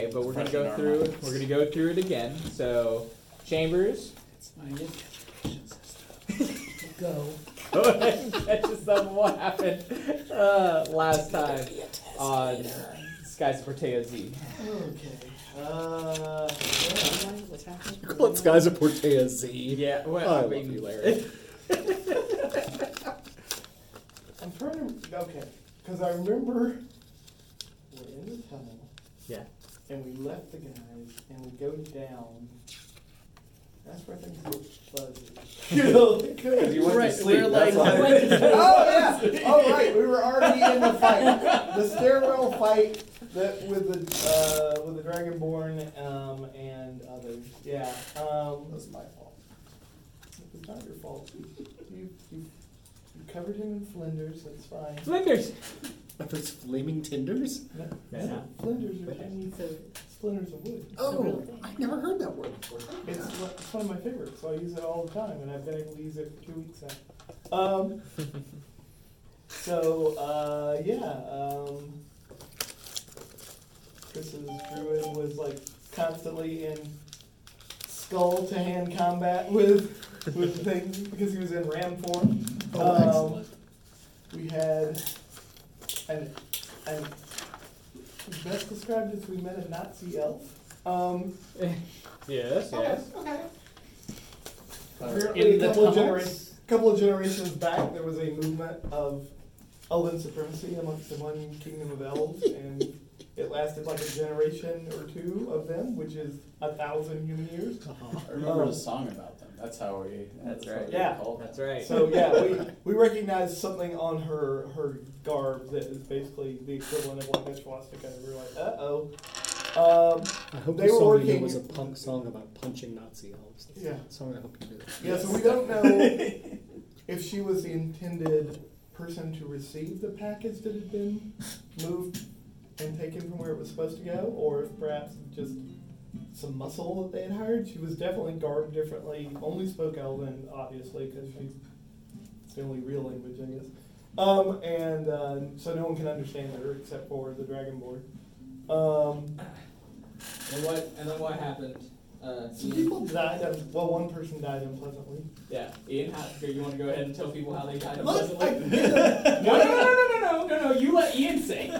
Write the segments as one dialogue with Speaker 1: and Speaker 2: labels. Speaker 1: Okay, but we're gonna
Speaker 2: Freshen
Speaker 1: go
Speaker 2: our
Speaker 1: through,
Speaker 2: minds.
Speaker 1: we're gonna go through it again, so Chambers.
Speaker 3: Go.
Speaker 1: Go ahead and catch us up on what happened, uh, last time on Skies of Porteo Z.
Speaker 3: Okay, uh,
Speaker 4: What's happening?
Speaker 5: Call it Skies of Portea Z.
Speaker 1: Yeah,
Speaker 5: I
Speaker 1: well, Oh, I
Speaker 5: love
Speaker 1: mean,
Speaker 5: you, Larry.
Speaker 3: I'm trying to, okay, cause I remember we're in the tunnel.
Speaker 5: Yeah.
Speaker 3: And we left the guys and we go down. That's where things get fuzzy. You know,
Speaker 2: Because you went
Speaker 5: Right,
Speaker 2: to sleep.
Speaker 5: we're
Speaker 2: That's
Speaker 5: like-
Speaker 2: why.
Speaker 3: Oh yeah! Oh right, we were already in the fight, the stairwell fight that with the uh, with the dragonborn um, and others. Yeah, um, that was my fault. It was not your fault. You you, you covered him in flinders. That's fine.
Speaker 1: Flinders.
Speaker 5: Are those flaming tinders?
Speaker 3: No,
Speaker 1: Yeah.
Speaker 3: Flinders are tiny
Speaker 4: It's a,
Speaker 3: splinters of wood.
Speaker 5: Oh,
Speaker 4: real thing.
Speaker 5: I've never heard that word before.
Speaker 3: It's, one- it's one of my favorites, so I use it all the time, and I've been able to use it for two weeks now. Um, so, uh, yeah, um, Chris's druid was like constantly in skull to hand combat with with things because he was in ram form.
Speaker 5: Oh,
Speaker 3: Um,
Speaker 5: excellent.
Speaker 3: We had an, an best described as we met a Nazi elf. Um,
Speaker 1: Yes, yes.
Speaker 3: Okay.
Speaker 5: In
Speaker 3: Apparently, a
Speaker 5: Uh, the
Speaker 3: couple of,
Speaker 5: tunnels?
Speaker 3: genera- couple of generations back, there was a movement of Elven supremacy amongst the one kingdom of elves, and it lasted like a generation or two of them, which is a thousand human years.
Speaker 2: Uh-huh, I remember
Speaker 3: Oh.
Speaker 2: a song about them. That's how we.
Speaker 1: That's
Speaker 2: how
Speaker 1: right.
Speaker 2: we
Speaker 3: Yeah.
Speaker 2: called
Speaker 1: That's
Speaker 2: them.
Speaker 1: right.
Speaker 3: So yeah, we, we recognize something on her her garb that is basically the equivalent of like a swastika. We were like, uh oh. Um,
Speaker 5: I hope
Speaker 3: they
Speaker 5: you
Speaker 3: were
Speaker 5: saw that
Speaker 3: working-
Speaker 5: it was a punk song about punching Nazi elves. That's
Speaker 3: Yeah.
Speaker 5: the Song I hope you do.
Speaker 3: Yeah, so we don't know if she was the intended person to receive the package that had been moved and taken from where it was supposed to go, or if perhaps just some muscle that they had hired. She was definitely garbed differently, only spoke Elven, obviously, because she's the only real language, I guess. Um, and uh, so no one can understand her except for the Dragonborn. Um,
Speaker 6: And what and then what happened? Uh,
Speaker 3: some
Speaker 6: Ian,
Speaker 3: people died, un- well, one person died unpleasantly.
Speaker 6: yeah, Ian, how, here, you want to go ahead and tell people how they died?
Speaker 3: Look, I-
Speaker 6: unpleasantly? no, no, no, no, no, no, no, no, You let Ian say.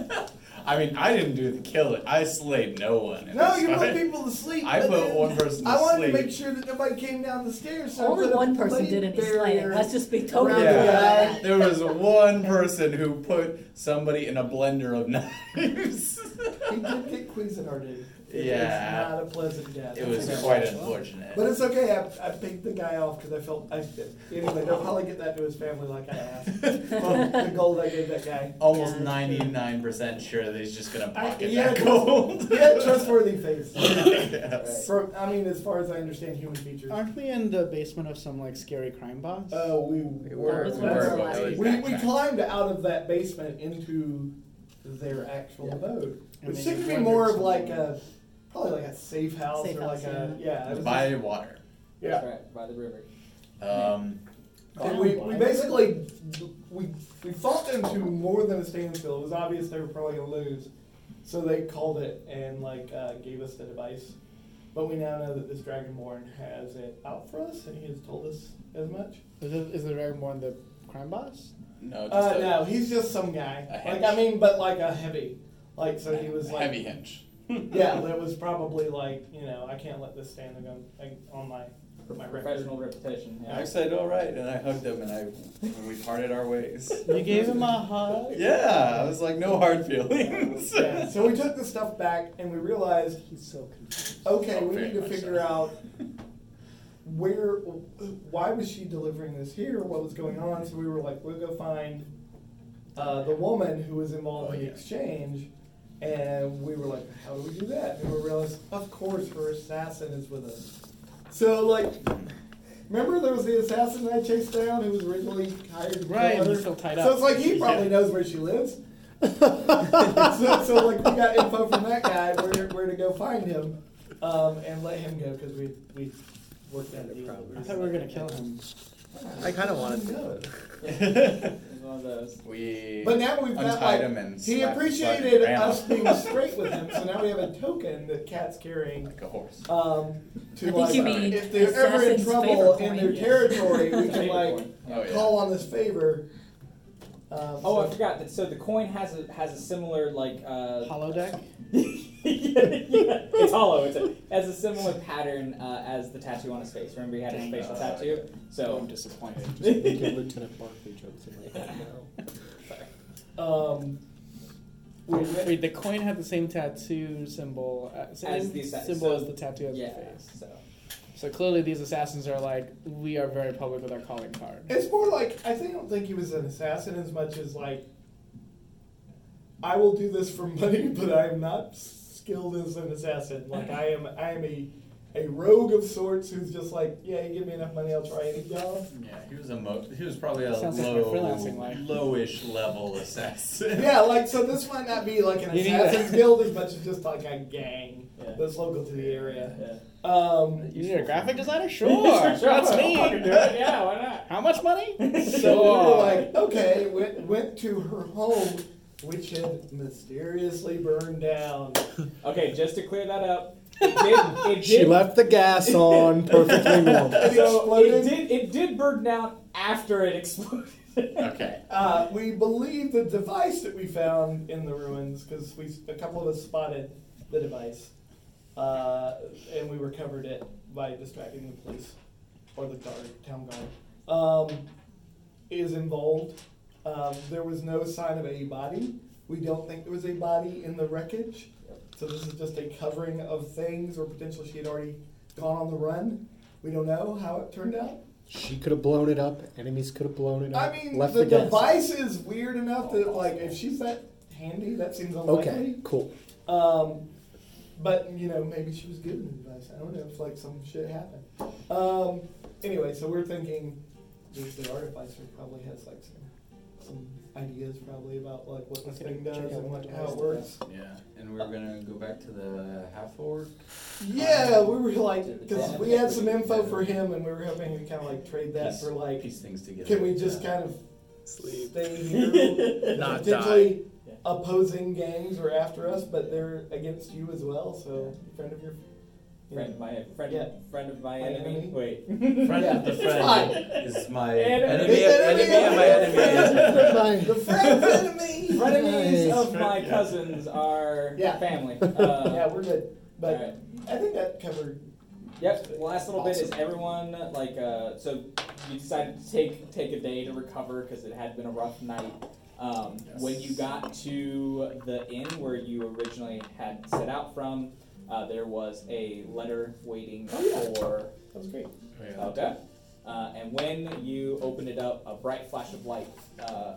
Speaker 2: I mean, I didn't do the killing. I slayed no one.
Speaker 3: No, you
Speaker 2: were
Speaker 3: put people to sleep.
Speaker 2: I
Speaker 3: but
Speaker 2: put
Speaker 3: then
Speaker 2: one person to
Speaker 3: I wanted
Speaker 2: sleep.
Speaker 3: to make sure that nobody came down the stairs. So I
Speaker 4: Only
Speaker 3: put a
Speaker 4: one person did
Speaker 3: plate
Speaker 4: any slaying.
Speaker 3: barrier.
Speaker 4: Let's just be totally
Speaker 3: around
Speaker 4: clear
Speaker 3: the
Speaker 4: about
Speaker 3: guy.
Speaker 4: that.
Speaker 2: There was one person who put somebody in a blender of knives.
Speaker 3: He did get Cuisinarted.
Speaker 2: Yeah.
Speaker 3: It's not a pleasant death.
Speaker 2: it was quite unfortunate.
Speaker 3: But it's okay. I, I picked the guy off because I felt. I, anyway, they'll probably get that to his family like I asked. Well, the gold I gave that guy.
Speaker 2: Almost
Speaker 4: Yeah.
Speaker 2: ninety-nine percent sure that he's just gonna
Speaker 3: I-
Speaker 2: back it
Speaker 3: yeah,
Speaker 2: that
Speaker 3: trust-
Speaker 2: cold.
Speaker 3: He had trustworthy face.
Speaker 2: Yes.
Speaker 3: From, I mean, as far as I understand human features.
Speaker 7: Aren't we in the basement of some like scary crime boss?
Speaker 3: Oh, we
Speaker 2: were-
Speaker 4: was one of
Speaker 2: were,
Speaker 4: the
Speaker 2: but
Speaker 4: last
Speaker 2: we
Speaker 3: We, we
Speaker 2: backtracked.
Speaker 3: climbed out of that basement into their actual
Speaker 7: Yeah.
Speaker 3: abode,
Speaker 7: And
Speaker 3: which
Speaker 7: they
Speaker 3: seemed to
Speaker 7: just
Speaker 3: be more of
Speaker 7: wandered
Speaker 3: like
Speaker 7: somewhere.
Speaker 3: a probably like a safe house
Speaker 4: Safe
Speaker 3: or
Speaker 4: house,
Speaker 3: like a yeah. it was
Speaker 2: By water.
Speaker 3: just- yeah.
Speaker 6: That's right, by the river.
Speaker 2: Um,
Speaker 3: And we, we basically we we fought them to more than a standstill. It was obvious they were probably gonna lose, so they called it and like uh, gave us the device. But we now know that this dragonborn has it out for us, and he has told us as much.
Speaker 7: Is, it, is the dragonborn the crime boss?
Speaker 2: no, just
Speaker 3: Uh,
Speaker 2: a,
Speaker 3: no, he's just some guy.
Speaker 2: A
Speaker 3: Like
Speaker 2: hench.
Speaker 3: I mean, but like a heavy. Like so he was
Speaker 2: a
Speaker 3: like
Speaker 2: heavy hinge.
Speaker 3: yeah, that was probably like you know I can't let this stand on like, on my my record.
Speaker 6: Professional reputation.
Speaker 2: I
Speaker 6: Yeah.
Speaker 2: said all right, and I hugged him, and I and we parted our ways.
Speaker 7: You gave him a hug.
Speaker 2: Yeah, I was like, no hard feelings.
Speaker 3: Yeah, so we took the stuff back and we realized
Speaker 7: He's so confused.
Speaker 3: okay
Speaker 2: Oh,
Speaker 3: we
Speaker 2: very
Speaker 3: need to
Speaker 2: much
Speaker 3: figure
Speaker 2: so.
Speaker 3: out where why was she delivering this here what was going on so we were like we'll go find uh, the woman who was involved
Speaker 2: Oh,
Speaker 3: in the
Speaker 2: yeah.
Speaker 3: exchange and we were like how do we do that and we realized of course her assassin is with us so like remember there was the assassin that I chased down who was originally hired to kill
Speaker 7: Right, and
Speaker 3: her?
Speaker 7: he's still tied
Speaker 3: so
Speaker 7: up.
Speaker 3: it's like he probably
Speaker 2: Yeah.
Speaker 3: knows where she lives so, so like we got info from that guy where, where to go find him um, and let him go because we we worked out the problem.
Speaker 7: I thought we were gonna kill him.
Speaker 5: I kind of want it.
Speaker 3: Good.
Speaker 6: It's one of those.
Speaker 2: We
Speaker 3: But now we've got
Speaker 2: untied
Speaker 3: like
Speaker 2: him and
Speaker 3: he
Speaker 2: slapped his butt
Speaker 3: appreciated
Speaker 2: and ran
Speaker 3: us
Speaker 2: off.
Speaker 3: being straight with him, so now we have a token that Cat's carrying.
Speaker 2: like a horse.
Speaker 3: Um, to
Speaker 4: I think
Speaker 3: like,
Speaker 4: you mean
Speaker 3: if they're ever in
Speaker 4: assassin's
Speaker 3: trouble
Speaker 4: favorite
Speaker 3: in
Speaker 4: coin.
Speaker 3: their territory, we can like
Speaker 2: Oh yeah.
Speaker 3: call on this favor. Um,
Speaker 1: Oh, I
Speaker 3: so-
Speaker 1: forgot that. So the coin has a has a similar like uh,
Speaker 7: Holodeck?
Speaker 1: yeah, yeah, it's hollow. It's a, has a similar pattern uh, as the tattoo on his face. Remember, he had his facial
Speaker 2: Uh,
Speaker 1: tattoo.
Speaker 5: Oh, I'm
Speaker 1: So
Speaker 5: disappointed. Just making Lieutenant Barkley jokes in my head now.
Speaker 3: Um,
Speaker 7: Wait, wait, the coin had the same tattoo symbol uh, same
Speaker 1: As the assa-
Speaker 7: symbol
Speaker 1: so-
Speaker 7: as the tattoo
Speaker 6: Oh,
Speaker 7: on
Speaker 1: yeah,
Speaker 7: the face.
Speaker 1: so
Speaker 7: So clearly, these assassins are like, we are very public with our calling card.
Speaker 3: it's more like I think, don't think he was an assassin as much as like I will do this for money, but I am not skilled as an assassin. Like I am, I am a a rogue of sorts who's just like, yeah, you give me enough money, I'll try any job.
Speaker 2: Yeah, he was a mo- he was probably a
Speaker 7: Sounds like my
Speaker 2: low,
Speaker 7: freelancing life.
Speaker 2: lowish level assassin.
Speaker 3: Yeah, like so this might not be like an
Speaker 7: You need
Speaker 3: assassin's
Speaker 7: a-
Speaker 3: guild as much as just like a gang
Speaker 6: Yeah.
Speaker 3: that's local to the area.
Speaker 6: Yeah.
Speaker 3: Um,
Speaker 7: You need a graphic designer? Sure,
Speaker 1: Sure,
Speaker 7: that's
Speaker 1: I'll fucking do
Speaker 7: me.
Speaker 1: it. Yeah, why not?
Speaker 7: How much money?
Speaker 3: so we were
Speaker 7: Sure.
Speaker 3: like, okay, went went to her home, which had mysteriously burned down.
Speaker 1: Okay, just to clear that up, it did. It did
Speaker 5: She left the gas on perfectly normal.
Speaker 3: It
Speaker 1: So it
Speaker 3: exploded.
Speaker 1: did. It did burn down after it exploded.
Speaker 2: Okay.
Speaker 3: Uh, we believe the device that we found in the ruins because we a couple of us spotted the device, uh, and we recovered it by distracting the police or the guard, town guard. Um, is involved. Um, there was no sign of a body. We don't think there was a body in the wreckage. So this is just a covering of things, or potentially she had already gone on the run. We don't know how it turned out.
Speaker 5: She could have blown it up. Enemies could have blown it
Speaker 3: I
Speaker 5: up.
Speaker 3: mean,
Speaker 5: left
Speaker 3: the,
Speaker 5: gas.
Speaker 3: device is weird enough that, like, if she's that handy, that seems unlikely.
Speaker 5: Okay, cool.
Speaker 3: Um, but you know, maybe she was given the device. I don't know if like some shit happened. Um, anyway, so we're thinking this the artificer probably has like some some ideas probably about like what this
Speaker 7: Let's get a-
Speaker 3: thing does
Speaker 7: check out
Speaker 3: and
Speaker 7: what
Speaker 3: what,
Speaker 7: the
Speaker 3: how it
Speaker 7: device
Speaker 3: works.
Speaker 2: Yeah, and we're gonna go back to the half orc.
Speaker 3: Yeah, we were like,
Speaker 2: the
Speaker 3: because
Speaker 2: dead.
Speaker 3: we had some info for him, and we were hoping to kind of like trade that
Speaker 2: Piece-
Speaker 3: for like,
Speaker 2: piece things together.
Speaker 3: can we just
Speaker 2: Yeah.
Speaker 3: kind of stay here?
Speaker 5: Not
Speaker 3: potentially
Speaker 6: Yeah.
Speaker 3: opposing gangs are after us, but they're against you as well. So friend of your you know,
Speaker 1: Friend of my friend,
Speaker 3: Yeah.
Speaker 1: friend of my
Speaker 3: My
Speaker 1: enemy.
Speaker 3: enemy.
Speaker 1: Wait.
Speaker 2: Friend
Speaker 3: Yeah.
Speaker 2: of the
Speaker 3: It's
Speaker 2: friend is my
Speaker 1: Enemy.
Speaker 2: enemy. of-
Speaker 3: Enemy
Speaker 2: Enemy,
Speaker 3: of
Speaker 2: of my enemy. is-
Speaker 3: the friend enemy.
Speaker 1: Frenemies
Speaker 5: Nice.
Speaker 1: of my
Speaker 2: Yeah.
Speaker 1: cousins are
Speaker 3: Yeah.
Speaker 1: family.
Speaker 3: yeah,
Speaker 1: Uh,
Speaker 3: we're good. But
Speaker 1: all right.
Speaker 3: I think that covered.
Speaker 1: Yep. The last little bit is everyone like uh, so you decided to take take a day to recover because it had been a rough night. Um, When you got to the inn where you originally had set out from, uh, there was a letter waiting
Speaker 3: Oh, yeah.
Speaker 1: for
Speaker 3: That was great.
Speaker 2: Yeah.
Speaker 1: Okay. Uh, and when you opened it up, a bright flash of light uh,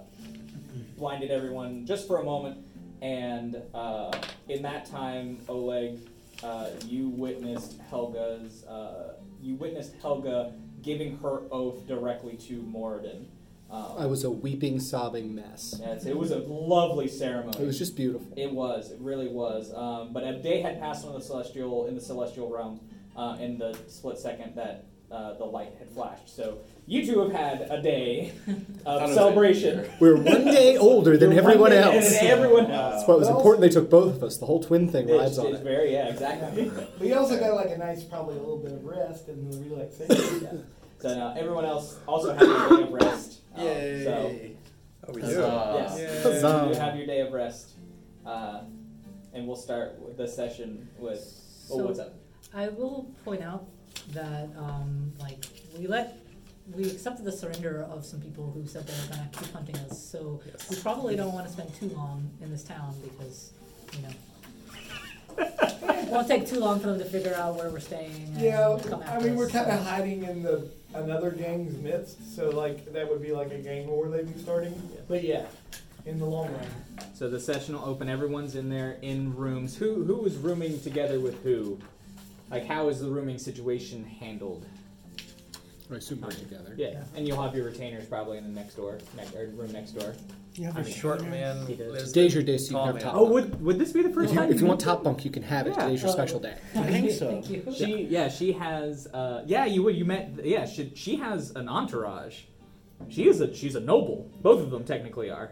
Speaker 1: blinded everyone just for a moment. And uh, in that time, Oleg, uh, you witnessed Helga's. Uh, you witnessed Helga giving her oath directly to Moradin.
Speaker 5: I
Speaker 1: Um,
Speaker 5: was a weeping, sobbing mess.
Speaker 1: yes, it was a lovely ceremony.
Speaker 5: It was just beautiful.
Speaker 1: It was. It really was. Um, but a day had passed on the celestial in the celestial realm uh, in the split second that uh, the light had flashed. So you two have had a day
Speaker 2: Thought it
Speaker 1: of
Speaker 2: was
Speaker 1: celebration.
Speaker 2: easier.
Speaker 5: We're one day older than
Speaker 1: You're one
Speaker 5: everyone
Speaker 1: day-
Speaker 5: else.
Speaker 1: and everyone
Speaker 5: That's
Speaker 1: else.
Speaker 5: why it was
Speaker 3: Well,
Speaker 5: important they took both of us. The whole twin thing
Speaker 1: It's,
Speaker 5: rides on
Speaker 1: it's
Speaker 5: it.
Speaker 1: very yeah, exactly.
Speaker 3: But you also got like a nice, probably a little bit of rest and relaxation.
Speaker 1: so now everyone else also had a day of rest. Um, So
Speaker 5: Oh, we
Speaker 2: Huzzah.
Speaker 1: yes,
Speaker 5: Huzzah.
Speaker 1: you do have your day of rest, uh, and we'll start with the session with. Oh,
Speaker 4: So-
Speaker 1: what's up?
Speaker 4: I will point out that, um, like, we let, we accepted the surrender of some people who said they were gonna keep hunting us, so we probably don't wanna spend too long in this town because, you know. It won't take too long for them to figure out where we're staying
Speaker 3: yeah,
Speaker 4: and come after
Speaker 3: I mean, we're
Speaker 4: us,
Speaker 3: kind
Speaker 4: so-
Speaker 3: of hiding in the another gang's midst, so like that would be like a gang war they'd be starting. But yeah, in the long run.
Speaker 1: So the session will open. Everyone's in there in rooms. Who who is rooming together with who? Like, how is the rooming situation handled?
Speaker 5: I assume we're together.
Speaker 1: Yeah, and you'll have your retainers probably in the next door, next, or room next door.
Speaker 7: Yeah,
Speaker 8: The short man
Speaker 1: He does.
Speaker 8: lives
Speaker 5: Today's
Speaker 8: the
Speaker 5: your day, so you
Speaker 8: tall
Speaker 5: can have
Speaker 8: man.
Speaker 5: top.
Speaker 1: Oh, would would this be the first
Speaker 5: if you,
Speaker 1: time?
Speaker 5: if you
Speaker 1: you've
Speaker 5: want
Speaker 1: been-
Speaker 5: top bunk, you can have it.
Speaker 1: Yeah.
Speaker 5: Today's your special day.
Speaker 7: I think so.
Speaker 4: Thank you.
Speaker 1: She yeah, she has uh yeah, you would you met yeah, she she has an entourage. She is a she's a noble. Both of them technically are.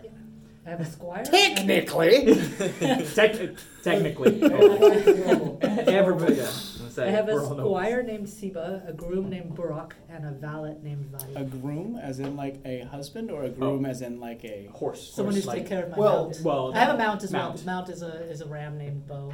Speaker 4: I have a squire.
Speaker 5: Technically,
Speaker 1: Tec- technically. Everybody yeah, I'm gonna say,
Speaker 4: I have a
Speaker 1: we're all nobles.
Speaker 4: squire named Siba, a groom named Barak, and a valet named
Speaker 7: A
Speaker 4: Vali.
Speaker 7: groom, as in like a husband, or a groom, as in like a.
Speaker 1: horse.
Speaker 4: Someone
Speaker 1: horse,
Speaker 4: who's to take care of my
Speaker 3: Well,
Speaker 4: mount.
Speaker 1: well,
Speaker 4: I have a mount as well.
Speaker 1: Oh, mount.
Speaker 4: Mount is a is a ram named Bo.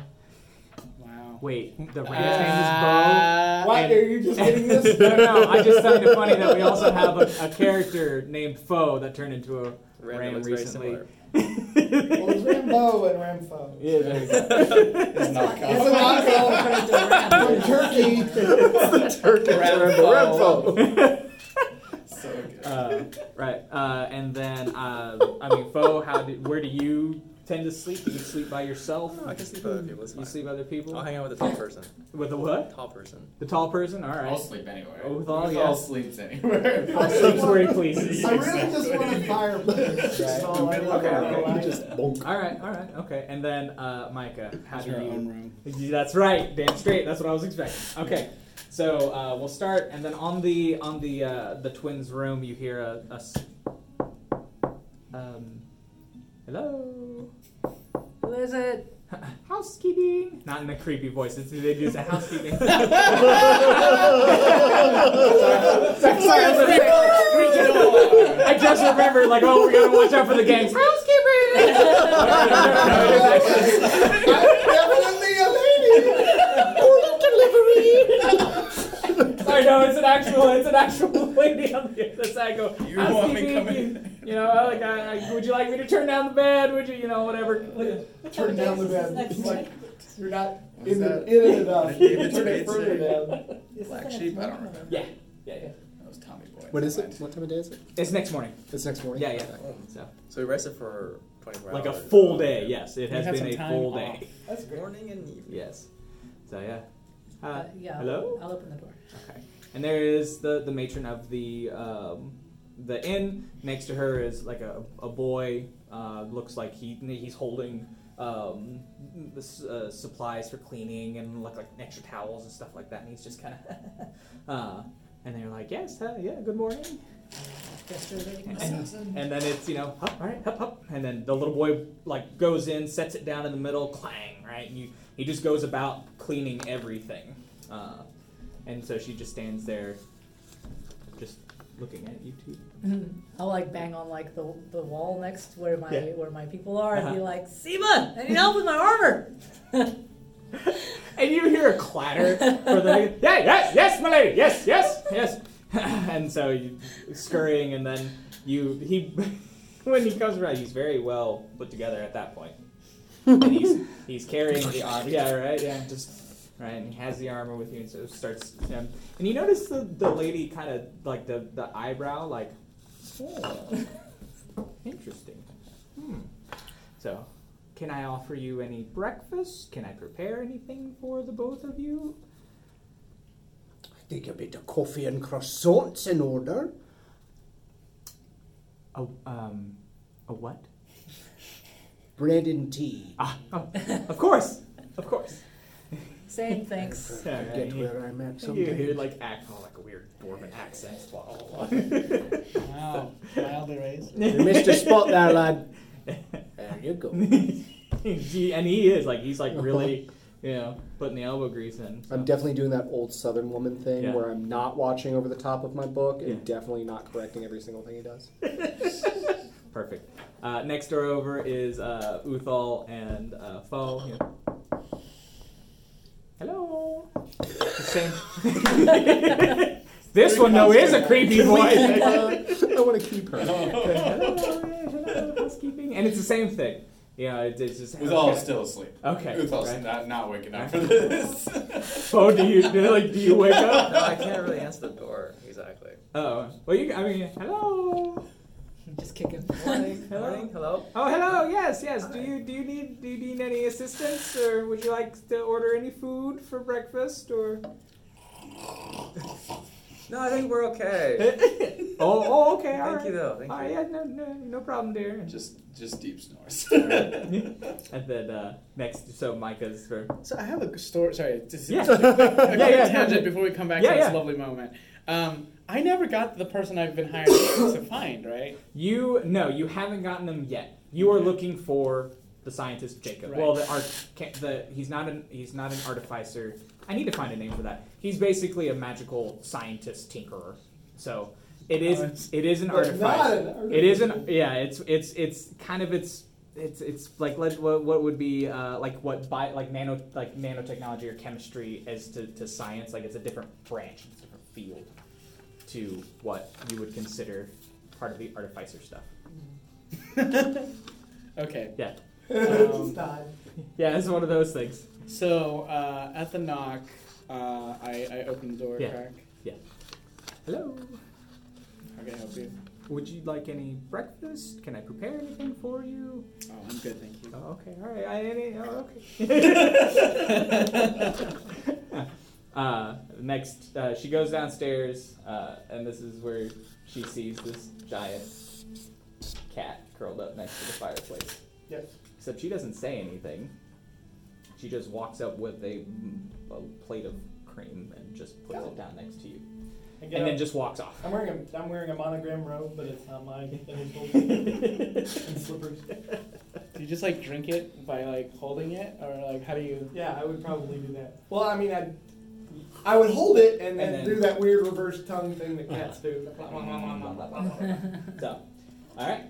Speaker 7: Wow.
Speaker 1: Wait, the
Speaker 3: Uh,
Speaker 1: ranch name is Bo.
Speaker 7: Uh,
Speaker 3: Why
Speaker 7: and-
Speaker 3: are you just getting this?
Speaker 1: No, no, I just found it funny that we also have a, a character named Foe that turned into a
Speaker 8: Random
Speaker 1: ram
Speaker 8: looks very
Speaker 1: recently.
Speaker 8: similar.
Speaker 3: Well, it's Rambo and Rambo.
Speaker 1: Yeah, there you go.
Speaker 2: It's not
Speaker 4: That's
Speaker 2: common.
Speaker 4: why he's all turned into a
Speaker 3: From
Speaker 4: ram.
Speaker 3: Turkey.
Speaker 2: Rambo. So good.
Speaker 1: Uh, right, uh, and then uh, I mean, Foe, how do, where do you tend to sleep? Do you sleep by yourself?
Speaker 8: Oh, I can sleep with other people. It's
Speaker 1: You
Speaker 8: fine.
Speaker 1: sleep with other people?
Speaker 8: I'll hang out with a tall person.
Speaker 1: With the what?
Speaker 8: Tall person.
Speaker 1: The tall person? All
Speaker 2: I'll
Speaker 1: right.
Speaker 2: sleep anywhere.
Speaker 1: Oh, with all,
Speaker 2: Who's
Speaker 1: yeah.
Speaker 2: all sleeps anywhere.
Speaker 1: I'll sleep where he pleases.
Speaker 3: I really just want a fireplace. That's all I
Speaker 2: Okay,
Speaker 3: want.
Speaker 2: okay.
Speaker 5: just bonk.
Speaker 1: All right, all right, okay. And then uh, Micah, how
Speaker 7: Has
Speaker 1: do
Speaker 7: her own
Speaker 1: you?
Speaker 7: room.
Speaker 1: That's right, damn straight. That's what I was expecting. Okay, so uh, we'll start, and then on the on the uh, the twins' room, you hear a, a s- um, hello.
Speaker 4: Who is it?
Speaker 1: Housekeeping. Not in a creepy voice. It's, they do say housekeeping. I just remember, like, oh, we gotta watch out for the gangs. Housekeeping. Sorry, no, it's an actual, it's an actual lady on the other side. I go.
Speaker 2: You want
Speaker 1: housekeeping,
Speaker 2: me coming?
Speaker 1: You know, I like, I, I- would you like me to turn down the bed? Would you, you know, whatever.
Speaker 3: Turn down the bed. It's like, you're not in, the,
Speaker 2: that?
Speaker 3: in it enough.
Speaker 2: David
Speaker 3: Turn
Speaker 2: Spade
Speaker 3: it further
Speaker 2: said.
Speaker 3: down.
Speaker 2: Black sheep? I don't remember.
Speaker 1: Yeah, yeah, yeah.
Speaker 2: That was Tommy Boy.
Speaker 5: What is
Speaker 2: Never
Speaker 5: it?
Speaker 2: mind.
Speaker 5: What time of day is it?
Speaker 1: It's next morning.
Speaker 5: It's next morning.
Speaker 1: Yeah, yeah.
Speaker 5: Okay.
Speaker 1: So,
Speaker 8: So we rested for 24
Speaker 1: like a
Speaker 8: hours.
Speaker 1: full day. Yes, it
Speaker 7: We
Speaker 1: has
Speaker 7: had
Speaker 1: been
Speaker 7: some
Speaker 1: a
Speaker 7: time
Speaker 1: full
Speaker 7: off.
Speaker 1: day.
Speaker 3: That's great.
Speaker 8: Morning and evening.
Speaker 1: Yes. So yeah.
Speaker 4: Uh,
Speaker 1: Hi.
Speaker 4: yeah.
Speaker 1: Hello?
Speaker 4: I'll open the door.
Speaker 1: Okay. And there is the, the matron of the um, the inn. Next to her is like a, a boy. Uh, looks like he he's holding um, this, uh, supplies for cleaning and like like extra towels and stuff like that. And he's just kind of. uh, and they're like, yes, uh, yeah, good morning.
Speaker 4: Gesture of it.
Speaker 1: And, and then it's you know, hup, all right, hup, hup. And then the little boy like goes in, sets it down in the middle, clang, right? And you he just goes about cleaning everything. Uh, and so she just stands there, just looking at you two.
Speaker 4: I'll like bang on like the, the wall next where my
Speaker 1: Yeah.
Speaker 4: where my people are and be
Speaker 1: Uh-huh.
Speaker 4: like, Siba, I need help with my armor.
Speaker 1: And you hear a clatter for the yeah, yes, yes, my lady, yes, yes, yes. and so you scurrying, and then you he when he comes around, he's very well put together at that point. and he's he's carrying the armor. Yeah, right. Yeah, just right. And he has the armor with you, and so starts. Um, and you notice the the lady kind of like the the eyebrow, like, oh, interesting. Hmm. So, can I offer you any breakfast? Can I prepare anything for the both of you?
Speaker 5: I think a bit of coffee and croissants in order.
Speaker 1: A um, a what?
Speaker 5: Bread and tea.
Speaker 1: Ah, oh, of course, of course.
Speaker 4: Saying thanks.
Speaker 5: I
Speaker 1: Yeah,
Speaker 5: get
Speaker 1: you-
Speaker 5: where I'm at
Speaker 1: You
Speaker 5: someday.
Speaker 1: hear like act oh, like a weird Dwarven accent.
Speaker 7: Wow. Wildly raised.
Speaker 5: You missed a spot there, lad. There you go.
Speaker 1: He- and he is like he's like really you know putting the elbow grease in so.
Speaker 5: I'm definitely doing that old Southern woman thing
Speaker 1: Yeah.
Speaker 5: where I'm not watching over the top of my book and
Speaker 1: Yeah.
Speaker 5: definitely not correcting every single thing he does.
Speaker 1: perfect uh, next door over is uh, uthal and uh, Fo. you know. hello The same this one though is a creepy voice
Speaker 5: uh, I want to keep her.
Speaker 1: hello, hello, housekeeping and it's the same thing yeah it, it's just
Speaker 2: With all still asleep.
Speaker 1: Okay,
Speaker 2: With all
Speaker 1: right.
Speaker 2: not, not waking up for this.
Speaker 1: Fo, do you like do you wake up
Speaker 8: No, I can't really answer the door exactly.
Speaker 1: oh well you I mean hello
Speaker 4: Just kick him.
Speaker 8: Morning, hello.
Speaker 1: Oh, hello. Yes, yes. Do you do you need do you need any assistance, or would you like to order any food for breakfast, or?
Speaker 8: No, I think we're okay.
Speaker 6: oh, oh, okay. all
Speaker 8: Thank
Speaker 6: right.
Speaker 8: you though. Thank
Speaker 6: All right,
Speaker 8: you.
Speaker 6: yeah, no, no, no problem there.
Speaker 2: Just just deep snores.
Speaker 6: And then uh, next, so Micah's for
Speaker 7: So I have a story. Sorry, just
Speaker 6: Yeah.
Speaker 7: just a quick, a quick
Speaker 6: Yeah, yeah,
Speaker 7: tangent
Speaker 6: yeah.
Speaker 7: before we come back
Speaker 6: Yeah,
Speaker 7: to this
Speaker 6: yeah.
Speaker 7: lovely moment. Um, I never got the person I've been hired to find. Right?
Speaker 6: you. No, you haven't gotten them yet. You are looking for the scientist Jacob.
Speaker 7: Right.
Speaker 6: Well, the art. ca- The he's not an he's not an artificer. I need to find a name for that. He's basically a magical scientist tinkerer. So it is
Speaker 7: Oh, it's-
Speaker 6: it is an
Speaker 3: But not
Speaker 6: artificer. It
Speaker 3: an artificer.
Speaker 6: isn't. Yeah, it's it's it's kind of it's it's it's like let, what, what would be uh, like what bi- like nano like nanotechnology or chemistry as to, to science like it's a different branch, it's a different field to what you would consider part of the artificer stuff.
Speaker 7: Okay.
Speaker 6: Yeah,
Speaker 7: Um,
Speaker 3: Just died.
Speaker 6: yeah, it's one of those things.
Speaker 7: So uh, at the knock, uh, I, I open the door
Speaker 6: Yeah.
Speaker 7: crack.
Speaker 6: Hello,
Speaker 7: How can I help you?
Speaker 6: would you like any breakfast? Can I prepare anything for you?
Speaker 7: Oh, I'm good, thank you.
Speaker 6: Oh, okay, all right. I, I, oh, okay.
Speaker 1: Uh, next, uh, she goes downstairs, uh, and this is where she sees this giant cat curled up next to the fireplace.
Speaker 3: Yes.
Speaker 1: Except she doesn't say anything. She just walks up with a, a plate of cream and just puts it down next to you,
Speaker 3: I get
Speaker 1: and then
Speaker 3: up.
Speaker 1: just walks off.
Speaker 3: I'm wearing a I'm wearing a monogram robe, but it's not my initials and slippers.
Speaker 7: Do you just like drink it by like holding it, or like how do you?
Speaker 3: Yeah, I would probably do that. Well, I mean, I I would hold it and then,
Speaker 1: And then-
Speaker 3: do that weird reverse tongue thing that cats do.
Speaker 1: So, all right.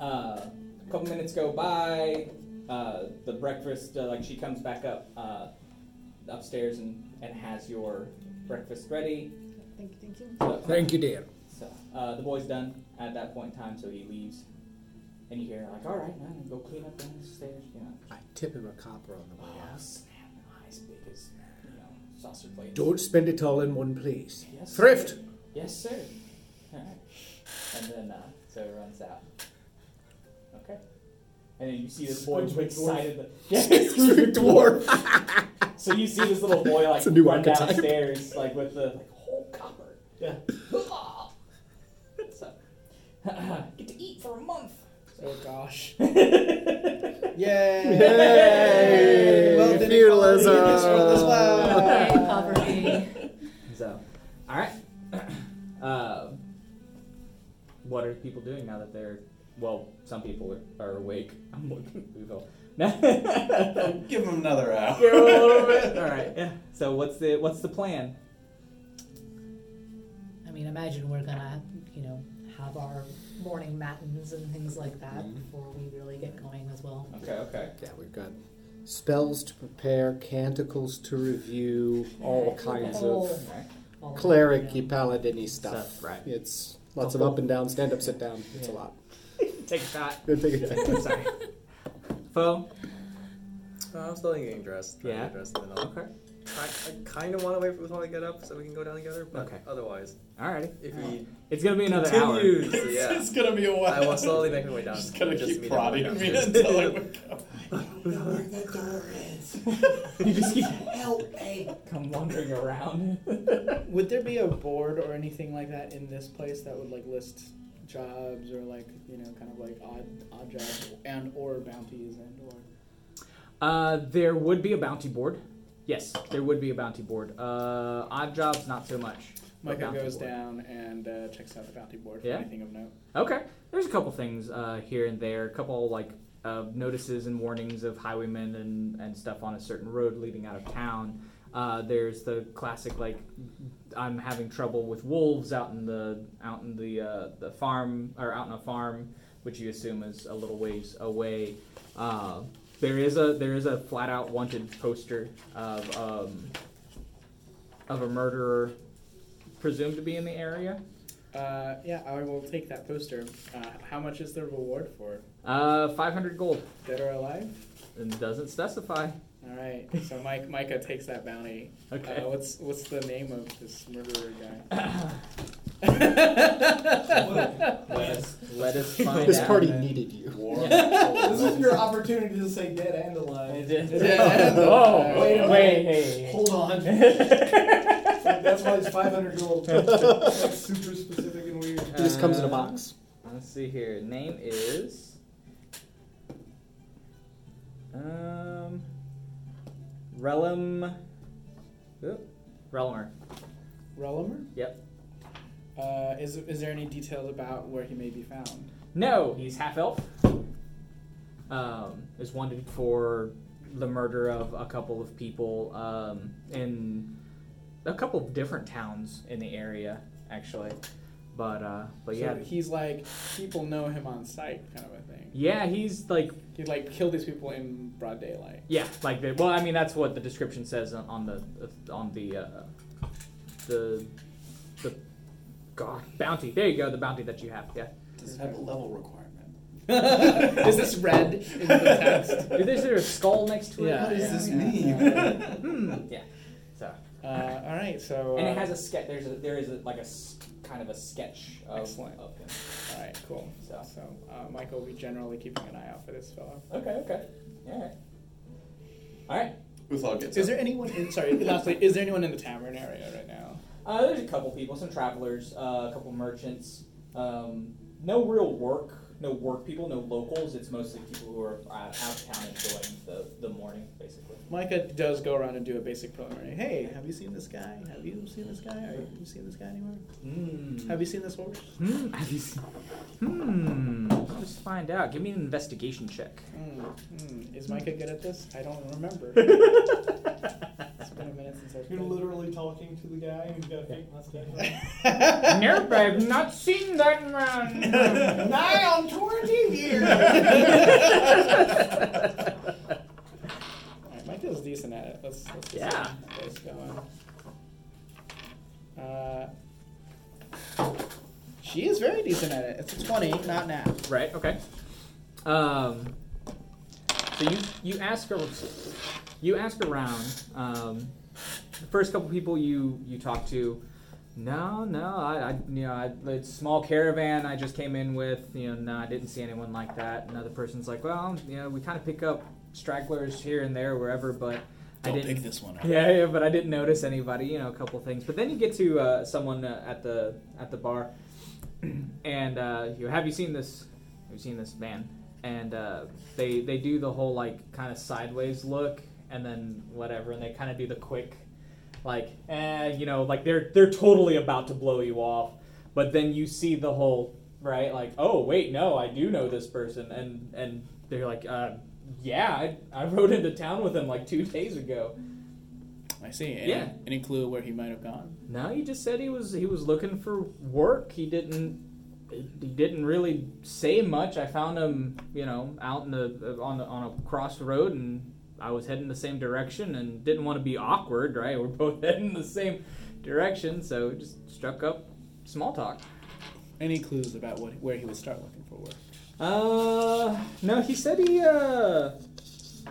Speaker 1: Uh, a couple minutes go by. Uh, the breakfast, uh, like she comes back up uh, upstairs and, and has your breakfast ready.
Speaker 4: Thank you, thank you.
Speaker 1: So,
Speaker 5: Thank you, dear.
Speaker 1: so, uh, the boy's done at that point in time, so he leaves. And you hear like, all right, now I'm gonna go clean up downstairs. You know,
Speaker 5: I tip him a copper on the way
Speaker 1: oh
Speaker 5: out.
Speaker 1: snap, my eyes big as you know saucer plate.
Speaker 5: Don't spend it all in one place.
Speaker 1: Yes,
Speaker 5: Thrift.
Speaker 1: Sir. Yes, sir. All right. And then uh, so it runs out. Okay. And then you see this boy
Speaker 3: Scrooge McDuck.
Speaker 1: excited. Yeah, Scrooge
Speaker 5: Dwarf.
Speaker 1: McDuck. so you see this little boy like
Speaker 5: It's a new
Speaker 1: run
Speaker 5: archetype.
Speaker 1: downstairs like with the like whole copper.
Speaker 3: Yeah.
Speaker 1: so get to eat for a month.
Speaker 7: Oh gosh.
Speaker 5: Yay!
Speaker 7: Well, then
Speaker 5: Feudalism.
Speaker 7: it's all this loud.
Speaker 4: Yay,
Speaker 1: Uh.
Speaker 4: poverty.
Speaker 1: So, all right. Um what are people doing now that they're well? Some people are, are awake. I'm looking at people.
Speaker 2: Give him another hour.
Speaker 1: Give it a little bit. All right. Yeah. So what's the what's the plan?
Speaker 4: I mean, imagine we're gonna, you know, have our morning matins and things like that
Speaker 2: Mm-hmm.
Speaker 4: before we really get going as well.
Speaker 1: Okay. Okay.
Speaker 5: Yeah, we've got spells to prepare, canticles to review, all kinds
Speaker 4: All-
Speaker 5: of
Speaker 4: all of it, you
Speaker 5: cleric
Speaker 4: know.
Speaker 5: paladin stuff.
Speaker 1: Stuff, right. Oh,
Speaker 5: It's lots of up and down, stand up, sit down. It's a lot.
Speaker 1: Take a shot.
Speaker 5: Good thing.
Speaker 1: Sorry. Phone.
Speaker 8: No, Uh, I'm still getting dressed. trying to
Speaker 1: Yeah.
Speaker 8: get dressed, and then I'll- I, I kind of want to wait for the time I get up so we can go down together, but
Speaker 1: Okay.
Speaker 8: otherwise,
Speaker 1: All righty.
Speaker 8: if he
Speaker 1: It's gonna be another hour.
Speaker 8: continues, yeah,
Speaker 2: It's gonna be a while.
Speaker 8: I will slowly make my way down.
Speaker 2: Just gonna
Speaker 8: Just
Speaker 2: keep
Speaker 8: meet him when we
Speaker 2: prodding
Speaker 8: get
Speaker 2: me
Speaker 8: downstairs.
Speaker 2: until I wake up.
Speaker 3: Where the door is.
Speaker 1: You just keep
Speaker 3: L A.
Speaker 1: come wandering around.
Speaker 7: Would there be a board or anything like that in this place that would like list jobs or like you know kind of like odd odd jobs and or bounties and or
Speaker 6: Uh, there would be a bounty board. Yes, there would be a bounty board. Uh, odd jobs, not so much. but
Speaker 7: Micah
Speaker 6: bounty
Speaker 7: goes
Speaker 6: board.
Speaker 7: down and uh, checks out the bounty board for
Speaker 6: Yeah.
Speaker 7: anything of note.
Speaker 6: Okay. There's a couple things uh, here and there, a couple like uh, notices and warnings of highwaymen and, and stuff on a certain road leading out of town. Uh, there's the classic like I'm having trouble with wolves out in the out in the uh, the farm or out in a farm, which you assume is a little ways away. Uh, there is a there is a flat out wanted poster of um, of a murderer presumed to be in the area.
Speaker 7: Uh, yeah, I will take that poster. Uh, how much is the reward for it?
Speaker 6: Uh, 500 gold.
Speaker 7: dead or alive?
Speaker 6: and doesn't specify.
Speaker 7: All right. So Mike Micah takes that bounty.
Speaker 6: Okay.
Speaker 7: Uh, what's what's the name of this murderer guy?
Speaker 1: Let us let us find
Speaker 5: This
Speaker 1: out.
Speaker 5: party needed you.
Speaker 2: War.
Speaker 3: This is your opportunity to say dead and alive.
Speaker 1: Whoa!
Speaker 7: Whoa,
Speaker 5: Oh,
Speaker 1: Wait! Hey!
Speaker 3: Hold on. Like, That's That's why it's 500 gold. It's like super specific and weird.
Speaker 5: It just comes in a box.
Speaker 1: Uh, Let's see here. Name is. Um. Relum. oop, Relmer.
Speaker 7: Relimer?
Speaker 1: Yep.
Speaker 7: Uh, is, is there any details about where he may be found?
Speaker 1: No, he's half elf. Um, is wanted for the murder of a couple of people um, in a couple of different towns in the area, actually. But uh, but yeah,
Speaker 7: So he's like, people know him on sight, kind of a thing.
Speaker 1: yeah, he's like
Speaker 7: He like killed these people in broad daylight.
Speaker 1: Yeah, like the, well, I mean that's what the description says on, on the on the uh, the the God bounty. There you go, the bounty that you have. Yeah,
Speaker 2: Does it have a level requirement?
Speaker 7: is this red in the text?
Speaker 1: is there is there a skull next to it?
Speaker 7: Yeah.
Speaker 2: What does this
Speaker 7: yeah,
Speaker 2: mean?
Speaker 7: yeah.
Speaker 1: Hmm, yeah. So
Speaker 7: Uh, all right, so.
Speaker 9: and it
Speaker 7: uh,
Speaker 9: has a sketch. There's a, there is a, like a s- kind of a sketch of,
Speaker 7: Excellent.
Speaker 9: of him.
Speaker 7: All right, cool.
Speaker 9: So.
Speaker 7: So uh, Michael will be generally keeping an eye out for this fellow.
Speaker 9: Okay, okay, all right, all right.
Speaker 2: Uthal gets
Speaker 7: Is
Speaker 2: up.
Speaker 7: there anyone in? Sorry, lastly, is there anyone in the tavern area right now?
Speaker 9: Uh, there's a couple people, some travelers, uh, a couple merchants. Um, no real work, no work people, no locals. It's mostly people who are out, out of town enjoying the, the morning, basically.
Speaker 7: Micah does go around and do a basic preliminary. Hey, have you seen this guy? Have you seen this guy? Are you seen this guy anywhere?
Speaker 9: Mm.
Speaker 7: Have you seen this horse?
Speaker 1: hmm, have you seen- hmm, let's find out. Give me an investigation check.
Speaker 7: Mm, mm. Is Micah good at this? I don't remember. it's been a minute since I've
Speaker 3: You're
Speaker 7: played.
Speaker 3: literally talking to the guy who's got a fake mustache. on.
Speaker 1: Nope, I've not seen that man.
Speaker 3: Nigh on 20 years!
Speaker 7: Alright, Micah's decent at it. Let's, let's just
Speaker 1: Yeah.
Speaker 7: see how it's going. Uh, she is very decent at it. It's a 20, not now.
Speaker 1: Right. Okay. Um, so you you ask a, you ask around. Um, the first couple people you you talk to. No, no, I, I you know, I, it's small caravan I just came in with. You know, no, I didn't see anyone like that. Another person's like, well, you know, we kind of pick up stragglers here and there, wherever, but I
Speaker 2: Don't
Speaker 1: didn't.
Speaker 2: pick this one up.
Speaker 1: Yeah, yeah, but I didn't notice anybody. You know, a couple things. But then you get to uh, someone uh, at the at the bar, and uh, you have you seen this? Have you seen this man? And uh, they they do the whole like kind of sideways look, and then whatever, and they kind of do the quick, like eh, you know, like they're they're totally about to blow you off, but then you see the whole right, like oh wait, no, I do know this person, and and they're like. Uh, yeah, I, I rode into town with him like two days ago.
Speaker 7: I see. Any,
Speaker 1: Yeah.
Speaker 7: Any clue where he might have gone?
Speaker 1: No, he just said he was he was looking for work. He didn't he didn't really say much. I found him, you know, out in the on the, on a crossroad, and I was heading the same direction, and didn't want to be awkward. Right, we're both heading the same direction, so just struck up small talk.
Speaker 7: Any clues about what where he would start looking for work?
Speaker 1: Uh, no, he said he uh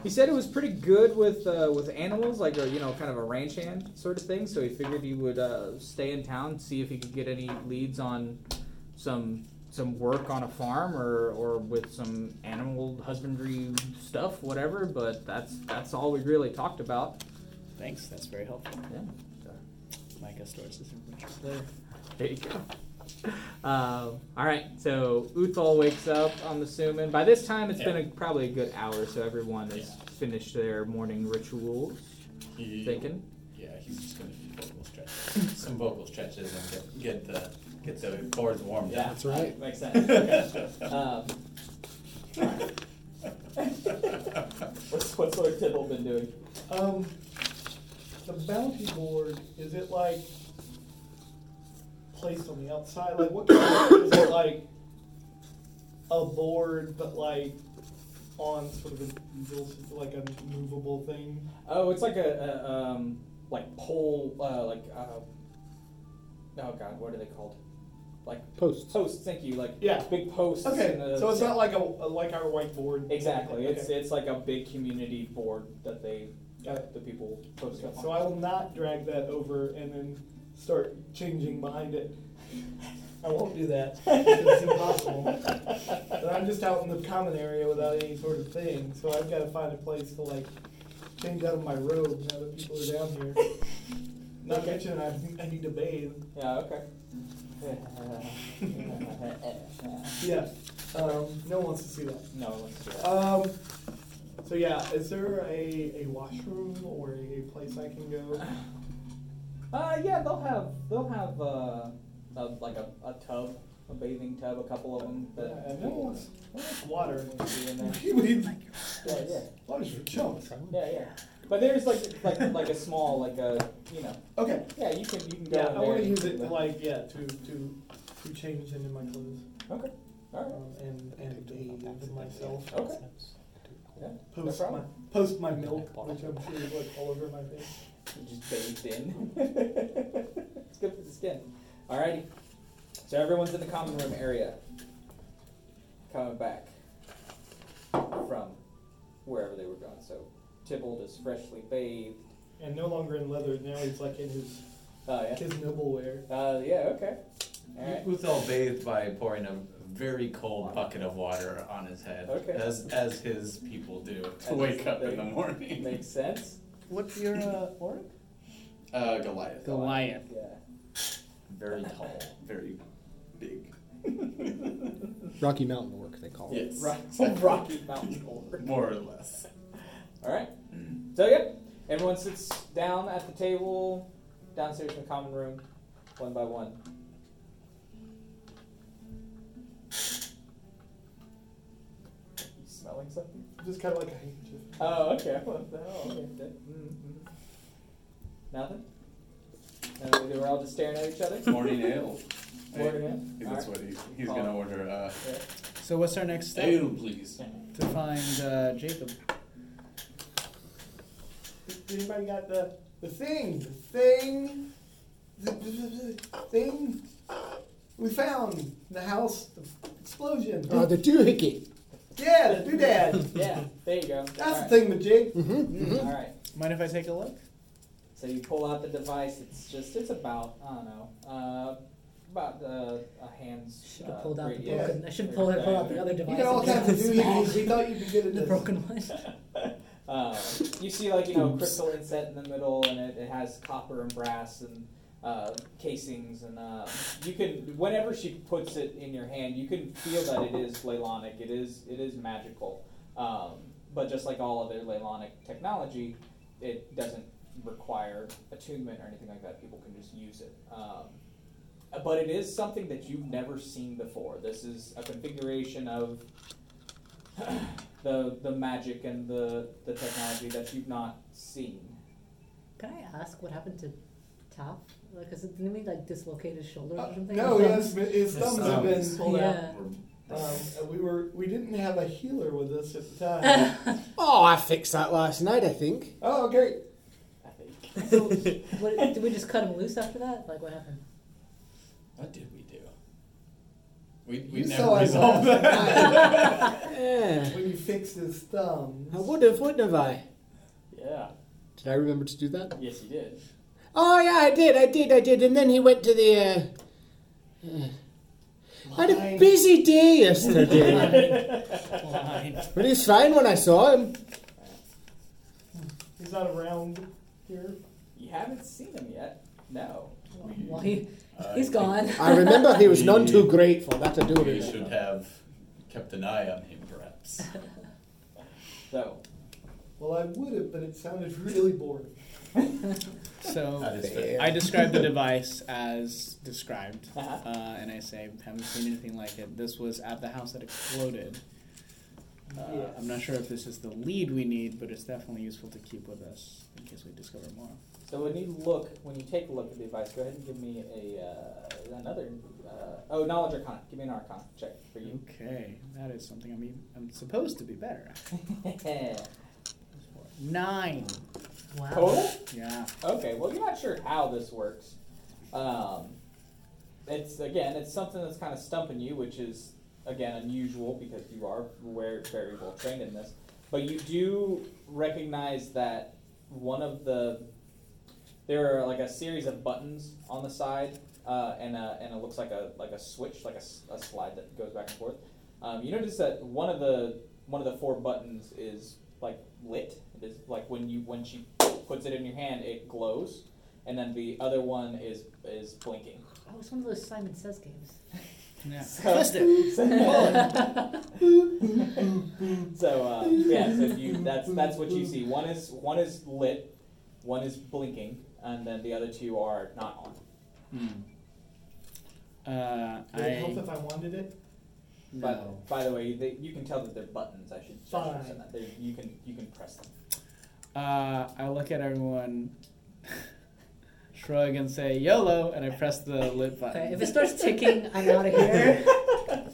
Speaker 1: he said it was pretty good with uh, with animals, like a you know kind of a ranch hand sort of thing. So he figured he would uh, stay in town, see if he could get any leads on some some work on a farm or or with some animal husbandry stuff, whatever. But that's that's all we really talked about.
Speaker 7: Thanks, that's very helpful.
Speaker 1: Yeah.
Speaker 7: Micah stores this information.
Speaker 1: There you go. Um, all right, so Uthal wakes up. I'm assuming by this time it's been a, probably a good hour, so everyone has finished their morning rituals.
Speaker 2: He-
Speaker 1: Thinking.
Speaker 2: Yeah, he's just gonna do vocal stretches. Some vocal stretches and get, get the get the cords warmed
Speaker 9: Yeah,
Speaker 2: up.
Speaker 5: That's right.
Speaker 9: Makes sense. Okay. um, what's what's Lord Tibble been doing?
Speaker 3: Um, the bounty board, is it like placed on the outside? Like what kind of, is it like a board but like on sort of an easel, sort of like a movable thing?
Speaker 9: Oh, it's like a, a um, like pole, uh, like uh, oh god, what are they called? Like
Speaker 5: Posts.
Speaker 1: Oh.
Speaker 9: posts. Thank you. Like
Speaker 3: Yeah.
Speaker 9: big posts.
Speaker 3: Okay,
Speaker 9: and a-
Speaker 3: so it's not like a, a- like our whiteboard.
Speaker 9: exactly. It's
Speaker 3: Okay.
Speaker 9: it's like a big community board that they
Speaker 3: Got it.
Speaker 9: the people post up on.
Speaker 3: So I will not drag that over and then start changing behind it. I won't do that. because It's impossible. But I'm just out in the common area without any sort of thing, so I've got to find a place to like change out of my robe now that people are down here. Not kitchen. I, I need to bathe.
Speaker 1: Yeah, okay.
Speaker 3: Yeah. Um, no one wants to see that.
Speaker 1: no, let's do that.
Speaker 3: Um, so yeah, is there a, a washroom or a place I can go?
Speaker 1: Uh, yeah, they'll have they'll have uh, a, like a, a tub, a bathing tub, a couple of them
Speaker 3: Yeah,
Speaker 1: that
Speaker 3: no one wants, no one wants water.
Speaker 1: will be in there.
Speaker 3: We need
Speaker 1: Yeah, yeah,
Speaker 3: water's for chumps.
Speaker 1: yeah, yeah. But there's like like like a small like a you know
Speaker 3: Okay.
Speaker 1: yeah you can you can go
Speaker 3: Yeah,
Speaker 1: in
Speaker 3: I
Speaker 1: there
Speaker 3: want to
Speaker 1: and
Speaker 3: use it
Speaker 1: lift-
Speaker 3: like yeah to to to change into my clothes
Speaker 1: okay all right
Speaker 3: um, and and bathe myself.
Speaker 1: Okay. yeah
Speaker 3: Post
Speaker 1: No
Speaker 3: my
Speaker 1: problem.
Speaker 3: post my milk, which I'm sure is like all over my face.
Speaker 1: you just bathed in it's good for the skin alrighty so everyone's in the common room area coming back from wherever they were going so Tybalt is freshly bathed
Speaker 3: And no longer in leather. Now he's like in his
Speaker 1: oh yeah
Speaker 3: his noble wear.
Speaker 1: Uh, yeah, okay. Alright.
Speaker 2: He was all bathed by pouring a very cold bucket of water on his head,
Speaker 1: Okay.
Speaker 2: as as his people do to
Speaker 1: As
Speaker 2: wake up
Speaker 1: they-
Speaker 2: in the morning.
Speaker 1: Makes sense.
Speaker 7: What's your uh, aura?
Speaker 2: Uh, Goliath.
Speaker 7: Goliath.
Speaker 1: Yeah.
Speaker 2: Very tall, very big.
Speaker 5: Rocky Mountain work, they call it.
Speaker 2: Yes.
Speaker 1: Rock,
Speaker 2: exactly.
Speaker 1: Rocky Mountain Orc.
Speaker 2: More or less.
Speaker 1: Alright. So, yep. Everyone sits down at the table downstairs in the common room, one by one. You smelling something?
Speaker 3: Just kind of like a handkerchief.
Speaker 1: Oh, okay. What the hell? Okay. Mm-hmm. Nothing? And we were all just staring at each other?
Speaker 2: Morning ale.
Speaker 1: Morning ale?
Speaker 2: Hey, That's
Speaker 1: Alright.
Speaker 2: what he, he's gonna order. Uh,
Speaker 7: So what's our next step?
Speaker 2: ale, please.
Speaker 7: To find uh, Jacob.
Speaker 3: Anybody got the the thing? The thing. The, the, the, the thing. We found the house. The explosion.
Speaker 5: Uh, the doohickey.
Speaker 3: yeah, the doodad.
Speaker 1: Yeah, there you go.
Speaker 3: That's
Speaker 1: Alright.
Speaker 3: the thing, Majig.
Speaker 1: Alright.
Speaker 7: Mind if I take a look?
Speaker 1: So you pull out the device. It's just it's about I don't know uh, about uh, a hand's.
Speaker 4: Should
Speaker 1: uh,
Speaker 4: have pulled out the
Speaker 1: radius.
Speaker 4: broken. I should have pulled, pulled out the other
Speaker 3: You
Speaker 4: device.
Speaker 3: got all
Speaker 4: and just
Speaker 3: kinds of
Speaker 4: smash
Speaker 3: doohickeys. We thought you could get it.
Speaker 4: The broken one.
Speaker 1: Uh, you see like you know crystal inset in the middle, and it, it has copper and brass and uh, casings, and uh, you can whenever she puts it in your hand, you can feel that it is Leylonic. It is it is magical. Um, but just like all other Leylonic technology, it doesn't require attunement or anything like that. People can just use it. Um, but it is something that you've never seen before. This is a configuration of the the magic and the, the technology that you've not seen.
Speaker 4: Can I ask what happened to Tap? Like, is it, didn't we like dislocate his shoulder
Speaker 3: Uh,
Speaker 4: or something?
Speaker 3: no,
Speaker 4: Or
Speaker 3: yes, his thumbs
Speaker 2: His
Speaker 3: have been
Speaker 2: thumbs.
Speaker 3: pulled out.
Speaker 4: Yeah.
Speaker 3: Um, uh, we were we didn't have a healer with us at the time.
Speaker 5: Oh, I fixed that last night, I think.
Speaker 3: oh, great.
Speaker 1: I think.
Speaker 4: So, what, did we just cut him loose after that? Like, what happened?
Speaker 2: What did we do? We, we
Speaker 3: You
Speaker 2: never
Speaker 3: saw us
Speaker 2: resolved that.
Speaker 3: last
Speaker 5: Yeah.
Speaker 3: night when you fixed his thumbs.
Speaker 5: I would have, wouldn't have I?
Speaker 1: Yeah.
Speaker 5: Did I remember to do that?
Speaker 1: Yes, you did.
Speaker 5: Oh, yeah, I did, I did, I did. And then he went to the. Uh, uh, I had a
Speaker 3: Mine.
Speaker 5: busy day yesterday.
Speaker 7: Blind.
Speaker 5: but he was fine when I saw him.
Speaker 3: He's not around here.
Speaker 1: You haven't seen him yet. No.
Speaker 4: Well, he,
Speaker 3: Uh,
Speaker 2: I
Speaker 4: he's
Speaker 2: think
Speaker 4: gone.
Speaker 5: I remember he was none too grateful. That I do
Speaker 2: We
Speaker 5: remember.
Speaker 2: should have kept an eye on him, perhaps.
Speaker 1: So
Speaker 3: Well, I would have, but it sounded really boring.
Speaker 7: So
Speaker 2: That is fair.
Speaker 7: I describe the device as described, uh,
Speaker 1: Uh-huh.
Speaker 7: and I say haven't seen anything like it. This was at the house that exploded. Uh,
Speaker 3: Yes.
Speaker 7: I'm not sure if this is the lead we need, but it's definitely useful to keep with us in case we discover more.
Speaker 1: so when you look when you take a look at the device, go ahead and give me a uh, another uh, oh knowledge arcana. Give me an arcana check for you.
Speaker 7: Okay, that is something I'm even, I'm supposed to be better at. Nine.
Speaker 4: wow.
Speaker 1: Total?
Speaker 7: Yeah.
Speaker 1: Okay, well, you're not sure how this works. Um, it's again, it's something that's kind of stumping you, which is again unusual because you are very, very well trained in this. But you do recognize that one of the there are like a series of buttons on the side, uh, and a, and it looks like a like a switch, like a s a a slide that goes back and forth. Um, you notice that one of the one of the four buttons is like lit. It is like when you when she puts it in your hand, it glows.
Speaker 10: and then the other one is is blinking.
Speaker 4: Oh, it's one of those Simon Says games.
Speaker 7: Yeah.
Speaker 10: So uh, yeah, so if you that's that's what you see. One is one is lit, one is blinking, and then the other two are not on.
Speaker 7: Hmm. Uh,
Speaker 3: Would it help
Speaker 7: I
Speaker 3: if I wanted it?
Speaker 7: no.
Speaker 10: But by the way, they, you can tell that they're buttons. I should, I should have
Speaker 3: Fine.
Speaker 10: said that. They're, you can you can press them.
Speaker 7: Uh, I look at everyone, shrug, and say YOLO, and I press the lit
Speaker 4: Okay,
Speaker 7: button.
Speaker 4: if it starts ticking, I'm out of here.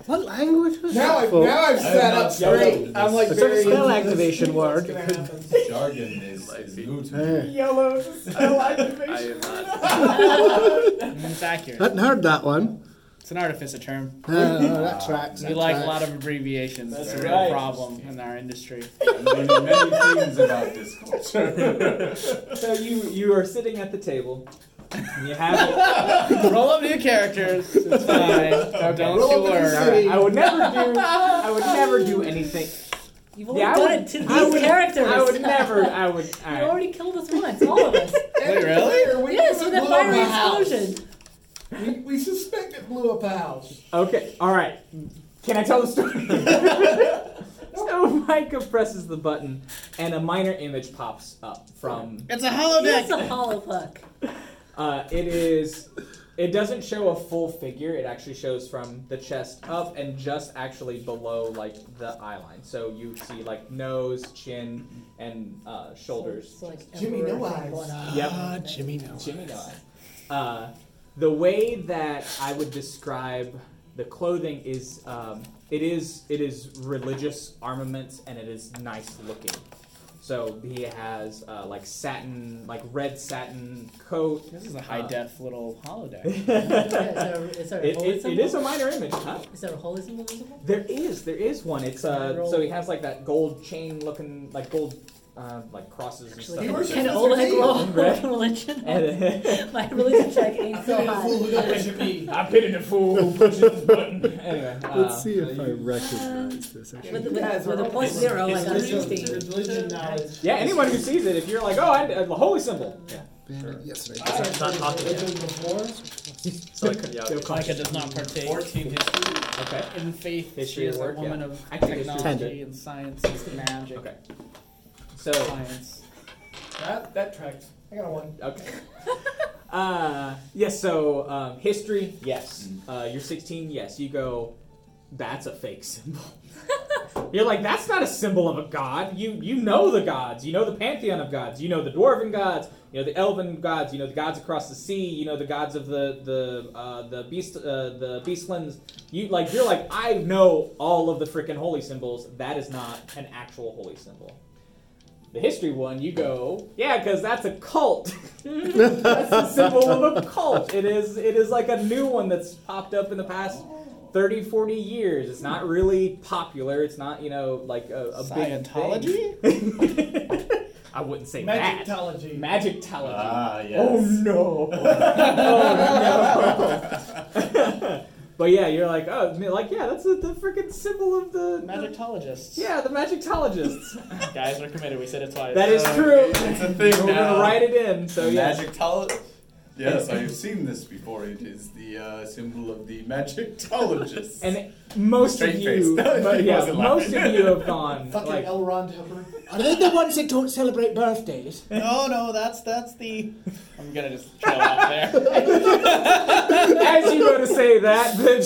Speaker 5: What language was
Speaker 3: Now, I,
Speaker 5: that? folks?
Speaker 3: now I've sat up straight.
Speaker 2: I'm like,
Speaker 5: It's a spell activation
Speaker 3: What's
Speaker 5: word.
Speaker 3: gonna happen?
Speaker 2: jargon is, is new to me.
Speaker 5: Eh,
Speaker 7: YOLO spell
Speaker 11: I
Speaker 7: activation.
Speaker 11: am not.
Speaker 7: Mm, it's accurate.
Speaker 5: Hadn't heard that one.
Speaker 7: It's an artifice of term.
Speaker 5: No, no, that tracks.
Speaker 7: We
Speaker 5: that
Speaker 7: like a
Speaker 5: tracks.
Speaker 7: lot of abbreviations.
Speaker 10: That's
Speaker 7: it's a
Speaker 10: right.
Speaker 7: real problem in our industry.
Speaker 2: I'm learning many things about this culture.
Speaker 10: So you you are sitting at the table. And you have.
Speaker 7: Roll up new characters. It's fine.
Speaker 3: Roll up
Speaker 7: Don't you
Speaker 3: the
Speaker 7: worry.
Speaker 3: city.
Speaker 1: I would never do. I would never do anything.
Speaker 4: You've only
Speaker 1: Yeah, I would-
Speaker 4: done it to these
Speaker 1: I would-
Speaker 4: characters.
Speaker 1: I would never. I would.
Speaker 4: You
Speaker 1: All right.
Speaker 4: already killed us once, all of us.
Speaker 7: Wait, really?
Speaker 3: Fire, we
Speaker 4: yeah,
Speaker 3: knew
Speaker 4: so
Speaker 3: it
Speaker 4: that
Speaker 3: blew up
Speaker 4: fiery
Speaker 3: a house.
Speaker 4: explosion.
Speaker 3: We, we suspect it blew up a house.
Speaker 1: Okay. All right. Can I tell the story? so Micah presses the button, and a minor image pops up from.
Speaker 7: It's a hollow
Speaker 4: It's
Speaker 7: deck.
Speaker 4: a hollow puck.
Speaker 1: Uh, it is. It doesn't show a full figure. It actually shows from the chest up and just actually below, like the eye line. So you see like nose, chin, and uh, shoulders.
Speaker 4: It's like
Speaker 3: Jimmy,
Speaker 4: emperor
Speaker 3: no
Speaker 4: thing
Speaker 3: eyes.
Speaker 4: going on.
Speaker 1: Yep.
Speaker 5: Ah, Jimmy knows.
Speaker 1: Jimmy Dog. Uh, the way that I would describe the clothing is um, it is it is religious armaments and it is nice looking. So he has uh, like satin, like red satin coat. Uh,
Speaker 7: This is a high def little hollow deck.
Speaker 4: Yeah,
Speaker 1: it,
Speaker 4: is there, is there a holy
Speaker 1: it, it
Speaker 4: symbol?
Speaker 1: is a minor image, huh?
Speaker 4: Is there a holy symbol visible?
Speaker 1: There is, there is one. It's uh,
Speaker 4: Roll.
Speaker 1: so he has like that gold chain looking, like gold, uh, like crosses and
Speaker 4: Actually,
Speaker 3: You were
Speaker 1: stuff.
Speaker 4: can
Speaker 3: supposed
Speaker 4: Oleg
Speaker 3: to be,
Speaker 4: roll
Speaker 1: right?
Speaker 4: religion?
Speaker 1: And-
Speaker 4: My religion check ain't so high.
Speaker 3: who worship me.
Speaker 1: I'm hitting a fool who pushes this button. Anyway, uh,
Speaker 5: Let's see if I recognize this. I
Speaker 4: With,
Speaker 5: should-
Speaker 4: with, with a point zero, I got a sixteen.
Speaker 3: Religion knowledge.
Speaker 1: yeah, anyone who sees it, if you're like, oh, I, a holy symbol. Yeah.
Speaker 5: Bandit, Yes,
Speaker 3: I
Speaker 5: I
Speaker 3: have
Speaker 11: It's not
Speaker 3: heard
Speaker 11: hockey.
Speaker 3: religion before.
Speaker 11: So I could, yeah.
Speaker 1: So con-
Speaker 7: Micah does not partake
Speaker 2: 14 history.
Speaker 1: Okay.
Speaker 7: in faith.
Speaker 1: History
Speaker 7: she is
Speaker 1: of work,
Speaker 7: a woman
Speaker 1: yeah.
Speaker 7: of
Speaker 1: I think it's just
Speaker 7: technology and science and magic.
Speaker 1: Okay. So
Speaker 7: Science.
Speaker 3: That, that tracks. I got a one.
Speaker 1: okay. Uh, yes. So um, history, yes. Uh, you're 16, yes. You go. That's a fake symbol. you're like, that's not a symbol of a god. You you know the gods. You know the pantheon of gods. You know the dwarven gods. You know the elven gods. You know the gods across the sea. You know the gods of the the uh, the beast uh, the beastlands. You like you're like I know all of the freaking holy symbols. That is not an actual holy symbol. The history one, you go, yeah, because that's a cult. that's the symbol of a cult. It is it is like a new one that's popped up in the past 30, 40 years. It's not really popular. It's not, you know, like a, a
Speaker 7: Scientology?
Speaker 1: big thing. I wouldn't say that.
Speaker 3: Magicology.
Speaker 1: Magictology.
Speaker 2: Ah, yes.
Speaker 1: Oh no. oh no. but yeah, you're like, oh, like yeah, that's the, the freaking symbol of the, the
Speaker 7: Magicologists.
Speaker 1: yeah, the magictologists.
Speaker 7: Guys, we're committed. We said it twice.
Speaker 1: That is
Speaker 2: Uh,
Speaker 1: true.
Speaker 2: It's a thing
Speaker 1: We're
Speaker 2: now.
Speaker 1: gonna write it in. So yeah.
Speaker 2: magic talent. Yes, I've seen this before. It is the uh, symbol of the magictologist.
Speaker 1: And most of
Speaker 2: Straight
Speaker 1: you,
Speaker 2: face. No,
Speaker 1: but
Speaker 2: he
Speaker 1: yeah,
Speaker 2: wasn't
Speaker 1: most
Speaker 2: laughing.
Speaker 1: of you have gone.
Speaker 3: Fucking
Speaker 1: like,
Speaker 3: L. Ron Hubbard.
Speaker 5: Are they the ones that don't celebrate birthdays?
Speaker 7: No, no, that's that's the. I'm gonna just trail off there.
Speaker 1: as you go to say that, the,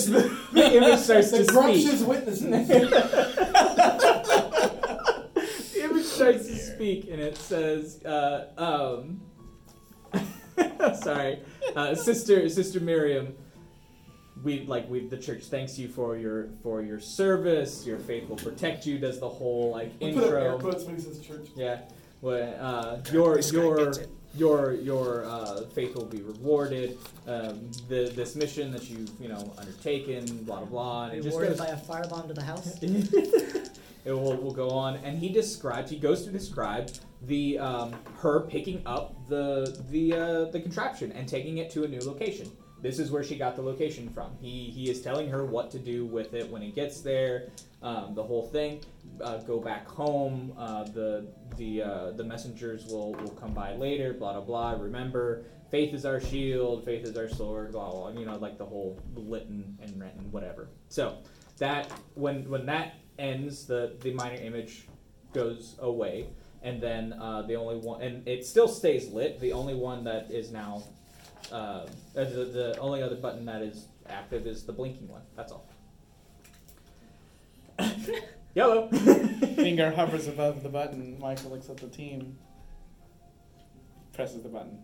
Speaker 1: the image starts
Speaker 3: The
Speaker 1: to speak.
Speaker 3: Grumsh's witnesses.
Speaker 1: The image starts to speak, and it says, uh, um, sorry, uh, sister, sister Miriam. We like we the church thanks you for your for your service. Your faith will protect you. Does the whole like
Speaker 3: We put up air
Speaker 1: intro?
Speaker 3: quotes when he says church.
Speaker 1: Yeah. Well, uh, your
Speaker 5: This guy
Speaker 1: your
Speaker 5: gets it.
Speaker 1: your your uh, faith will be rewarded. Um, the this mission that you've you know undertaken, blah blah blah, and it just
Speaker 4: Rewarded
Speaker 1: goes.
Speaker 4: by a firebomb to the house.
Speaker 1: it will, will go on, and he describes. He goes to describe the um, her picking up the the uh, the contraption and taking it to a new location. This is where she got the location from. He he is telling her what to do with it when it gets there. Um, the whole thing. Uh, go back home. Uh, the the uh, the messengers will will come by later. Blah blah blah. Remember, faith is our shield. Faith is our sword. Blah blah. blah. You know, like the whole Litton and Renton, whatever. So that when when that ends, the the minor image goes away, and then uh, the only one, and it still stays lit. The only one that is now, uh, uh, the, the only other button that is active is the blinking one. That's all. Yellow.
Speaker 7: Finger hovers above the button. Michael looks at the team. Presses the button.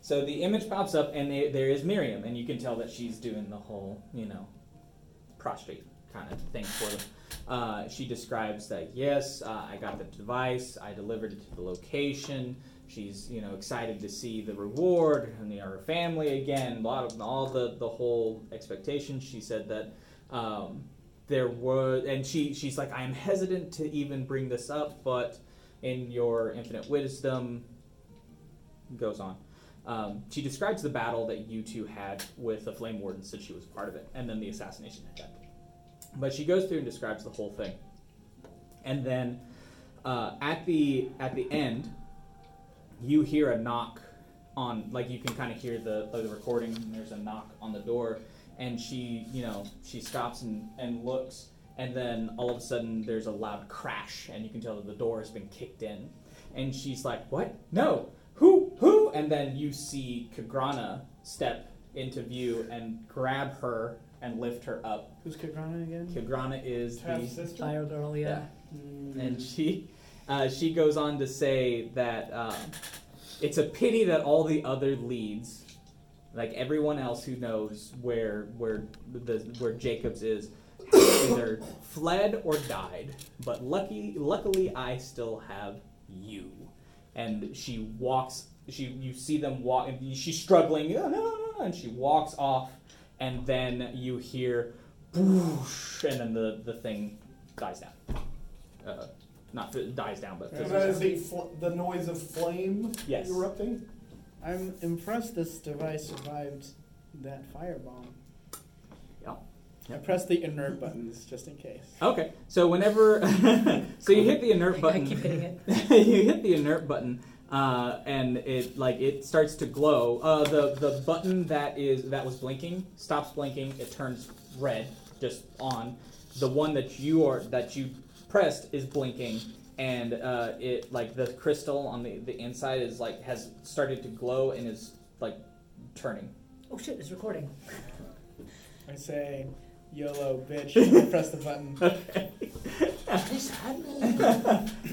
Speaker 1: So the image pops up, and there- there is Miriam, and you can tell that she's doing the whole, you know, prostrate kind of thing for them. Uh, she describes that yes, uh, I got the device, I delivered it to the location. She's you know excited to see the reward and the, her family again. Blah blah. blah, All the the whole expectation. She said that um, there were, and she she's like, I am hesitant to even bring this up, but in your infinite wisdom, goes on. Um, she describes the battle that you two had with the Flame Warden since she was part of it, and then the assassination attempt. But she goes through and describes the whole thing, and then uh, at the at the end, you hear a knock on like you can kind of hear the, the recording. And there's a knock on the door, and she you know she stops and, and looks, and then all of a sudden there's a loud crash, and you can tell that the door has been kicked in, and she's like, "What? No, who who and then you see Kagrana step into view and grab her and lift her up.
Speaker 7: Who's Kagrana again?
Speaker 1: Kagrana is
Speaker 3: Half
Speaker 1: the
Speaker 3: sister.
Speaker 4: Fire girl, yeah.
Speaker 1: and she uh, she goes on to say that um, it's a pity that all the other leads, like everyone else who knows where where the where Jacobs is, either fled or died. But lucky luckily I still have you. And she walks. She you see them walk. And she's struggling. "Oh, no, no, no," and she walks off. And then you hear, "Boosh," and then the, the thing dies down uh, not f- dies down, but
Speaker 7: Yeah.
Speaker 3: And
Speaker 1: fizzles
Speaker 3: that
Speaker 1: out.
Speaker 3: is the, fl- the noise of flame
Speaker 1: Yes.
Speaker 3: erupting.
Speaker 7: I'm impressed this device survived that firebomb.
Speaker 1: Yeah.
Speaker 7: I pressed the inert buttons just in case.
Speaker 1: Okay, so whenever, so you hit the inert
Speaker 4: I, I
Speaker 1: button,
Speaker 4: keep hitting it.
Speaker 1: you hit the inert button, uh, and it like it starts to glow. Uh, the the button that is that was blinking stops blinking. It turns red, just on. The one that you are that you pressed is blinking, and uh, it like the crystal on the the inside is like has started to glow and is like turning.
Speaker 4: Oh shit, it's recording.
Speaker 7: I say, YOLO, bitch, and I press the button.
Speaker 4: This happened.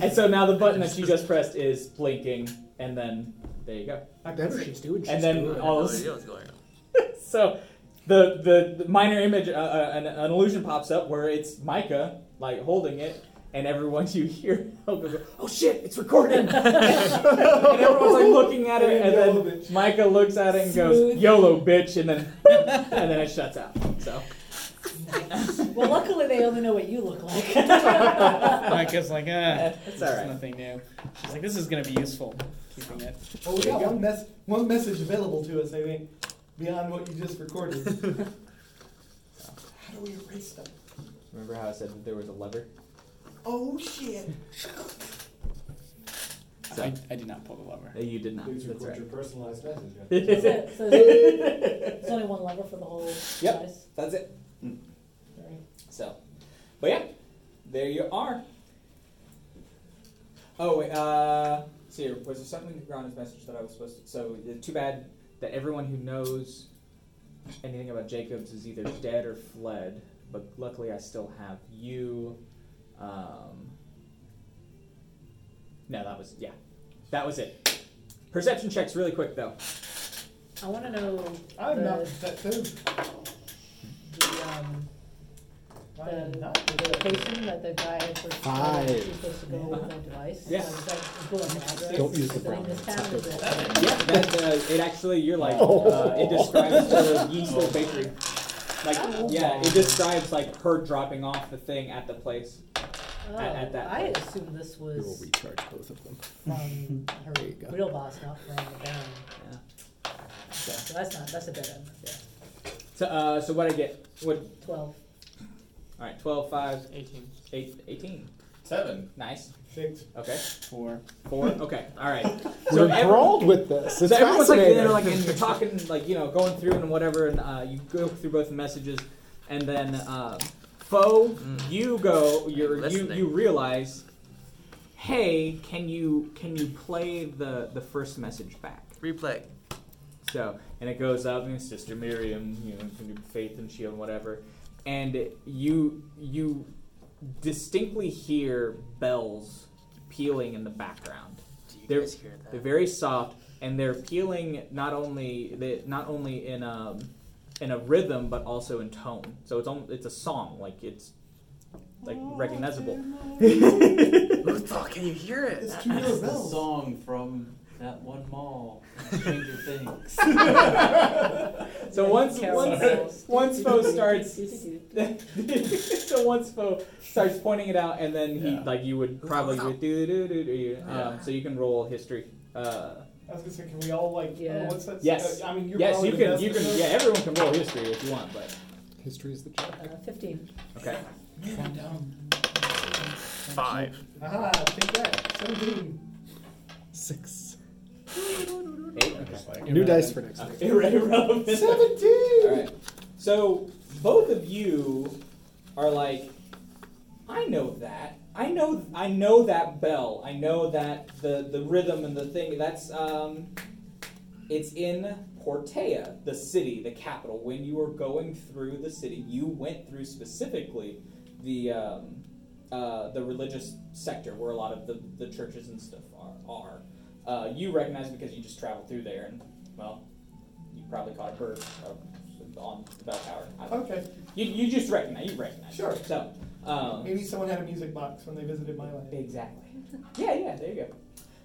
Speaker 1: and so now the button that she just pressed is blinking, and then there you go.
Speaker 5: I better she's doing. She's
Speaker 1: And then
Speaker 5: doing.
Speaker 1: all
Speaker 8: no
Speaker 1: of a
Speaker 8: idea what's going on.
Speaker 1: so the, the the minor image, uh, uh, an, an illusion pops up where it's Micah like holding it, and everyone you hear, goes, oh shit, it's recording, and everyone's like looking at it, and
Speaker 3: Yolo
Speaker 1: then
Speaker 3: bitch.
Speaker 1: Micah looks at it and goes,
Speaker 4: Smooth.
Speaker 1: "Yolo, bitch," and then and then it shuts out. So
Speaker 4: well, luckily they only know what you look like.
Speaker 7: Micah's like, ah,
Speaker 1: it's
Speaker 7: it's
Speaker 1: all right.
Speaker 7: nothing new. She's like, this is going to be useful, keeping it.
Speaker 3: Oh, we got one, mes- one message available to us, I think, beyond what you just recorded. How do we erase them?
Speaker 1: remember how I said that there was a lever?
Speaker 3: Oh, shit.
Speaker 7: I, I did not pull the lever.
Speaker 1: You did not. That's right.
Speaker 12: personalized message.
Speaker 4: That's it. So there's there's only one lever for the whole
Speaker 1: Yep.
Speaker 4: device.
Speaker 1: That's it. So, but yeah, there you are. Oh wait, uh, let's see here. Was there something in Grana's message that I was supposed to? So uh, too bad that everyone who knows anything about Jacobs is either dead or fled. But luckily, I still have you. Um, no, that was yeah, that was it. Perception checks really quick though.
Speaker 4: I want to know
Speaker 3: I'm
Speaker 4: the,
Speaker 3: not that too.
Speaker 4: the, um,
Speaker 3: I'm
Speaker 4: the,
Speaker 3: not
Speaker 4: the location that the guy was
Speaker 5: Five.
Speaker 4: was supposed to go with that device.
Speaker 1: Yeah.
Speaker 4: So it's like, go on the address.
Speaker 5: Don't use
Speaker 4: Is
Speaker 5: the
Speaker 4: it in
Speaker 5: brown
Speaker 4: this
Speaker 5: one.
Speaker 4: town? Is it-
Speaker 1: Yeah, that, uh, it actually, you're like, uh, it describes her Yeastel Bakery. Like, yeah, it describes like her dropping off the thing at the place.
Speaker 4: Oh,
Speaker 1: At- at that
Speaker 4: I
Speaker 1: point.
Speaker 4: assume this
Speaker 5: We will
Speaker 4: was
Speaker 5: recharge both of them.
Speaker 4: from her
Speaker 5: There you go.
Speaker 4: real boss, not from the Baron.
Speaker 1: Yeah.
Speaker 4: So that's not that's a dead end.
Speaker 1: So, uh, so what I get? What?
Speaker 4: Twelve.
Speaker 1: All right, 12, 5,
Speaker 13: 18.
Speaker 1: 8, 18.
Speaker 2: Seven.
Speaker 1: Nice.
Speaker 3: Six.
Speaker 1: Okay.
Speaker 14: Four.
Speaker 1: Four. Okay. All right.
Speaker 5: We're
Speaker 1: every-
Speaker 5: enthralled with this. It's
Speaker 1: so everyone's like,
Speaker 5: fascinating.
Speaker 1: they're like, and you're talking, like, you know, going through and whatever, and uh, you go through both the messages, and then, uh, foe,
Speaker 13: Mm.
Speaker 1: you go, you're, you,
Speaker 13: listening.
Speaker 1: you realize, hey, can you can you play the the first message back?
Speaker 13: Replay.
Speaker 1: So, and it goes up, and it's Sister Miriam, you know, can do faith and shield, and whatever. And you you distinctly hear bells pealing in the background.
Speaker 13: Do you
Speaker 1: They're-
Speaker 13: guys hear
Speaker 1: They're
Speaker 13: that?
Speaker 1: very soft, and they're peeling not only they, not only in a in a rhythm, but also in tone. So it's almost, it's a song, like it's like recognizable.
Speaker 13: Luthor, can you hear it?
Speaker 3: It's
Speaker 13: That-
Speaker 3: two
Speaker 2: That's
Speaker 3: year
Speaker 2: the
Speaker 3: bells.
Speaker 2: song from that one mall. Stranger Things.
Speaker 1: So once once once Fo starts,
Speaker 4: Uh,
Speaker 1: so once Fo starts pointing it out, and then he
Speaker 2: Yeah.
Speaker 1: like you would probably do do do do do.
Speaker 13: Yeah.
Speaker 1: Um, so you can roll history. Uh,
Speaker 3: I was gonna say, can we all like?
Speaker 4: Yeah.
Speaker 3: Oh, what's that?
Speaker 1: Yes.
Speaker 3: I mean, you're
Speaker 1: yes,
Speaker 3: probably
Speaker 1: you
Speaker 3: the
Speaker 1: can.
Speaker 3: best
Speaker 1: You
Speaker 3: at
Speaker 1: can.
Speaker 3: this.
Speaker 1: Yeah, everyone can roll history if you want, but
Speaker 5: History is the joke.
Speaker 4: Uh, Fifteen.
Speaker 1: okay.
Speaker 13: Five.
Speaker 3: Ah, take that. Seventeen.
Speaker 5: Six. Ah.
Speaker 1: Eight. Okay.
Speaker 5: New dice for next week.
Speaker 1: Irre- Irrelevant.
Speaker 3: Seventeen.
Speaker 1: All right. So both of you are like, I know that. I know. I know that bell. I know that the the rhythm and the thing. That's um, it's in Portea, the city, the capital. When you were going through the city, you went through specifically the um, uh, the religious sector where a lot of the, the churches and stuff are. are. Uh, you recognize because you just traveled through there, and well, you probably caught a bird uh, on the bell tower. I don't-
Speaker 3: Okay.
Speaker 1: You, you just recognize. You recognize.
Speaker 3: Sure.
Speaker 1: So. Um,
Speaker 3: Maybe someone had a music box when they visited my land.
Speaker 1: Exactly. Yeah, yeah. There you go.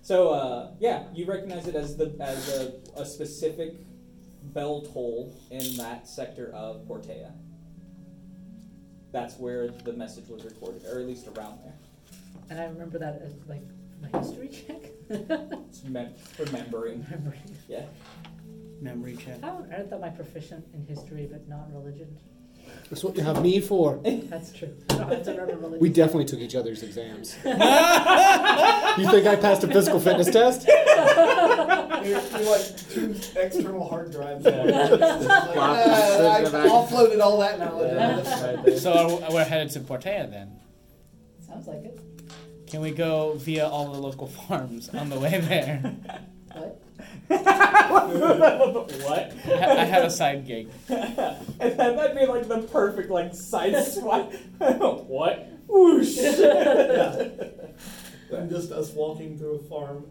Speaker 1: So uh, yeah, you recognize it as the as a, a specific bell toll in that sector of Portea. That's where the message was recorded, or at least around there.
Speaker 4: And I remember that as like my history check.
Speaker 1: It's mem- remembering.
Speaker 4: Remembering.
Speaker 1: Yeah.
Speaker 14: Memory check.
Speaker 4: How on earth am I proficient in history but not religion?
Speaker 5: That's what you have me for.
Speaker 4: That's true. I don't have to remember religion.
Speaker 5: We definitely took each other's exams. you think I passed a physical fitness test?
Speaker 3: You're, you're like two external hard drives. ah.
Speaker 5: Wow. Sit in the
Speaker 3: I
Speaker 5: back.
Speaker 3: offloaded all that knowledge.
Speaker 7: So are we- we're headed to Portea then.
Speaker 4: Sounds like it.
Speaker 7: Can we go via all the local farms on the way there?
Speaker 4: What?
Speaker 1: what?
Speaker 7: I ha- I have a side gig.
Speaker 1: and then that'd be like the perfect like side swipe. what? Whoosh.
Speaker 3: And just us walking through a farm.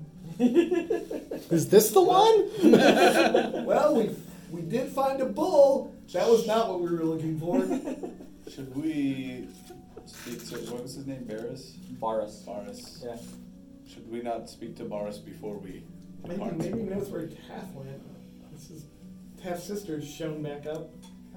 Speaker 5: Is this the one?
Speaker 3: Well, we we did find a bull. That was not what we were looking for.
Speaker 2: Should we speak to what was his name? Barris.
Speaker 1: Boris.
Speaker 2: Barris.
Speaker 1: Yeah.
Speaker 2: Should we not speak to Boris before we
Speaker 3: Maybe
Speaker 2: depart?
Speaker 3: maybe knows where Taff went. This is Taff's sister's shown back up.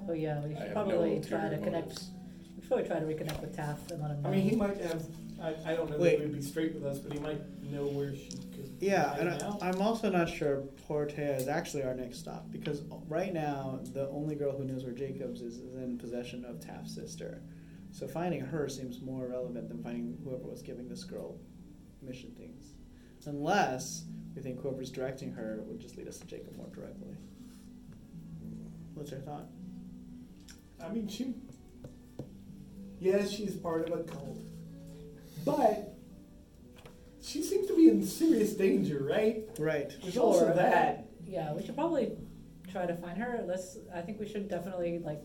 Speaker 4: Oh yeah, we
Speaker 2: I have
Speaker 4: should
Speaker 2: no
Speaker 4: probably
Speaker 2: ulterior
Speaker 4: try to connect.
Speaker 2: motives.
Speaker 4: We should probably try to reconnect with Taft and let him know.
Speaker 3: I mean, he might have. I, I don't know that
Speaker 14: Wait.
Speaker 3: he would be straight with us, but he might know where she could.
Speaker 14: Yeah,
Speaker 3: hide
Speaker 14: and
Speaker 3: now.
Speaker 14: I, I'm also not sure Portea is actually our next stop because right now the only girl who knows where Jacobs is is in possession of Taft's sister. So finding her seems more relevant than finding whoever was giving this girl mission things. Unless we think whoever's directing her would just lead us to Jacob more directly. What's your thought?
Speaker 3: I mean, she. Yes, she's part of a cult. But. She seems to be in serious danger, right?
Speaker 14: Right.
Speaker 3: There's
Speaker 4: Sure,
Speaker 3: also
Speaker 4: but-
Speaker 3: that.
Speaker 4: Yeah, we should probably try to find her. Let's. I think we should definitely like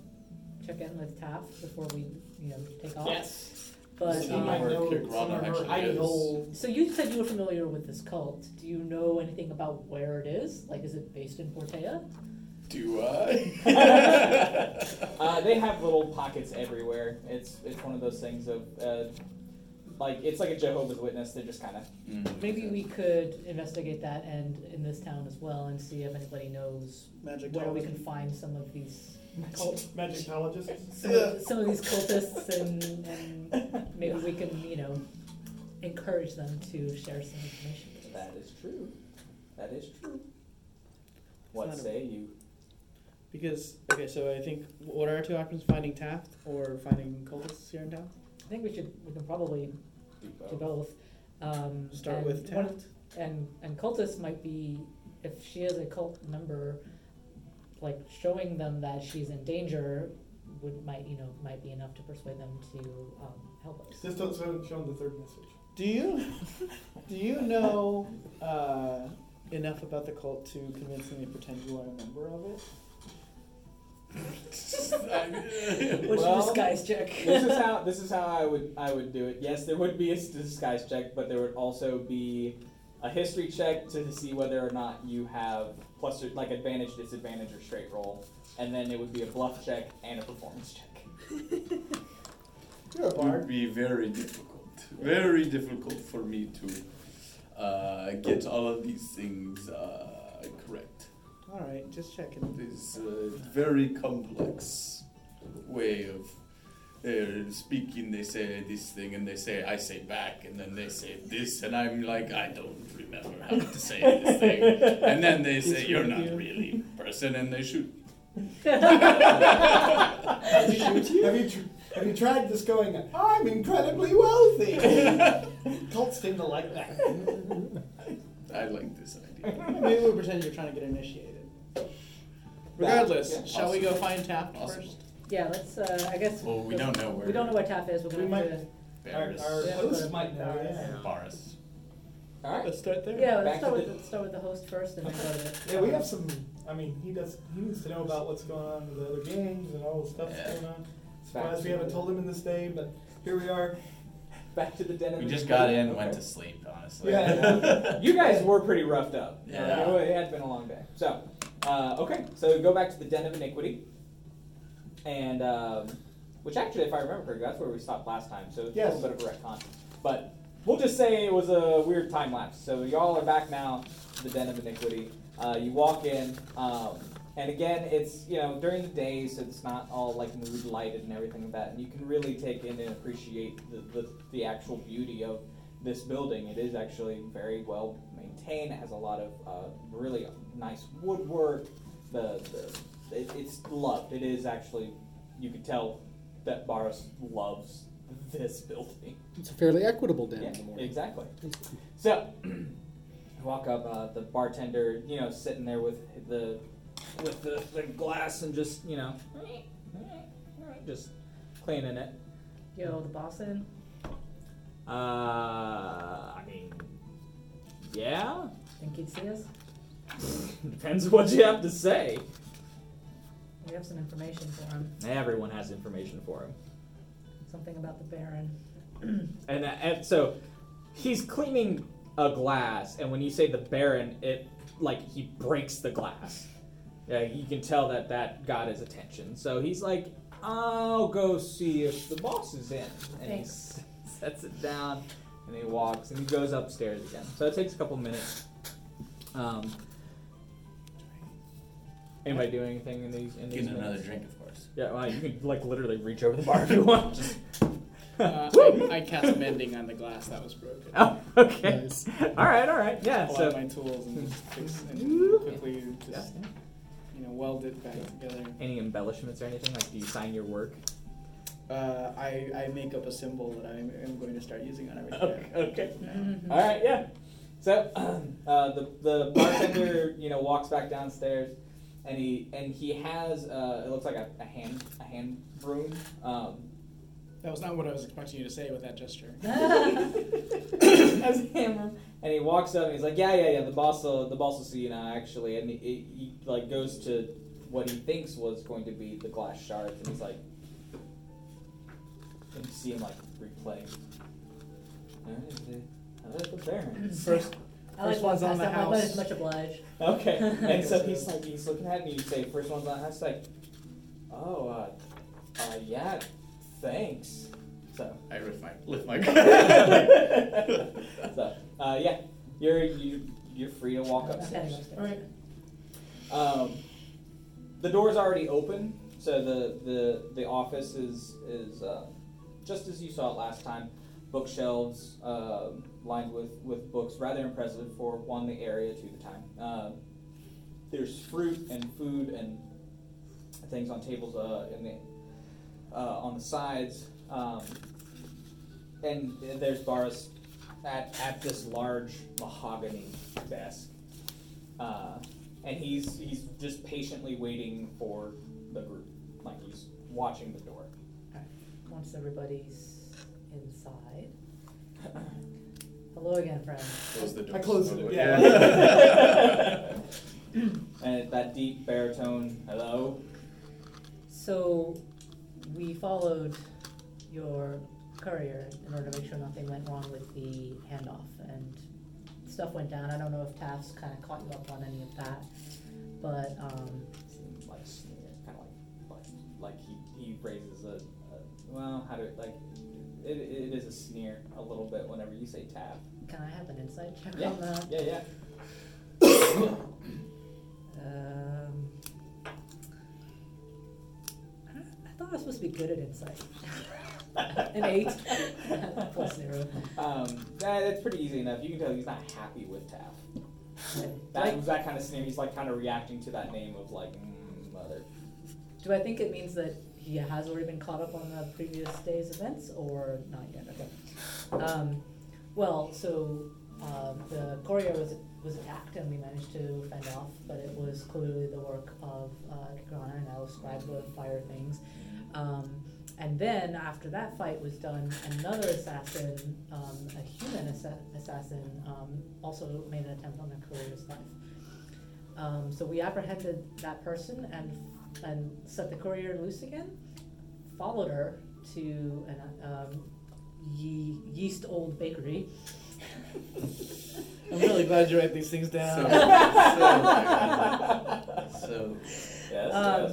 Speaker 4: check in with Taft before we you know take off.
Speaker 3: Yes.
Speaker 4: But
Speaker 3: She
Speaker 2: Um,
Speaker 3: might
Speaker 2: where
Speaker 4: um,
Speaker 3: know
Speaker 2: Kirk
Speaker 3: some
Speaker 2: Rana
Speaker 3: of her
Speaker 2: actually
Speaker 3: hiding
Speaker 2: is.
Speaker 3: holes.
Speaker 4: so you said you were familiar with this cult. Do you know anything about where it is? Like, is it based in Portea?
Speaker 2: Do I?
Speaker 1: Uh, they have little pockets everywhere. It's it's one of those things of uh, like it's like a Jehovah's Witness. They're just kind of
Speaker 2: Hmm.
Speaker 4: Maybe we could investigate that and in this town as well and see if anybody knows
Speaker 14: Magic
Speaker 4: where we
Speaker 14: talisman.
Speaker 4: can find some of these cult,
Speaker 3: Magic collegists.
Speaker 4: some, of, some of these cultists and, and maybe we can you know encourage them to share some information. with us.
Speaker 1: that is true. That is true. What say you?
Speaker 7: Because okay, so I think what are our two options? Finding Taft or finding cultists here in town?
Speaker 4: I think we should, we can probably do both. Um,
Speaker 7: Start
Speaker 4: and
Speaker 7: with
Speaker 4: one-
Speaker 7: Taft.
Speaker 4: And, and cultists might be, if she is a cult member, like showing them that she's in danger would, might, you know, might be enough to persuade them to, um, help us.
Speaker 3: Just don't show show them the third message.
Speaker 7: Do you do you know uh, enough about the cult to convincingly pretend you are a member of it?
Speaker 4: What's your
Speaker 1: Well-
Speaker 4: disguise check?
Speaker 1: this is how this is how I would I would do it. Yes, there would be a s- disguise check, but there would also be a history check to see whether or not you have plus or, like advantage, disadvantage, or straight roll, and then it would be a bluff check and a performance check.
Speaker 7: You're a
Speaker 2: It would be very difficult, very difficult for me to uh, get all of these things uh, correct.
Speaker 7: All right, just checking.
Speaker 2: This uh, very complex way of uh, speaking. They say this thing, and they say I say back, and then they say this, and I'm like I don't remember how to say this thing. And then they say
Speaker 7: It's
Speaker 2: you're
Speaker 7: really
Speaker 2: not
Speaker 7: you."
Speaker 2: really a person, and they shoot. me.
Speaker 3: Have you, have you, tr- have you tried just going, I'm incredibly wealthy? Cults seem to like that.
Speaker 2: I like this idea.
Speaker 7: Maybe we pretend you're trying to get initiated. Regardless, shall we go find Taft
Speaker 2: Possible.
Speaker 7: first?
Speaker 4: Yeah, let's, uh, I guess.
Speaker 2: Well, we
Speaker 4: the-
Speaker 2: don't know where.
Speaker 4: We don't know what Taff is, we're
Speaker 3: We
Speaker 4: gonna have to,
Speaker 3: Our,
Speaker 2: Paris.
Speaker 3: our
Speaker 4: Yeah,
Speaker 3: host
Speaker 4: but-
Speaker 3: might know. Yeah.
Speaker 2: Paris.
Speaker 1: All right.
Speaker 7: Let's start there.
Speaker 4: yeah,
Speaker 1: Back
Speaker 4: let's start
Speaker 1: to
Speaker 4: with,
Speaker 1: the-
Speaker 4: the- start with the host first and then go to the.
Speaker 3: Yeah, we have some. I mean, he does. He needs to know about what's going on with the other games and all the stuff that's
Speaker 2: Yeah.
Speaker 3: going on. Surprised we haven't told him in this day, but here we are.
Speaker 1: Back to the denim.
Speaker 2: We just got in and went to sleep, honestly.
Speaker 3: Yeah.
Speaker 1: You guys were pretty roughed up.
Speaker 2: Yeah.
Speaker 1: Uh, It had been a long day. So, uh, okay, so go back to the Den of Iniquity. And, um, which actually, if I remember correctly, that's where we stopped last time, so it's
Speaker 3: Yes.
Speaker 1: a little bit of a retcon. But we'll just say it was a weird time lapse. So, y'all are back now to the Den of Iniquity. Uh, you walk in, um, and again, it's, you know, during the day, so it's not all like mood lighted and everything like that. And you can really take in and appreciate the, the, the actual beauty of this building. It is actually very well maintained. It has a lot of uh, really nice woodwork. The, the it, it's loved. It is actually you could tell that Boris loves this building.
Speaker 5: It's a fairly equitable den
Speaker 1: Yeah,
Speaker 5: in the morning.
Speaker 1: exactly. So I walk up. Uh, the bartender, you know, sitting there with the with the, the glass and just you know just cleaning it.
Speaker 4: Yo, the boss in,
Speaker 6: Uh, I mean, yeah.
Speaker 4: think he'd see us?
Speaker 6: Depends what you have to say.
Speaker 4: We have some information for him,
Speaker 6: Everyone has information for him.
Speaker 4: something about the Baron.
Speaker 6: And, uh, and so he's cleaning a glass, and when you say the Baron, it like he breaks the glass. Yeah, you can tell that that got his attention. So he's like, "I'll go see if the boss is in." And he
Speaker 4: Thanks.
Speaker 6: sets it down, and he walks, and he goes upstairs again. So it takes a couple minutes. Um, anybody doing anything in these? In these
Speaker 2: Getting another
Speaker 6: minutes?
Speaker 2: drink, of course.
Speaker 6: Yeah, well, you can like literally reach over the bar if you want. Just
Speaker 7: Uh, I, I cast mending on the glass that was broken.
Speaker 3: Ah,
Speaker 6: Oh, okay.
Speaker 5: Nice.
Speaker 6: All right, all right. Yeah.
Speaker 7: Pull out
Speaker 6: So,
Speaker 7: my tools and just fix and quickly just you know weld it back together.
Speaker 6: any embellishments or anything? Like, do you sign your work?
Speaker 7: Uh, I, I make up a symbol that I'm, I'm going to start using on everything.
Speaker 1: Okay. okay.
Speaker 7: Yeah.
Speaker 1: All right, yeah. So uh, the the bartender, you know, walks back downstairs, and he and he has uh, it looks like a, a hand a hand broom. Um,
Speaker 7: That was not what I was expecting you to say with that gesture.
Speaker 1: as a hammer. And he walks up and he's like, yeah, yeah, yeah. The boss, will, the boss will see you now, actually. And he, he, he like goes to what he thinks was going to be the glass shards, and he's like, and you see him like replay. All right, the- I like the Baron.
Speaker 7: First,
Speaker 4: I like
Speaker 7: First one's on the
Speaker 4: I like
Speaker 7: house.
Speaker 4: Much obliged.
Speaker 1: Okay. And so
Speaker 7: Yes,
Speaker 1: he's
Speaker 7: yes.
Speaker 1: like, he's looking at me. You say, first one's on. I was like, oh, uh, uh, yeah, thanks. So,
Speaker 2: I lift my lift my.
Speaker 1: so, uh, yeah, you're you you're free to walk
Speaker 4: I'm heading
Speaker 1: upstairs.
Speaker 4: upstairs.
Speaker 3: Alright.
Speaker 1: Um, the door's already open, so the the the office is is uh, just as you saw it last time. Bookshelves um lined with with books, rather impressive for one the area, two the time. Um, there's fruit and food and things on tables uh, in the uh, on the sides. Um, and there's Boris at, at this large mahogany desk. Uh, and he's he's just patiently waiting for the group. Like he's watching the door.
Speaker 4: Once everybody's inside. Hello again, friends.
Speaker 2: Close the door.
Speaker 3: I closed
Speaker 2: Oh,
Speaker 3: it.
Speaker 2: wait.
Speaker 3: Yeah.
Speaker 1: and it's that deep baritone, hello.
Speaker 4: So we followed your courier in order to make sure nothing went wrong with the handoff and stuff went down. I don't know if Tafts kind of caught you up on any of that, but um,
Speaker 1: Seems like kind of like like like he, he raises a, a well how do it like it, it is a sneer a little bit whenever you say tab.
Speaker 4: can I have an insight check
Speaker 1: Yeah,
Speaker 4: on that?
Speaker 1: yeah, yeah.
Speaker 4: Um, I don't- I thought I was supposed to be good at insight. An eight plus zero.
Speaker 1: Um, that, that's pretty easy enough. You can tell he's not happy with Taff. That
Speaker 4: Like-
Speaker 1: was that kind of sneer. He's like kind of reacting to that name of like mm, mother.
Speaker 4: Do I think it means that he has already been caught up on the previous day's events, or not yet? Okay. Um, well, so um, the courier was was attacked, and we managed to fend off, but it was clearly the work of uh, Kigrana, and I'll describe the fire things. Um, and then after that fight was done, another assassin, um, a human assa- assassin, um, also made an attempt on the courier's life. Um, so we apprehended that person and and set the courier loose again. Followed her to an um, ye- yeast old bakery.
Speaker 7: I'm really glad you write these things
Speaker 2: So,
Speaker 7: down.
Speaker 2: so, so,
Speaker 1: Yes, yes.
Speaker 4: um,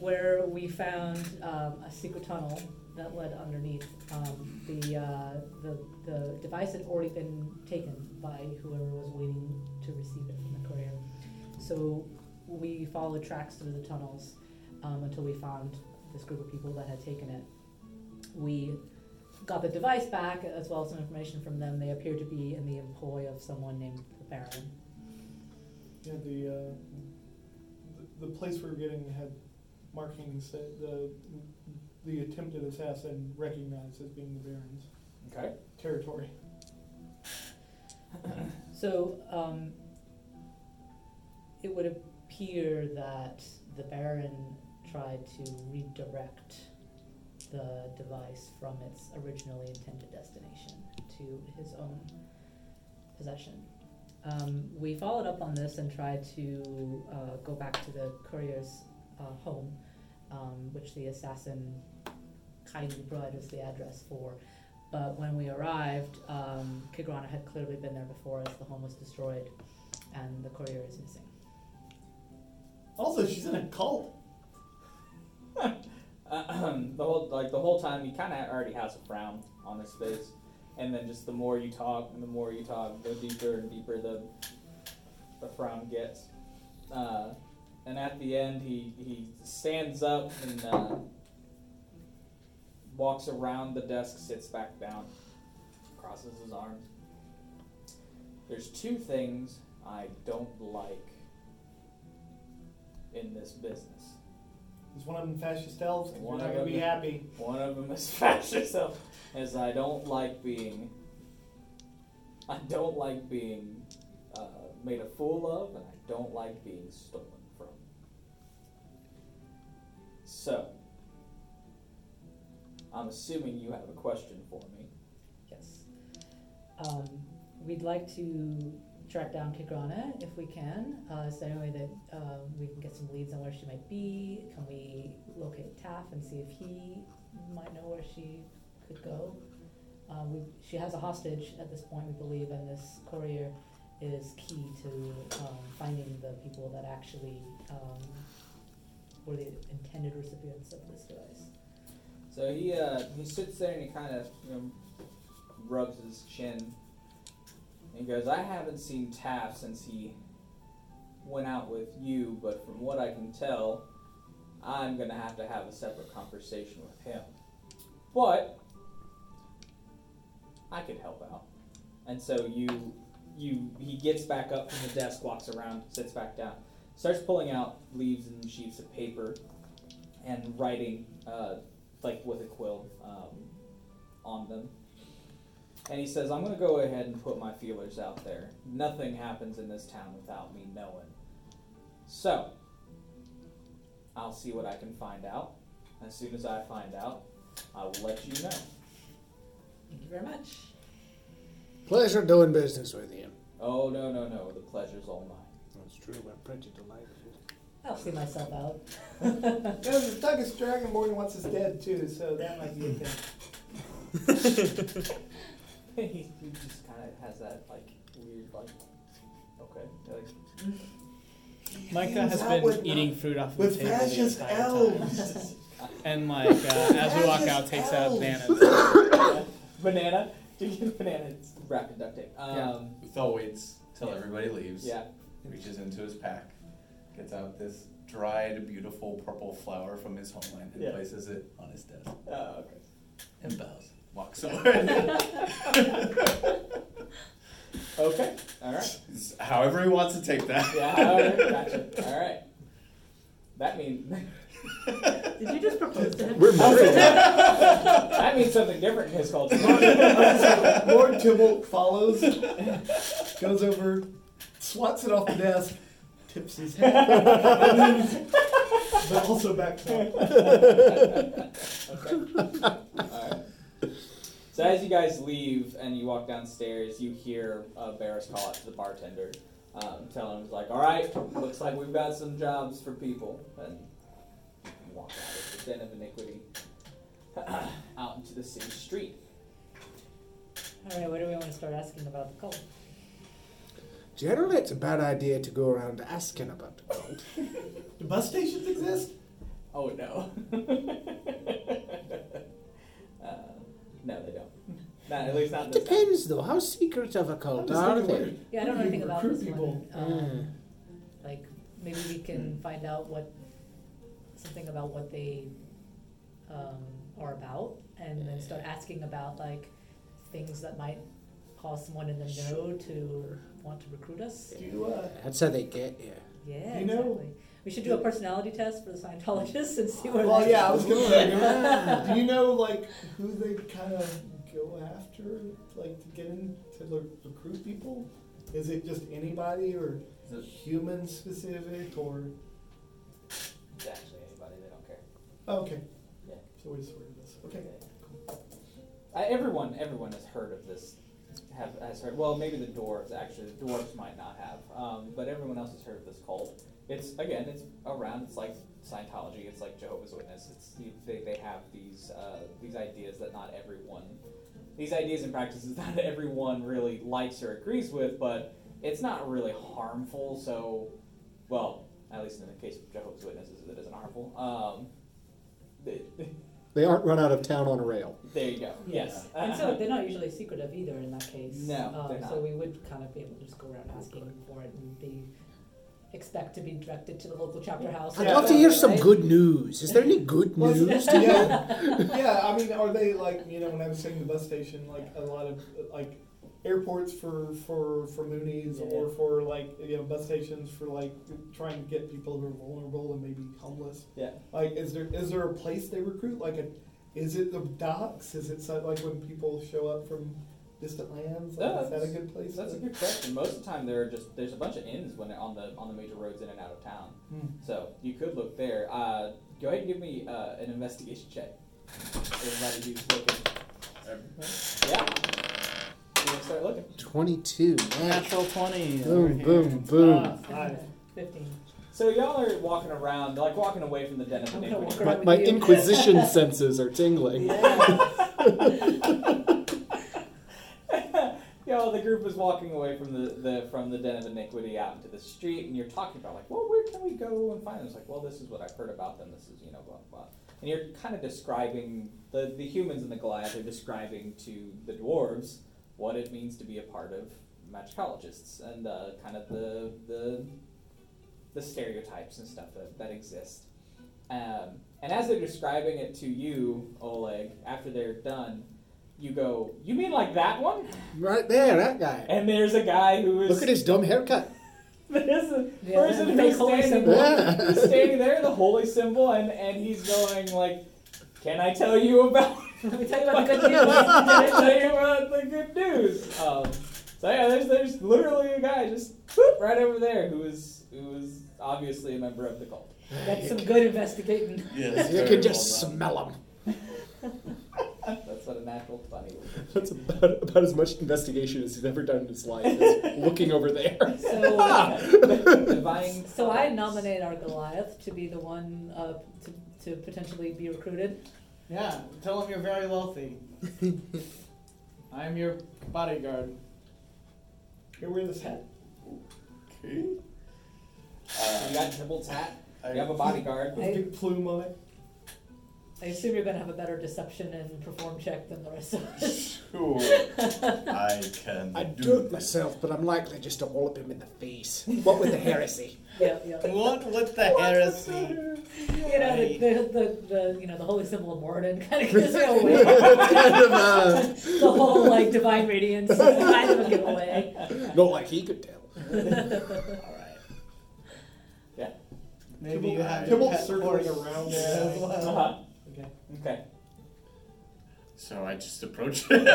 Speaker 4: where we found um, a secret tunnel that led underneath. Um, the, uh, the the device had already been taken by whoever was waiting to receive it from the courier. So we followed tracks through the tunnels um, until we found this group of people that had taken it. We got the device back as well as some information from them. They appeared to be in the employ of someone named the Baron.
Speaker 3: Yeah, the, uh, the the place we were getting had markings that the the attempted assassin recognized as being the Baron's
Speaker 1: Okay.
Speaker 3: territory.
Speaker 4: So um, it would appear that the Baron tried to redirect the device from its originally intended destination to his own possession. Um, we followed up on this and tried to uh, go back to the courier's uh, home, um, which the assassin kindly provided us the address for. But when we arrived, um, Kigrana had clearly been there before as the home was destroyed and the courier is missing.
Speaker 3: Also, she's in a cult.
Speaker 1: the whole like the whole time he kind of already has a frown on his face, and then just the more you talk, and the more you talk, the deeper and deeper the the frown gets. Uh, and at the end, he he stands up and uh, walks around the desk, sits back down, crosses his arms. There's two things I don't like in this business.
Speaker 3: Is one of them fascist elves, and
Speaker 1: One
Speaker 3: you're not
Speaker 1: of
Speaker 3: gonna be
Speaker 1: them.
Speaker 3: happy.
Speaker 1: One of them is fascism, as I don't like being. I don't like being uh, made a fool of, and I don't like being stolen from. So, I'm assuming you have a question for me.
Speaker 4: Yes. Um, we'd like to track down Kigrana if we can. Uh, is there any way that um, we can get some leads on where she might be? Can we locate Taff and see if he might know where she could go? Uh, we, she has a hostage at this point, we believe, and this courier is key to um, finding the people that actually um, were the intended recipients of this device.
Speaker 1: So he uh, he sits there and he kind of you know rubs his chin and he goes, "I haven't seen Taff since he went out with you, but from what I can tell, I'm gonna have to have a separate conversation with him. But I could help out." And so you you he gets back up from the desk, walks around, sits back down, starts pulling out leaves and sheets of paper and writing uh, like with a quill um, on them. And he says, I'm going to go ahead and put my feelers out there. Nothing happens in this town without me knowing. So, I'll see what I can find out. As soon as I find out, I will let you know.
Speaker 4: Thank you very much.
Speaker 5: Pleasure doing business with you.
Speaker 1: Oh, no, no, no. The pleasure's all mine.
Speaker 5: That's true. We're pretty delightful.
Speaker 4: I'll see myself out.
Speaker 3: No, the thug is dragonborn and wants us dead too, so that might be a thing.
Speaker 1: he, he just kind of has that, like, weird, like, okay. Like,
Speaker 12: Micah has
Speaker 3: That
Speaker 12: been
Speaker 3: would
Speaker 12: eating fruit off of
Speaker 3: With
Speaker 12: the table the
Speaker 3: fascist
Speaker 12: entire time.
Speaker 3: elves.
Speaker 12: And like uh, as we walk out,
Speaker 3: Fascist
Speaker 12: takes out
Speaker 3: elves.
Speaker 12: Vanna.
Speaker 1: banana? Did you get a banana? It's wrapped in duct tape. Um,
Speaker 2: Thal waits till everybody leaves.
Speaker 1: yeah.
Speaker 2: Reaches into his pack, gets out this dried, beautiful purple flower from his homeland and
Speaker 1: Yeah.
Speaker 2: places it on his desk
Speaker 1: Oh, okay.
Speaker 2: and bows. Walks away.
Speaker 1: Okay. All right.
Speaker 2: However he wants to take that.
Speaker 1: Yeah, all right, gotcha. All right. That means
Speaker 4: Did you just propose to him?
Speaker 5: We're married.
Speaker 1: that means something different in his culture.
Speaker 3: Lord Tybalt follows, goes over, swats it off the desk, tips his hat, but also backs up.
Speaker 1: Alright. So as you guys leave and you walk downstairs, you hear uh, Barris call out to the bartender, um, telling him like, "All right, looks like we've got some jobs for people," and you walk out of the den of iniquity out into the city street.
Speaker 4: All right, where do we want to start asking about the cult?
Speaker 5: Generally, it's a bad idea to go around asking about the cult.
Speaker 3: Do bus stations exist?
Speaker 1: Oh no. uh, no, they don't. Not at least not this. time.
Speaker 5: Depends, though. How secret of a
Speaker 3: I'm
Speaker 5: cult
Speaker 3: just
Speaker 5: are
Speaker 3: thinking
Speaker 5: they?
Speaker 3: weird.
Speaker 4: Yeah, I don't know
Speaker 3: You
Speaker 4: anything about
Speaker 3: recruit
Speaker 4: this one. Um, like maybe we can find out what something about what they um, are about, and then start asking about like things that might cause someone in the know to want to recruit us.
Speaker 3: Do you, uh,
Speaker 5: That's how they get you.
Speaker 4: Yeah,
Speaker 3: You know-
Speaker 4: exactly. We should do a personality test for the Scientologists and see where.
Speaker 3: well,
Speaker 4: they-
Speaker 3: yeah, I was gonna say. Do you know like who they kind of go after, like to get in to like, recruit people? Is it just anybody, or
Speaker 2: Is it-
Speaker 3: human specific, or
Speaker 1: It's actually anybody. They don't care.
Speaker 3: oh, okay?
Speaker 1: Yeah.
Speaker 3: So we sorted this. Okay.
Speaker 1: I, everyone, everyone has heard of this. Have has heard. Well, maybe the dwarves actually. The dwarves might not have, um, but everyone else has heard of this cult. It's again, it's around. It's like Scientology. It's like Jehovah's Witness. It's they, they have these uh, these ideas that not everyone, these ideas and practices that everyone really likes or agrees with, but it's not really harmful. So, well, at least in the case of Jehovah's Witnesses, it isn't harmful. Um, they-
Speaker 5: They aren't run out of town on a rail.
Speaker 1: there you go. Yes.
Speaker 4: And so they're not usually secretive either in that case.
Speaker 1: No,
Speaker 4: Um,
Speaker 1: they're
Speaker 4: So
Speaker 1: not.
Speaker 4: we would kind of be able to just go around asking for it and be, expect to be directed to the local chapter house.
Speaker 5: I'd
Speaker 3: Yeah.
Speaker 5: love to hear some
Speaker 4: Right?
Speaker 5: good news. Is there any good
Speaker 3: Well,
Speaker 5: news? to you?
Speaker 3: yeah, yeah. I mean, are they like you know when I was saying the bus station, like a lot of like airports for for for Moonies
Speaker 4: Yeah.
Speaker 3: or for like you know bus stations for like trying to get people who are vulnerable and maybe homeless.
Speaker 1: Yeah.
Speaker 3: Like, is there is there a place they recruit? Like, a, is it the docks? Is it so, like when people show up from distant lands? Like,
Speaker 1: No,
Speaker 3: is that a
Speaker 1: that's-
Speaker 3: good place?
Speaker 1: That's a
Speaker 3: to-
Speaker 1: good question. Most of the time, there are just there's a bunch of inns when on the on the major roads in and out of town.
Speaker 3: Hmm.
Speaker 1: So you could look there. Uh, go ahead and give me uh, an investigation check. Everybody who's looking. Yeah. You're gonna start looking.
Speaker 5: 22. man.
Speaker 12: Natural twenty. over
Speaker 5: Boom,
Speaker 12: here.
Speaker 5: boom, boom.
Speaker 3: Five.
Speaker 4: Fifteen.
Speaker 1: So y'all are walking around, like walking away from the den of
Speaker 4: I'm gonna walk
Speaker 1: iniquity.
Speaker 5: My,
Speaker 4: around
Speaker 5: my
Speaker 4: with you.
Speaker 5: Inquisition senses are tingling.
Speaker 1: Y'all, the group is walking away from the, the from the den of iniquity out into the street, and you're talking about like, well, where can we go and find them? It's like, well, this is what I've heard about them. This is you know blah blah. And you're kind of describing the the humans and the Goliath are describing to the dwarves what it means to be a part of magicologists and uh, kind of the the the stereotypes and stuff that, that exist. Um, and as they're describing it to you, Oleg, after they're done, you go, You mean like that one?
Speaker 5: Right there, that guy.
Speaker 1: And there's a guy who is.
Speaker 5: Look at his dumb haircut.
Speaker 1: There's the
Speaker 4: Yeah,
Speaker 1: person
Speaker 4: the
Speaker 1: who's
Speaker 4: holy
Speaker 1: standing,
Speaker 4: symbol.
Speaker 1: he's standing there, the holy symbol, and, and he's going like, "Can I tell you about?
Speaker 4: Let me tell you about the good
Speaker 1: Can
Speaker 4: news.
Speaker 1: I tell you about the good news?" Um, so yeah, there's there's literally a guy just whoop, right over there who is who is obviously a member of the cult.
Speaker 4: That's some good investigating.
Speaker 2: Yes,
Speaker 5: You
Speaker 2: very
Speaker 5: can just
Speaker 2: well done.
Speaker 5: smell them.
Speaker 1: That's what a natural twenty would be.
Speaker 5: That's about, about as much investigation as he's ever done in his life. Is looking over there.
Speaker 4: So,
Speaker 1: Divine.
Speaker 4: so I nominate our Goliath to be the one uh, to, to potentially be recruited.
Speaker 7: Yeah, tell him you're very wealthy. I'm your bodyguard.
Speaker 3: Here, wear this hat.
Speaker 2: Okay.
Speaker 1: You got Tibble's hat.
Speaker 2: I-
Speaker 1: You have a bodyguard.
Speaker 3: With a big plume on it.
Speaker 4: I assume you're going to have a better deception and perform check than the rest of us.
Speaker 2: Sure. I can
Speaker 5: I
Speaker 2: do,
Speaker 5: do it
Speaker 2: this.
Speaker 5: myself, but I'm likely just to wallop him in the face. What with the heresy?
Speaker 4: yeah, yeah.
Speaker 12: What with the heresy?
Speaker 4: You know, the, the, the, the, you know, the holy symbol of Morden kind of gives it away.
Speaker 3: uh,
Speaker 4: the whole, like, divine radiance is kind of a giveaway.
Speaker 5: Not like he could tell.
Speaker 7: Maybe you have your
Speaker 3: Tibble's
Speaker 7: pet
Speaker 3: circling
Speaker 7: horse.
Speaker 3: around
Speaker 7: Yeah,
Speaker 3: there.
Speaker 7: well.
Speaker 1: Uh-huh.
Speaker 7: Okay.
Speaker 1: Okay.
Speaker 2: So I just approach him.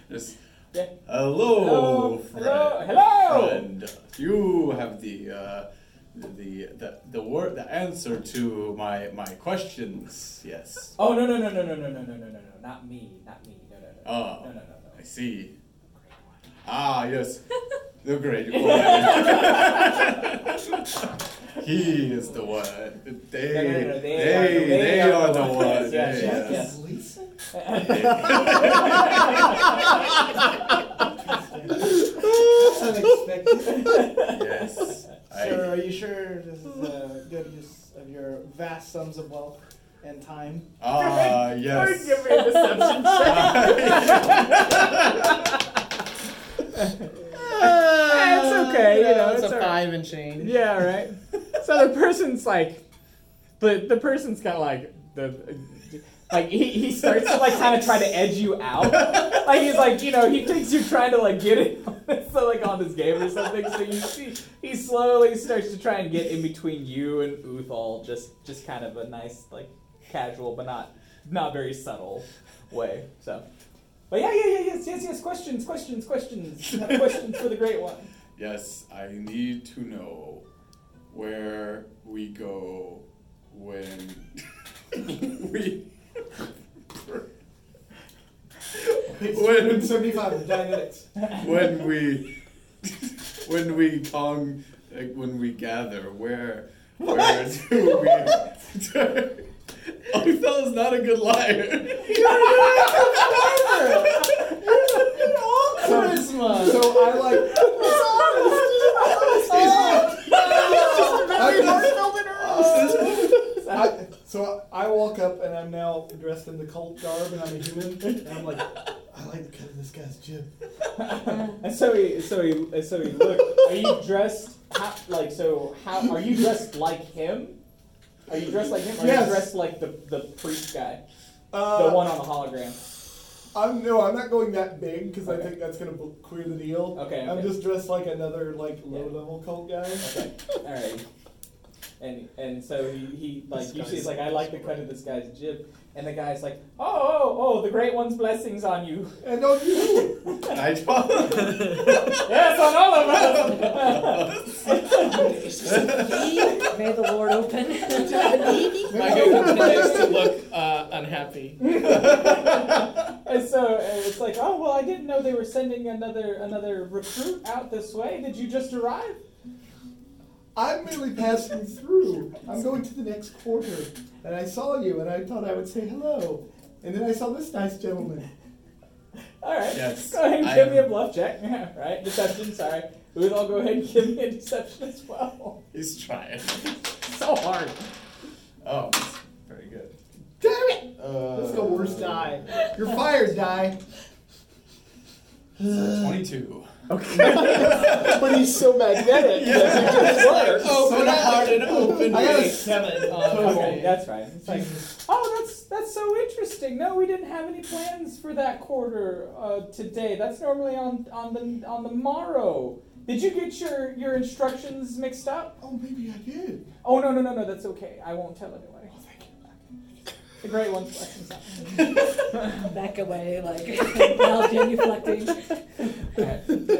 Speaker 2: just,
Speaker 1: Yeah.
Speaker 2: hello, friend.
Speaker 1: hello, hello.
Speaker 2: friend. You have the, uh, the the the word the answer to my my questions. Yes.
Speaker 1: Oh no no no no no no no no no no no not me not me no no no
Speaker 2: Oh.
Speaker 1: no no no
Speaker 2: I
Speaker 1: no
Speaker 2: see. Ah, yes. The great one. he is the one. They,
Speaker 1: No, no, no, no,
Speaker 2: they,
Speaker 1: they are the- they are the
Speaker 2: the
Speaker 1: ones.
Speaker 2: one.
Speaker 1: Yes, yes,
Speaker 2: yes.
Speaker 1: yes.
Speaker 3: Lisa?
Speaker 7: Unexpected.
Speaker 2: Yes. I-
Speaker 7: Sir, are you sure this is
Speaker 3: uh,
Speaker 7: a good use of your vast sums of wealth and time?
Speaker 2: Ah, yes.
Speaker 6: it's okay, you know,
Speaker 12: it's,
Speaker 6: it's
Speaker 12: a
Speaker 6: all right.
Speaker 12: five and change.
Speaker 6: Yeah, right. so the person's like, the the person's kind of like the. Like he, he starts to like kind of try to edge you out, like he's like you know he thinks you're trying to like get it so like on this game or something. So you see he slowly starts to try and get in between you and Uthal, just just kind of a nice like casual but not not very subtle way. So, but yeah yeah yeah yes yes yes questions questions questions Have questions for the great one.
Speaker 2: Yes, I need to know where we go when we.
Speaker 3: It's
Speaker 2: Wait.
Speaker 3: 275 dynamics.
Speaker 2: when we when we con like when we gather where where do we Othel is not a good liar.
Speaker 1: Uh,
Speaker 7: Charisma!
Speaker 3: So I like. I, so I walk up and I'm now dressed in the cult garb and I'm a human and I'm like, I like the cut of this guy's jib.
Speaker 1: And so he, so he, and so he looked. Are you dressed how, like so? How are you dressed like him? Are you dressed like him? Or Are
Speaker 3: Yes.
Speaker 1: you dressed like the the priest guy,
Speaker 3: Uh,
Speaker 1: the one on the hologram?
Speaker 3: I'm no, I'm not going that big because I
Speaker 1: Okay.
Speaker 3: think that's gonna b- clear the deal.
Speaker 1: Okay,
Speaker 3: I'm
Speaker 1: okay.
Speaker 3: just dressed like another like
Speaker 1: Yeah.
Speaker 3: low level cult guy.
Speaker 1: Okay, all right. And and so he, he like
Speaker 5: This
Speaker 1: you see, he's like
Speaker 5: guy's-
Speaker 1: I like the cut of this guy's jib, and the guy's like, oh oh oh, the great one's blessings on you.
Speaker 3: And on you,
Speaker 2: I don't.
Speaker 1: Yes, on all of us.
Speaker 4: May the Lord open.
Speaker 12: I go to the place to look uh, unhappy.
Speaker 1: and so and it's like, oh well, I didn't know they were sending another another recruit out this way. Did you just arrive?
Speaker 3: I'm merely passing through. I'm going to the next quarter, and I saw you, and I thought I would say hello, and then I saw this nice gentleman.
Speaker 1: All right.
Speaker 2: Yes,
Speaker 1: Go ahead and
Speaker 2: I
Speaker 1: give me a
Speaker 2: am-
Speaker 1: bluff check. Yeah, right. Deception. Sorry. Booth, I'll go ahead and give me a deception as well.
Speaker 2: He's trying.
Speaker 6: So hard.
Speaker 2: Oh, very good.
Speaker 3: Damn it!
Speaker 2: Uh,
Speaker 3: That's the worst die. You're fired, die.
Speaker 2: Uh, Twenty-two.
Speaker 5: But he's so magnetic.
Speaker 12: Open hearted, open
Speaker 3: I got a
Speaker 12: face.
Speaker 3: seven.
Speaker 12: Uh,
Speaker 1: Okay,
Speaker 12: okay.
Speaker 1: that's right. It's like, oh, that's that's so interesting. No, we didn't have any plans for that quarter uh, today. That's normally on on the on the morrow. Did you get your, your instructions mixed up?
Speaker 3: Oh, maybe I did.
Speaker 1: Oh no no no no, that's okay. I won't tell anyone. The great one flexes out.
Speaker 4: Back away, like while genuflecting.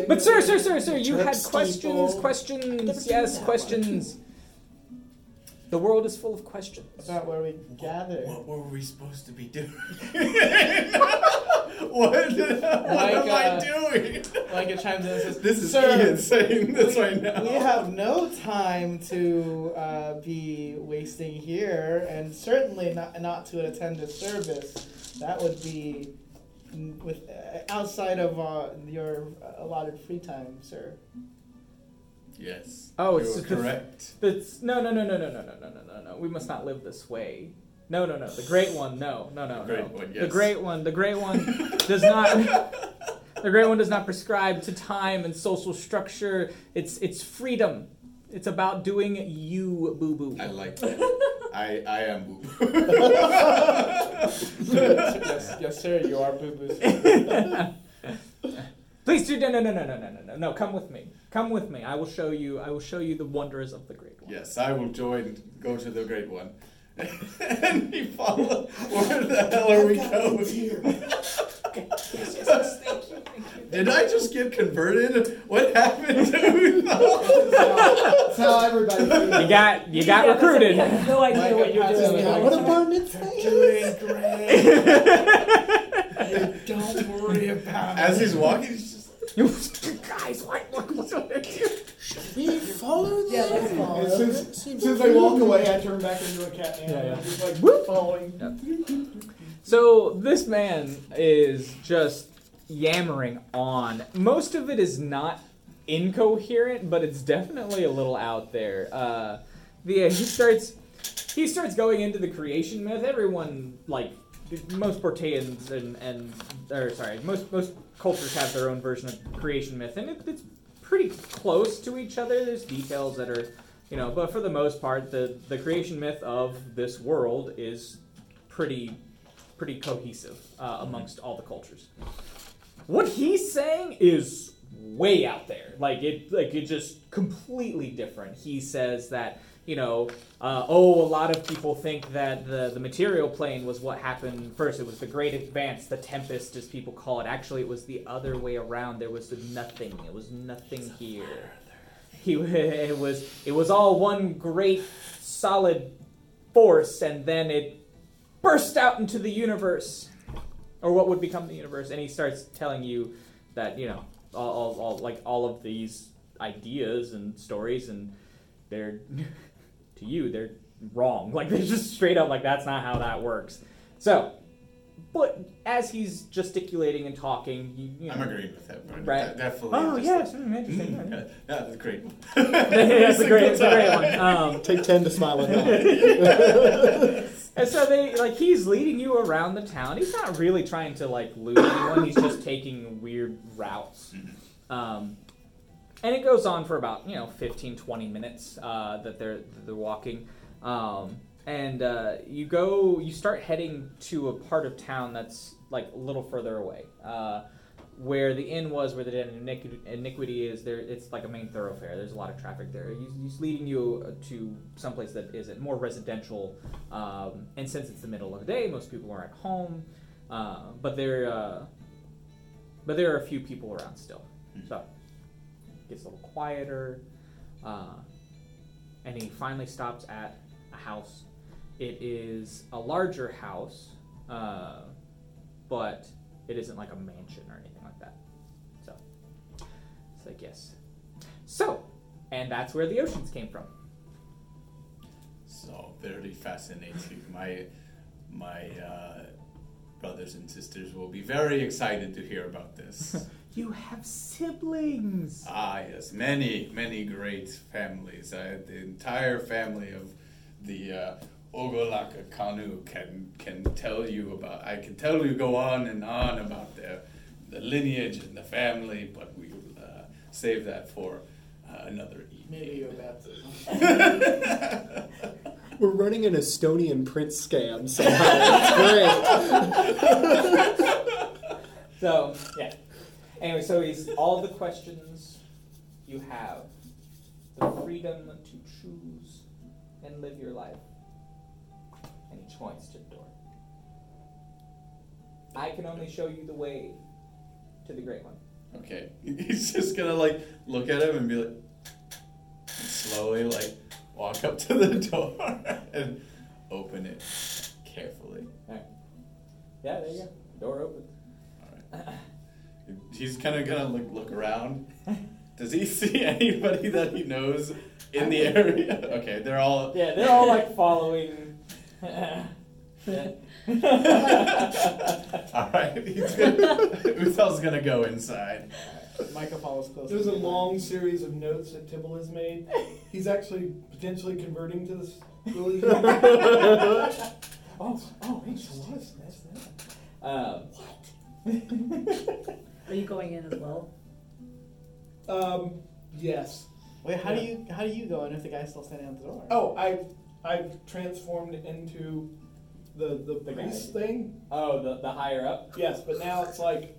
Speaker 1: But sir, sir, sir, sir, you had
Speaker 12: Turks
Speaker 1: questions,
Speaker 12: people.
Speaker 1: questions,
Speaker 4: seen
Speaker 1: yes,
Speaker 4: that one.
Speaker 1: questions. The world is full of questions.
Speaker 7: About where we gather.
Speaker 2: What were we supposed to be doing? what what am
Speaker 12: uh,
Speaker 2: I doing?
Speaker 12: Like it chimes in and says,
Speaker 2: This is
Speaker 12: Sir,
Speaker 2: Ian saying this
Speaker 7: we,
Speaker 2: right now.
Speaker 7: we have no time to uh, be wasting here, and certainly not not to attend a service. That would be mm, with uh, outside of uh, your allotted free time, sir.
Speaker 2: Yes.
Speaker 1: Oh,
Speaker 2: you
Speaker 1: it's
Speaker 2: were
Speaker 1: just-
Speaker 2: correct.
Speaker 1: That's no no no no no no no no no no no. We must not live this way. No no no. The great one. No no no.
Speaker 2: The great
Speaker 1: no.
Speaker 2: one,
Speaker 1: The
Speaker 2: yes.
Speaker 1: great one. The great one does not. The great one does not prescribe to time and social structure. It's it's freedom. It's about doing you, boo boo.
Speaker 2: I like that. I I am boo.
Speaker 7: yes, yes, sir. You are boo boo.
Speaker 1: Please do no no no no no no no no no. Come with me. Come with me. I will show you. I will show you the wonders of the great one.
Speaker 2: Yes, I will join. Go to the great one. and he follow. Where the hell are we going? Did I just get converted? What happened to
Speaker 3: That's how everybody
Speaker 1: You
Speaker 3: feels.
Speaker 1: got you got
Speaker 4: Yeah, that's-
Speaker 1: recruited.
Speaker 4: I have no idea what you're
Speaker 7: Micah
Speaker 4: doing.
Speaker 7: passes
Speaker 5: What about it?
Speaker 2: Doing great.
Speaker 7: Don't worry about
Speaker 2: As he's walking, he's just
Speaker 1: Guys, what? Look, look, look.
Speaker 5: We follow
Speaker 4: Yeah, let's follow.
Speaker 3: As soon as- Since I walk away, I turn back into a cat man.
Speaker 1: Yeah, yeah.
Speaker 3: I'm just like Whoop. following.
Speaker 1: So this man is just yammering on. Most of it is not incoherent, but it's definitely a little out there. Uh, the he starts he starts going into the creation myth. Everyone like most Porteans and and or sorry, most most cultures have their own version of creation myth, and it, it's pretty close to each other. There's details that are you know, but for the most part, the the creation myth of this world is pretty pretty cohesive uh, amongst all the cultures. What he's saying is way out there. Like it, like it just completely different. He says that you know, uh, oh, a lot of people think that the the material plane was what happened first. It was the great advance, the tempest, as people call it. Actually, it was the other way around. There was nothing. It was nothing here. He it was it was all one great solid force, and then it burst out into the universe, or what would become the universe. And he starts telling you that you know all, all, all like all of these ideas and stories, and they're to you they're wrong. Like they're just straight up like that's not how that works. So, but as he's gesticulating and talking, you, you know,
Speaker 2: I'm agreeing with that. Right.
Speaker 1: Right.
Speaker 2: definitely.
Speaker 1: Oh
Speaker 2: just
Speaker 1: yes, mm, interesting. yeah,
Speaker 2: Like,
Speaker 1: yeah.
Speaker 2: yeah, that's great.
Speaker 1: that's a great, that's a great one. Um,
Speaker 5: Take 10 to smile at that.
Speaker 1: And so they like he's leading you around the town. He's not really trying to like lose anyone. He's just taking weird routes. Um, and it goes on for about you know 15, 20 minutes uh, that they're that they're walking. Um, and uh, you go, you start heading to a part of town that's like a little further away, uh, where the inn was, where the den of iniqui- iniquity is. There, it's like a main thoroughfare. There's a lot of traffic there. He's, he's leading you uh, to someplace that isn't more residential. Um, and since it's the middle of the day, most people are at home. Uh, but there, uh, but there are a few people around still. So gets a little quieter, uh, and he finally stops at a house. It is a larger house, uh, but it isn't like a mansion or anything like that. So it's like yes. So, and that's where the oceans came from.
Speaker 2: So very fascinating. My my uh, brothers and sisters will be very excited to hear about this.
Speaker 1: You have siblings.
Speaker 2: ah, yes, many many great families. I, the entire family of the uh, Ogolaka Kanu can can tell you about. I can tell you go on and on about their the lineage and the family, but we will uh, save that for uh, another evening.
Speaker 7: Maybe you're baptism.
Speaker 5: We're running an Estonian prince scam somehow. It's great.
Speaker 1: So yeah. Anyway, so he's all the questions.
Speaker 15: you have the freedom to choose and live your life. And he points to the door. I can only show you the way to the Great One.
Speaker 2: Okay. He's just gonna like look at him and be like slowly like walk up to the door and open it carefully.
Speaker 15: Yeah, there you go. Door opens.
Speaker 2: Alright. He's kinda gonna like look around. Does he see anybody that he knows in the area? Okay, they're all
Speaker 15: Yeah, they're all like following.
Speaker 2: Alright, he's gonna Uthel's gonna go inside.
Speaker 16: Micah follows closely.
Speaker 3: There's a long series of notes that Tibble has made. He's actually potentially converting to this religion.
Speaker 15: oh, oh, interesting. That's that. Um, what?
Speaker 4: Are you going in as well?
Speaker 3: um, yes.
Speaker 16: Wait, how do you how do you go in if the guy's still standing at the door?
Speaker 3: Oh, I I've transformed into the the
Speaker 15: The guy.
Speaker 3: priest thing.
Speaker 15: oh, the, the higher up.
Speaker 3: Yes, but now it's like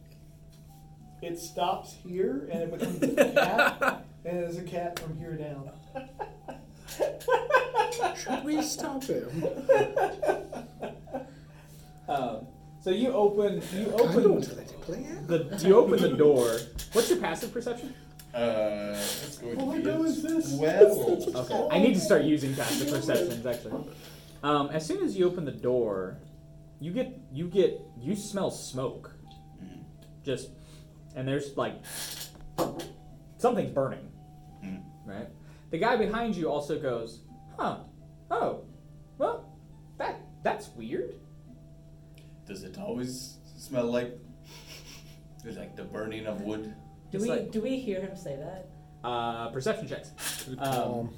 Speaker 3: it stops here and it becomes a cat, and it's a cat from here down.
Speaker 5: Should we stop him?
Speaker 15: Um, so you open you
Speaker 5: I don't
Speaker 15: open
Speaker 5: want to let it play out.
Speaker 1: The, you open the door. What's your passive perception?
Speaker 2: Uh that's going
Speaker 3: What
Speaker 2: to be
Speaker 3: window is this?
Speaker 2: well.
Speaker 1: Okay. I need to start using passive perceptions actually. Um, as soon as you open the door, you get you get you smell smoke. Just and there's like something burning.
Speaker 2: Mm.
Speaker 1: Right? The guy behind you also goes, "Huh. Oh. Well, that that's weird."
Speaker 2: Does it always smell like like the burning of wood?
Speaker 4: Do
Speaker 1: It's
Speaker 4: we
Speaker 1: like-
Speaker 4: do we hear him say that?
Speaker 1: Uh, perception checks. Um,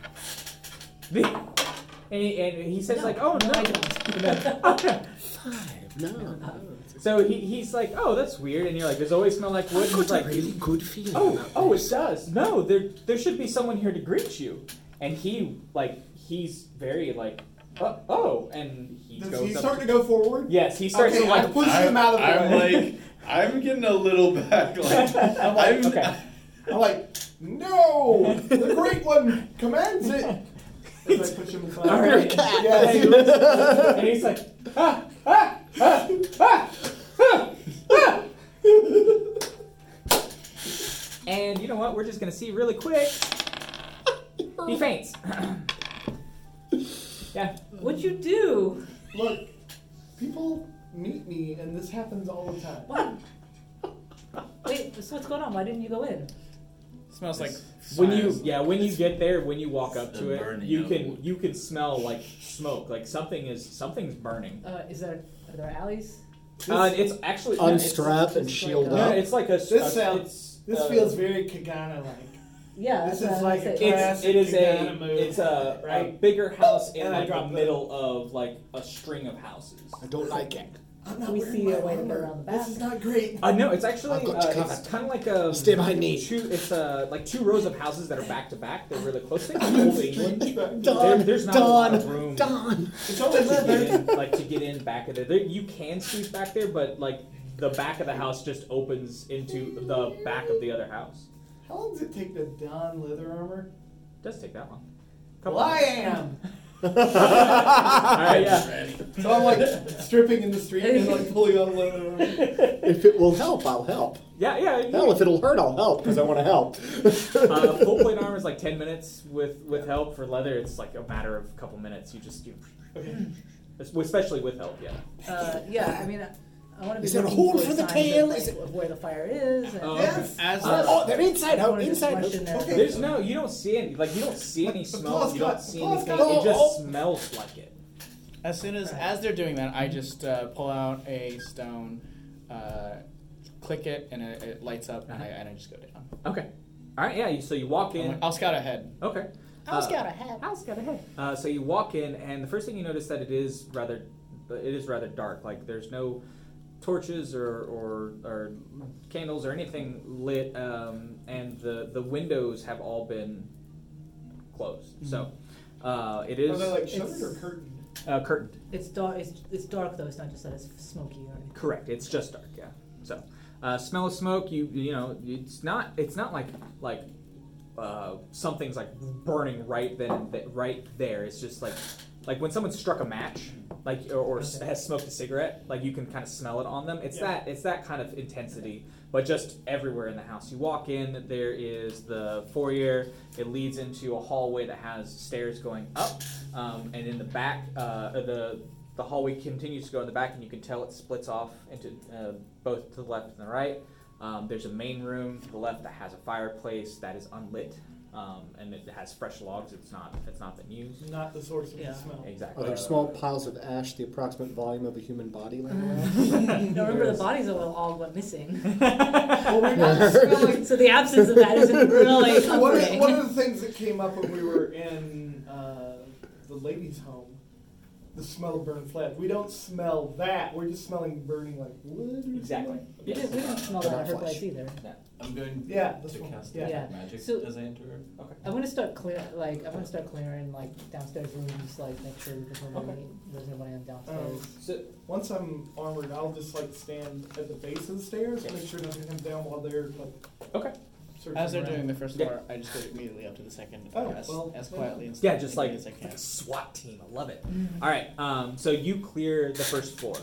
Speaker 1: the- and, he, and he says like, "Oh no."
Speaker 4: I don't.
Speaker 1: And then, "Oh, no."
Speaker 5: Five. No. no.
Speaker 1: So he, he's like, oh, that's weird, and you're like, does it always smell like wood?
Speaker 5: I've
Speaker 1: And he's
Speaker 5: got a
Speaker 1: like,
Speaker 5: really good feeling.
Speaker 1: oh,
Speaker 5: about
Speaker 1: oh, it
Speaker 5: this.
Speaker 1: does. No, there there should be someone here to greet you. And he like he's very like, oh, oh and he
Speaker 3: Does
Speaker 1: goes
Speaker 3: he
Speaker 1: up.
Speaker 3: start to go forward?
Speaker 1: yes, he starts
Speaker 3: okay,
Speaker 1: to
Speaker 3: I
Speaker 1: like.
Speaker 3: push him out of the
Speaker 2: I'm
Speaker 3: way.
Speaker 2: like, I'm getting a little back. Like,
Speaker 1: I'm
Speaker 2: I'm,
Speaker 1: like, okay.
Speaker 3: I'm like, no, the great one commands it. As I push him aside.
Speaker 1: All right.
Speaker 3: Yes.
Speaker 1: And, he looks- and he's like, ah, ah, ah, ah, ah, ah. And you know what? We're just gonna see really quick. He faints. yeah.
Speaker 4: What'd you do?
Speaker 3: Look, people meet me, and this happens all the time.
Speaker 4: What? Wait, so what's going on? Why didn't you go in?
Speaker 7: smells like
Speaker 1: when you yeah when you get there when you walk up
Speaker 2: The
Speaker 1: to it
Speaker 2: burning
Speaker 1: you
Speaker 2: of
Speaker 1: can
Speaker 2: wood.
Speaker 1: you can smell like smoke like something is something's burning
Speaker 4: Uh, is there are there alleys?
Speaker 1: uh, it's actually no, it's-
Speaker 5: Unstrap and
Speaker 4: it's
Speaker 5: shield
Speaker 4: like
Speaker 15: no,
Speaker 5: up.
Speaker 1: it's like a s-
Speaker 3: This
Speaker 1: a-
Speaker 3: sound-
Speaker 1: it's,
Speaker 3: This
Speaker 1: uh,
Speaker 3: feels very Kagana like.
Speaker 4: Yeah,
Speaker 3: This
Speaker 4: that's
Speaker 3: is
Speaker 4: what I
Speaker 3: like
Speaker 4: was
Speaker 3: a
Speaker 4: saying.
Speaker 3: class-
Speaker 1: it's it is a
Speaker 3: Classic Ghana move,
Speaker 1: it's a, a
Speaker 3: right?
Speaker 1: bigger house in
Speaker 3: And I
Speaker 1: like the
Speaker 3: dropped the-
Speaker 1: middle of like a string of houses
Speaker 5: I don't like it.
Speaker 3: I'm
Speaker 4: We
Speaker 3: wearing
Speaker 4: see
Speaker 3: my
Speaker 4: a way to go
Speaker 3: armor.
Speaker 4: around the
Speaker 3: This is not great.
Speaker 1: uh, no it's actually
Speaker 5: I've got
Speaker 1: uh,
Speaker 5: you
Speaker 1: it's
Speaker 5: covered.
Speaker 1: kind of like a
Speaker 5: Stay behind me.
Speaker 1: two it's uh, like two rows of houses that are back to back they're really close to old England
Speaker 5: Don,
Speaker 1: There- there's not a lot
Speaker 5: Don,
Speaker 1: of room.
Speaker 5: Don.
Speaker 3: It's only
Speaker 1: to get
Speaker 3: leather.
Speaker 1: in, like to get in back of there. there. You can squeeze back there, but like the back of the house just opens into the back of the other house.
Speaker 3: How long does it take to don leather armor?
Speaker 1: does take that long.
Speaker 3: Well, I am.
Speaker 1: All right, yeah.
Speaker 3: So I'm like stripping in the street and like pulling on leather armor.
Speaker 5: If it will help, I'll help.
Speaker 1: Yeah, yeah. you-
Speaker 5: Hell, if it'll hurt, I'll help because I want to help.
Speaker 1: Uh, full plate armor is like ten minutes with with help. For leather, it's like a matter of a couple minutes. You just you, especially with help. Yeah.
Speaker 4: Uh, yeah, I mean, I, I want to be.
Speaker 5: Is there a
Speaker 4: looking
Speaker 5: hole
Speaker 4: for
Speaker 5: for the
Speaker 4: signs
Speaker 5: tail?
Speaker 4: Of, like,
Speaker 5: Is it-
Speaker 4: of where the fire is? And
Speaker 1: Oh,
Speaker 3: Yeah.
Speaker 1: okay.
Speaker 7: as
Speaker 1: Uh,
Speaker 5: oh, they're inside
Speaker 4: I
Speaker 5: out,
Speaker 4: wanna just
Speaker 5: inside out.
Speaker 4: rush in there.
Speaker 3: Okay.
Speaker 1: There's no. You don't see any. Like you don't see any smoke.
Speaker 3: Paul's
Speaker 1: You
Speaker 3: got-
Speaker 1: don't see
Speaker 3: Paul's
Speaker 1: anything.
Speaker 3: got-
Speaker 1: It just
Speaker 5: Oh,
Speaker 1: smells like it.
Speaker 7: As soon as as they're doing that, I just uh, pull out a stone, uh, click it, and it, it lights up, and I, and I just go down.
Speaker 1: Okay. All right. Yeah. you- So you walk
Speaker 7: I'm
Speaker 1: in.
Speaker 7: like, I'll scout ahead.
Speaker 1: Okay.
Speaker 4: Al's
Speaker 1: Uh,
Speaker 4: got a head.
Speaker 1: Al's got a head. Uh, so you walk in, and the first thing you notice that it is rather, it is rather dark. Like there's no torches or or, or candles or anything lit, um, and the the windows have all been closed. So uh, it
Speaker 3: Are
Speaker 1: is
Speaker 3: they like shuttered
Speaker 4: It's-
Speaker 3: or curtained?
Speaker 1: uh, curtained.
Speaker 4: It's dark. It's, it's dark though. It's not just that it's smoky or anything.
Speaker 1: Correct. It's just dark. Yeah. So, uh, smell of smoke. You you know it's not it's not like like uh, something's like burning right then, th- right there. It's just like, like when someone struck a match, like or, or s
Speaker 4: Okay.
Speaker 1: has smoked a cigarette, like you can kind of smell it on them. It's
Speaker 3: Yeah.
Speaker 1: that, it's that kind of intensity. But just everywhere in the house, you walk in, there is the foyer. It leads into a hallway that has stairs going up, um, and in the back, uh, the the hallway continues to go in the back, and you can tell it splits off into uh, both to the left and the right. Um, there's a main room to the left that has a fireplace that is unlit, um, and it has fresh logs. It's not it's not been used
Speaker 3: Not the source of
Speaker 4: Yeah.
Speaker 3: the smell.
Speaker 5: Are
Speaker 1: exactly.
Speaker 5: there small piles of ash the approximate volume of a human body laying around?
Speaker 4: no, remember the bodies are all went missing.
Speaker 3: Well, we're not smelling.
Speaker 4: so the absence of that isn't really comforting.
Speaker 3: One of, one of the things that came up when we were in uh, the ladies' home, the smell of burned flesh. We don't smell that. We're just smelling burning like wood. Or
Speaker 17: Exactly.
Speaker 3: something.
Speaker 4: we, didn't, we didn't smell that at her
Speaker 5: Flesh.
Speaker 4: place either.
Speaker 2: I'm going
Speaker 3: Yeah, this
Speaker 2: to
Speaker 3: one.
Speaker 2: cast
Speaker 3: Yeah.
Speaker 4: Yeah.
Speaker 2: magic
Speaker 4: So-
Speaker 2: as I enter.
Speaker 17: Okay.
Speaker 4: I want to start clear, like I want to start clearing like downstairs rooms, like make sure there's nobody, there's nobody on downstairs.
Speaker 1: Oh.
Speaker 17: So
Speaker 3: Once I'm armored, I'll just like stand at the base of the stairs, make sure nothing comes down while they're like.
Speaker 17: Okay.
Speaker 3: searching
Speaker 7: As they're
Speaker 3: around.
Speaker 7: doing the first
Speaker 1: Yeah.
Speaker 7: floor, I just go immediately up to the second,
Speaker 3: Oh,
Speaker 7: as,
Speaker 3: well,
Speaker 7: as
Speaker 3: yeah.
Speaker 7: quietly and
Speaker 1: Yeah, just like,
Speaker 7: as I
Speaker 1: like
Speaker 7: can.
Speaker 1: a SWAT team. I love it. All right. Um, so you clear the first floor.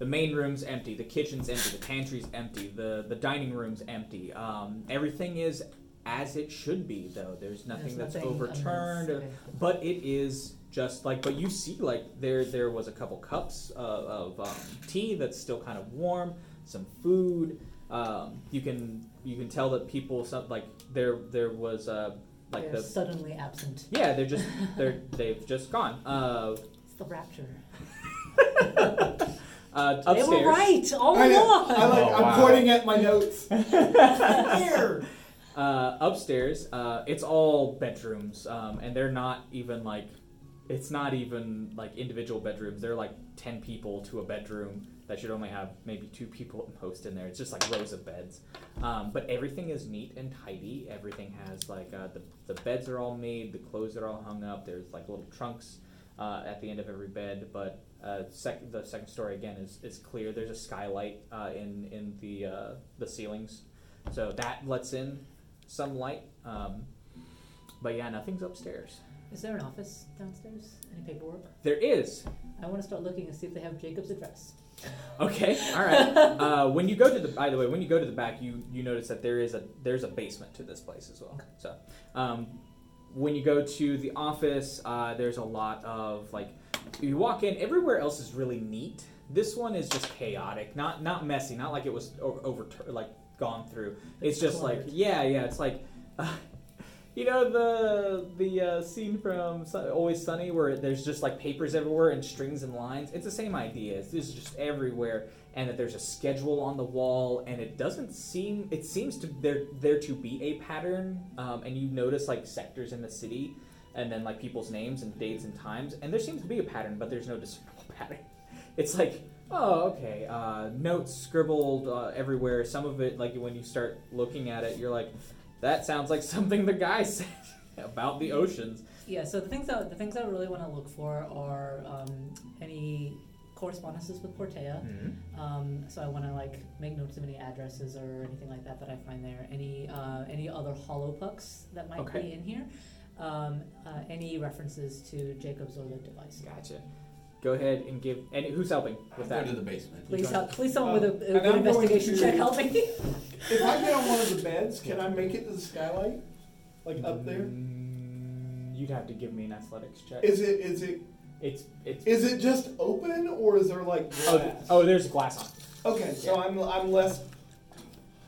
Speaker 1: The main room's empty. The kitchen's empty. The pantry's empty. The the dining room's empty. Um, everything is as it should be, though. There's nothing that's
Speaker 4: There's nothing
Speaker 1: overturned. uh,
Speaker 4: amiss.
Speaker 1: But it is just like, but you see, like there there was a couple cups uh, of um, tea that's still kind of warm, some food. Um, you can you can tell that people some like there there was uh, like
Speaker 4: They're
Speaker 1: the
Speaker 4: suddenly absent.
Speaker 1: yeah they're just they're they've just gone uh,
Speaker 4: It's the rapture.
Speaker 1: uh,
Speaker 4: They
Speaker 1: upstairs.
Speaker 4: were right all
Speaker 3: I,
Speaker 4: along.
Speaker 3: I like,
Speaker 2: Oh,
Speaker 3: I'm
Speaker 2: wow.
Speaker 3: pointing at my notes. Here.
Speaker 1: uh, upstairs, uh, it's all bedrooms, um, and they're not even like, it's not even like individual bedrooms. They're like ten people to a bedroom that should only have maybe two people at most in there. It's just like rows of beds, um, but everything is neat and tidy. Everything has like uh, the the beds are all made, the clothes are all hung up. There's like little trunks uh, at the end of every bed, but. Uh, sec- the second story again is, is clear. There's a skylight uh, in in the uh, the ceilings, so that lets in some light. Um, but yeah, nothing's upstairs.
Speaker 4: Is there an office downstairs? Any paperwork?
Speaker 1: There is.
Speaker 4: I want to start looking and see if they have Jacob's address.
Speaker 1: Okay. All right. Uh, when you go to the, by the way, when you go to the back, you you notice that there is a there's a basement to this place as well. So, um, when you go to the office, uh, there's a lot of like, you walk in. Everywhere else is really neat. This one is just chaotic. Not not messy. Not like it was over, over like gone through. It's just like
Speaker 4: cluttered.
Speaker 1: yeah yeah. It's like. uh, You know the the uh, scene from Sun- Always Sunny where there's just like papers everywhere and strings and lines. It's the same idea. It's, this is just everywhere, and that there's a schedule on the wall, and it doesn't seem. It seems to there there to be a pattern, um, and you notice like sectors in the city, and then like people's names and dates and times, and there seems to be a pattern, but there's no discernible pattern. It's like oh okay, uh, notes scribbled uh, everywhere. Some of it like when you start looking at it, you're like. That sounds like something the guy said about the oceans.
Speaker 4: Yeah. So the things that the things I really want to look for are um, any correspondences with Portea.
Speaker 18: Mm-hmm.
Speaker 4: Um, so I want to like make notes of any addresses or anything like that that I find there. Any uh, any other hollow pucks that might
Speaker 1: Okay.
Speaker 4: be in here. Um, uh, any references to Jacob's or the device.
Speaker 1: Gotcha. Go ahead and give. And who's helping with
Speaker 2: Go
Speaker 1: that?
Speaker 2: to the basement.
Speaker 4: Please help. Please someone with a,
Speaker 3: and
Speaker 4: a good
Speaker 3: I'm going
Speaker 4: investigation
Speaker 3: to-
Speaker 4: check help me.
Speaker 3: If I get on one of the beds, can I make it to the skylight? Like up there?
Speaker 1: Mm-hmm. Mm, You'd have to give me an athletics check.
Speaker 3: Is it is it
Speaker 1: it's it's.
Speaker 3: is it just open or is there like
Speaker 1: oh,
Speaker 3: glass?
Speaker 1: th- oh, there's glass on. it.
Speaker 3: Okay, so I'm I'm less.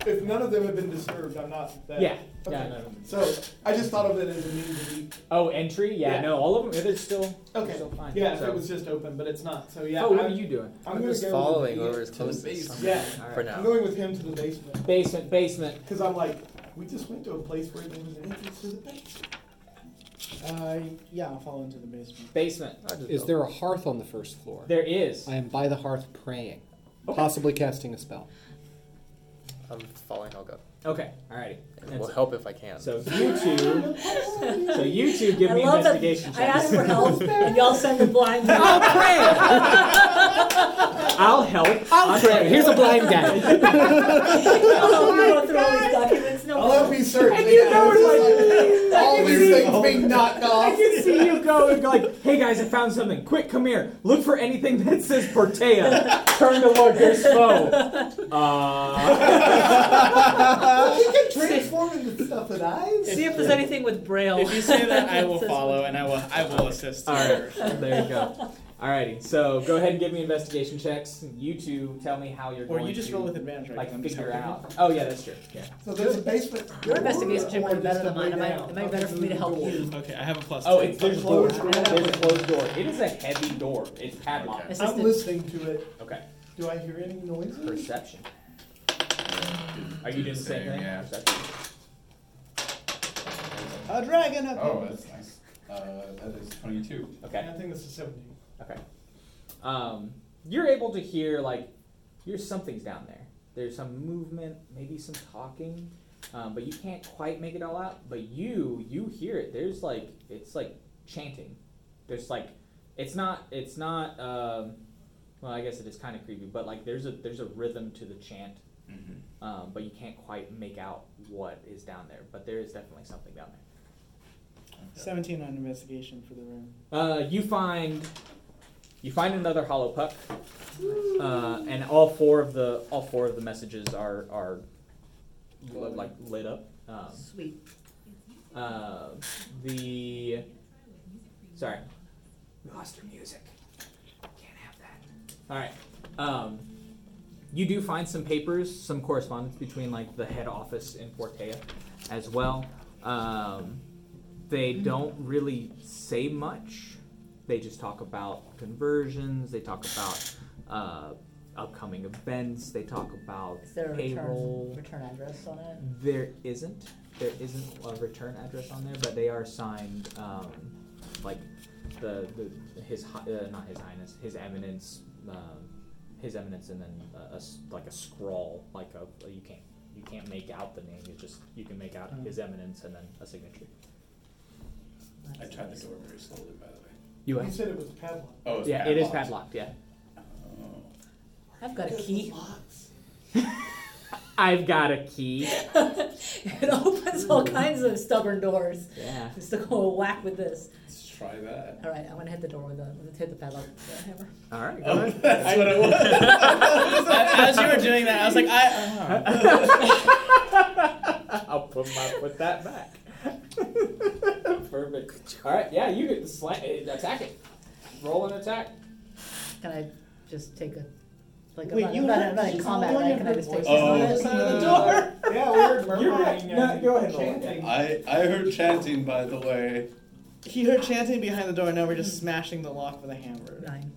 Speaker 3: If none of them have been disturbed, I'm not that.
Speaker 1: Yeah.
Speaker 3: Uh, Okay.
Speaker 1: Yeah. No.
Speaker 3: So I just thought of it as a need to be.
Speaker 1: Oh, entry. Yeah,
Speaker 3: Yeah.
Speaker 1: No, all of them. They're still. they're
Speaker 3: Okay.
Speaker 1: Still fine.
Speaker 3: Yeah,
Speaker 1: So.
Speaker 3: if it was just open, but it's not. So yeah,
Speaker 1: oh, what
Speaker 3: I'm,
Speaker 1: are you doing?
Speaker 3: I'm,
Speaker 18: I'm
Speaker 3: gonna
Speaker 18: just
Speaker 3: go
Speaker 18: following
Speaker 3: with
Speaker 18: over
Speaker 3: the-
Speaker 18: as close
Speaker 2: base.
Speaker 18: as something
Speaker 3: Yeah,
Speaker 1: All
Speaker 18: for
Speaker 1: right.
Speaker 18: now.
Speaker 3: I'm going with him to the basement
Speaker 1: Basement. Basement.
Speaker 3: because I'm like, we just went to a place where there was an entrance to the basement.
Speaker 7: Uh, yeah, I'll follow into the basement.
Speaker 1: Basement.
Speaker 18: I'll just
Speaker 5: Is
Speaker 18: go.
Speaker 5: there a hearth on the first floor?
Speaker 1: There is.
Speaker 5: I am by the hearth praying,
Speaker 1: Okay.
Speaker 5: possibly casting a spell.
Speaker 18: I'm following Helga.
Speaker 1: Okay. Alrighty.
Speaker 18: It will help if I can.
Speaker 1: So you two. so you two give
Speaker 4: I
Speaker 1: me
Speaker 4: love that-
Speaker 1: investigation
Speaker 4: I
Speaker 1: checks.
Speaker 4: asked for help, and y'all send the blind.
Speaker 1: I'll pray. I'll help.
Speaker 5: Here's a blind guy.
Speaker 4: I'll help you go through all these documents. No
Speaker 3: Let me search.
Speaker 1: And you know
Speaker 3: it's
Speaker 1: it's like-
Speaker 3: like all these things being knocked
Speaker 1: I
Speaker 3: off.
Speaker 1: can see you go and go like, hey guys, I found something. Quick, come here. Look for anything that says Portea. Turn to look, there's Spo. Uh,
Speaker 3: He can transform into stuff with eyes.
Speaker 4: See if there's anything with braille.
Speaker 7: If you say that, I will
Speaker 4: Says-
Speaker 7: follow and I will I will assist.
Speaker 1: All
Speaker 7: her.
Speaker 1: there you go. Alrighty, so go ahead and give me investigation checks. You two tell me how you're
Speaker 7: Or
Speaker 1: going
Speaker 7: you just
Speaker 1: to
Speaker 7: roll with advantage, right? 'Cause
Speaker 1: like
Speaker 7: I'm just
Speaker 1: figure
Speaker 7: helping you.
Speaker 1: out. Oh yeah, that's true. Yeah.
Speaker 3: So there's a basement.
Speaker 4: Your investigation check
Speaker 3: door
Speaker 4: might be better than
Speaker 3: just
Speaker 4: mine. It
Speaker 3: way
Speaker 4: might,
Speaker 3: down.
Speaker 4: it might be better for me to help you.
Speaker 7: Okay, I have a plus.
Speaker 1: Oh,
Speaker 7: two.
Speaker 1: it's there's a door.
Speaker 3: Closed
Speaker 1: There's a closed door. It is a heavy door. It's padlocked.
Speaker 4: Assisted.
Speaker 3: I'm listening to it.
Speaker 1: Okay.
Speaker 3: Do I hear any noises?
Speaker 1: Perception. Are you doing the same thing?
Speaker 2: Yeah.
Speaker 1: Perception.
Speaker 19: A dragon up
Speaker 2: Oh, that's nice. Uh, that is 22.
Speaker 1: Okay.
Speaker 3: I think this is 70.
Speaker 1: Okay. Um, you're able to hear like, you're something's down there. There's some movement, maybe some talking, um, but you can't quite make it all out. But you, you hear it. There's like, it's like chanting. There's like, it's not, it's not. Um, well, I guess it is kind of creepy, but like, there's a there's a rhythm to the chant, um, but you can't quite make out what is down there. But there is definitely something down there.
Speaker 19: Seventeen on investigation for the room.
Speaker 1: Uh, you find you find another hollow puck, uh, and all four of the all four of the messages are are li- like lit up. Um,
Speaker 4: Sweet.
Speaker 1: uh, the sorry, we lost her music. Can't have that. All right. Um, you do find some papers, some correspondence between like the head office in Fortea, as well. Um, they don't really say much. They just talk about conversions. They talk about uh, upcoming events. They talk about
Speaker 4: Is there a
Speaker 1: payroll.
Speaker 4: return, return address on it?
Speaker 1: There isn't. There isn't a return address on there, but they are signed, um, like the the his hi- uh, not his highness, his eminence, um, his eminence, and then a, a s- like a scrawl, like a you can't you can't make out the name. You just you can make out his eminence and then a signature.
Speaker 2: I tried the door very slowly, by the way.
Speaker 1: You
Speaker 3: He said it was padlocked.
Speaker 2: Oh, it's
Speaker 1: yeah, it is
Speaker 2: padlocked.
Speaker 1: padlocked. Yeah,
Speaker 4: I've got a key.
Speaker 1: I've got a key.
Speaker 4: it opens all kinds of stubborn doors.
Speaker 1: Yeah.
Speaker 4: Just to go whack with this.
Speaker 2: Let's try that.
Speaker 4: All right, I'm gonna hit the door with a let's hit the padlock with a hammer.
Speaker 1: All right.
Speaker 2: Oh, that's what it was.
Speaker 7: As you were doing that, I was like, I. uh,
Speaker 1: I'll put my put that back. Perfect. All right. Yeah, you get slam eh, attack it. Roll an attack.
Speaker 4: Can I just take a like
Speaker 19: Wait,
Speaker 4: I'm not,
Speaker 19: you
Speaker 4: I'm not,
Speaker 19: heard-
Speaker 4: I'm not in
Speaker 19: she's
Speaker 4: combat,
Speaker 19: holding
Speaker 4: right?
Speaker 19: up
Speaker 4: Can
Speaker 19: her
Speaker 4: I just take
Speaker 19: voice.
Speaker 2: Oh.
Speaker 4: this?
Speaker 19: Side of the
Speaker 1: Uh,
Speaker 19: door.
Speaker 3: Yeah, we're
Speaker 1: You're right.
Speaker 3: murmuring.
Speaker 1: No,
Speaker 3: and
Speaker 1: go ahead, Nolan.
Speaker 3: chanting.
Speaker 2: I, I heard chanting, by the way.
Speaker 19: He heard chanting behind the door. Now we're just smashing the lock with a hammer.
Speaker 4: Nine.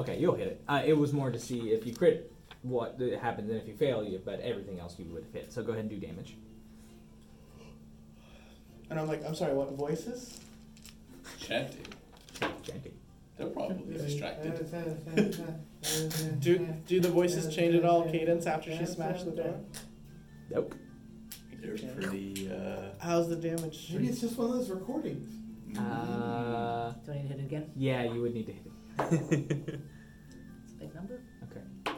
Speaker 1: Okay, you'll hit it. Uh, it was more to see if you crit what th- happens and if you fail you, but everything else you would have hit. So go ahead and do damage.
Speaker 19: And I'm like, I'm sorry, what voices?
Speaker 2: Chanting.
Speaker 1: Chanting.
Speaker 2: They're probably distracted.
Speaker 7: Do do the voices change at all cadence after she smashed the door?
Speaker 1: Nope.
Speaker 2: They're pretty, uh,
Speaker 19: How's the damage?
Speaker 3: Maybe it's just one of those recordings.
Speaker 1: Mm. Uh,
Speaker 4: Do I need to hit it again?
Speaker 1: yeah, you would need to hit it.
Speaker 4: It's a big number.
Speaker 1: Okay.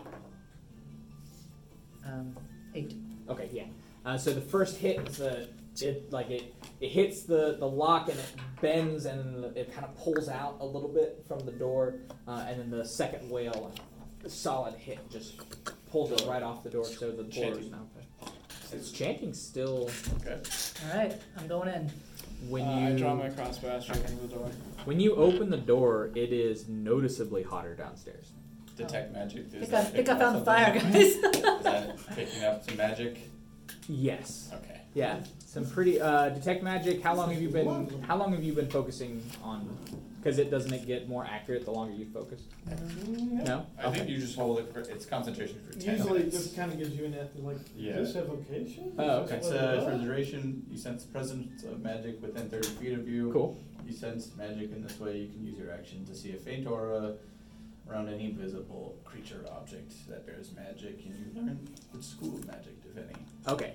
Speaker 4: Um, eight.
Speaker 1: Okay, yeah. Uh, so the first hit is the it like it it hits the the lock and it bends and it kind of pulls out a little bit from the door, uh, and then the second whale, a solid hit, just pulls it right off the door. So the door is
Speaker 2: Chanting.
Speaker 1: now. It's chanting still
Speaker 2: okay.
Speaker 4: All right, I'm going in.
Speaker 1: when
Speaker 7: Uh,
Speaker 1: you
Speaker 7: I draw my crossbow as she opens the door.
Speaker 1: when you open the door. It is noticeably hotter downstairs.
Speaker 2: Detect magic. Is that
Speaker 4: I think I, think I
Speaker 2: picking
Speaker 4: found the
Speaker 2: up
Speaker 4: fire,
Speaker 2: something?
Speaker 4: guys.
Speaker 2: Is that picking up some magic?
Speaker 1: Yes.
Speaker 2: Okay.
Speaker 1: Yeah. Some pretty uh, detect magic. How long have you been?
Speaker 3: Lovely.
Speaker 1: How long have you been focusing on? Because it doesn't it get more accurate the longer you focus? No.
Speaker 2: I think you just hold it for its concentration for 10
Speaker 3: Usually it
Speaker 2: minutes.
Speaker 3: just kind of gives you an answer like,
Speaker 2: Yeah.
Speaker 3: is this evocation?
Speaker 1: Oh,
Speaker 3: Is
Speaker 1: okay.
Speaker 3: this
Speaker 2: It's
Speaker 3: what
Speaker 2: uh,
Speaker 3: it
Speaker 2: for
Speaker 3: was?
Speaker 2: the duration, you sense the presence of magic within 30 feet of you.
Speaker 1: Cool.
Speaker 2: You sense magic in this way. You can use your action to see a faint aura around any visible creature object that bears magic, and you learn the school of magic, if any.
Speaker 1: Okay.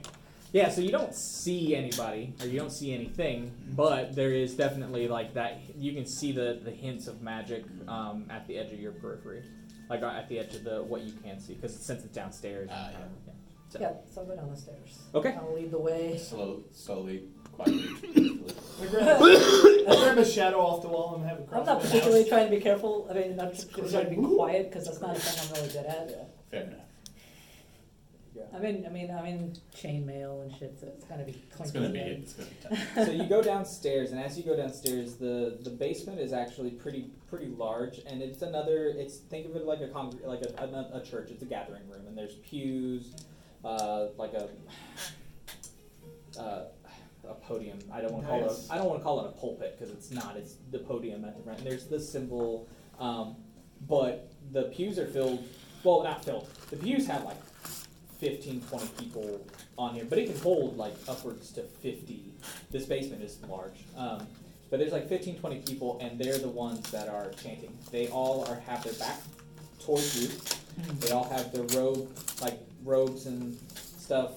Speaker 1: Yeah. So you don't see anybody or you don't see anything, but there is definitely like that. You can see the the hints of magic um, at the edge of your periphery, like uh, at the edge of the what you can see, because since it's downstairs.
Speaker 2: Ah,
Speaker 1: uh,
Speaker 2: yeah.
Speaker 1: yeah.
Speaker 6: So-
Speaker 4: Yeah, so I'll go down the stairs.
Speaker 1: Okay.
Speaker 4: I'll lead the way.
Speaker 2: Slow, slowly, quietly.
Speaker 3: I grab, a, I grab a shadow off the wall and have it
Speaker 4: I'm
Speaker 3: cross
Speaker 4: not
Speaker 3: my house.
Speaker 4: particularly trying to be careful. I mean, I'm just trying to be quiet because that's not a thing I'm really good at.
Speaker 2: Fair enough.
Speaker 4: I mean, I mean, I mean, chainmail and shit. So it's gonna be clinky.
Speaker 2: It's gonna be
Speaker 4: and-
Speaker 2: it's gonna be tough.
Speaker 1: so you go downstairs, and as you go downstairs, the, the basement is actually pretty pretty large, and it's another. It's think of it like a con- like a, a, a church. It's a gathering room, and there's pews, uh, like a uh, a podium. I don't want to call it.
Speaker 3: Nice.
Speaker 1: A, I don't want to call it a pulpit because it's not. It's the podium at the front. And there's the symbol, um, but the pews are filled. Well, not filled. The pews have like 15, 20 people on here, but it can hold like upwards to 50. This basement is large. Um, but there's like 15, 20 people, and they're the ones that are chanting. They all are have their back towards you.
Speaker 4: Mm-hmm.
Speaker 1: They all have their robe, like robes and stuff,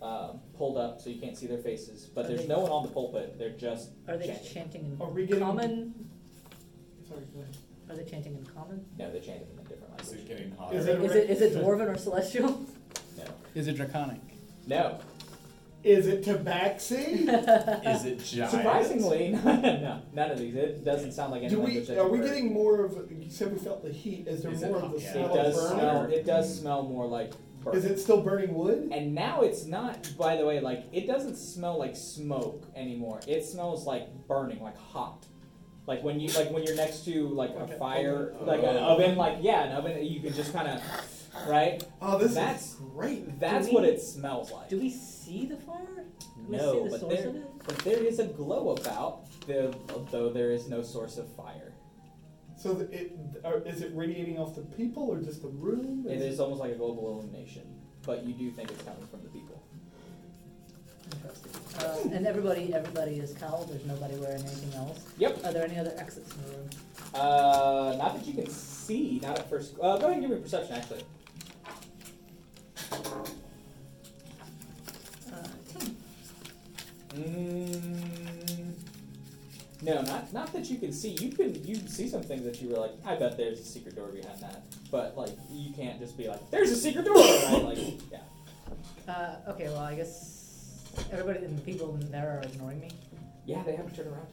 Speaker 1: uh, pulled up so you can't see their faces. But
Speaker 4: Are
Speaker 1: there's
Speaker 4: they-
Speaker 1: no one on the pulpit. They're just
Speaker 4: Are they
Speaker 1: chanting.
Speaker 4: chanting
Speaker 3: Are
Speaker 4: in
Speaker 3: we getting?
Speaker 4: common?
Speaker 3: Sorry, go ahead.
Speaker 4: Are they chanting in common?
Speaker 1: No, they're chanting in a different
Speaker 2: This is
Speaker 1: language.
Speaker 2: getting hot.
Speaker 3: Is it-
Speaker 4: Is it is it dwarven or celestial?
Speaker 1: No.
Speaker 12: Is it draconic?
Speaker 1: No.
Speaker 3: Is it Tabaxi?
Speaker 2: Is it giant?
Speaker 1: Surprisingly, no, none of these. It doesn't sound like any
Speaker 3: Do
Speaker 1: language
Speaker 3: we?
Speaker 1: that
Speaker 3: Are
Speaker 1: you've
Speaker 3: we
Speaker 1: heard.
Speaker 3: getting more of? You said we felt the heat. Is there
Speaker 2: Is it
Speaker 3: more
Speaker 2: hot?
Speaker 3: of the
Speaker 2: Yeah.
Speaker 1: It
Speaker 3: smell
Speaker 1: does
Speaker 3: of burn?
Speaker 1: smell. It does smell more like burn.
Speaker 3: Is it still burning wood?
Speaker 1: And now it's not. By the way, like it doesn't smell like smoke anymore. It smells like burning, like hot. Like when you like when you're next to like a
Speaker 3: Okay,
Speaker 1: fire,
Speaker 2: oven.
Speaker 1: like an
Speaker 2: Oh.
Speaker 1: oven, like yeah, an oven. You can just kind of, right?
Speaker 3: Oh, this
Speaker 1: That's-
Speaker 3: is great.
Speaker 1: That's
Speaker 4: we-
Speaker 1: what it smells like.
Speaker 4: Do we see the fire? Do we
Speaker 1: No,
Speaker 4: see the
Speaker 1: but
Speaker 4: source
Speaker 1: there-
Speaker 4: of it?
Speaker 1: But there is a glow about the, though there is no source of fire.
Speaker 3: So th- it are, is it radiating off the people or just the room?
Speaker 1: It is almost like a global illumination, but you do think it's coming from the people.
Speaker 4: Interesting. Uh, and everybody everybody is cowled. There's nobody wearing anything else.
Speaker 1: Yep.
Speaker 4: Are there any other exits in the room?
Speaker 1: Uh, not that you can see, not at first. Uh, go ahead and give me a perception, actually.
Speaker 4: Uh, ten.
Speaker 1: Mm, no, not not that you can see. You can you see some things that you were like, I bet there's a secret door behind that. But like, you can't just be like, there's a secret door. Right? Like, yeah.
Speaker 4: Uh, okay, well I guess everybody and the people in there are ignoring me.
Speaker 1: Yeah, they haven't turned around.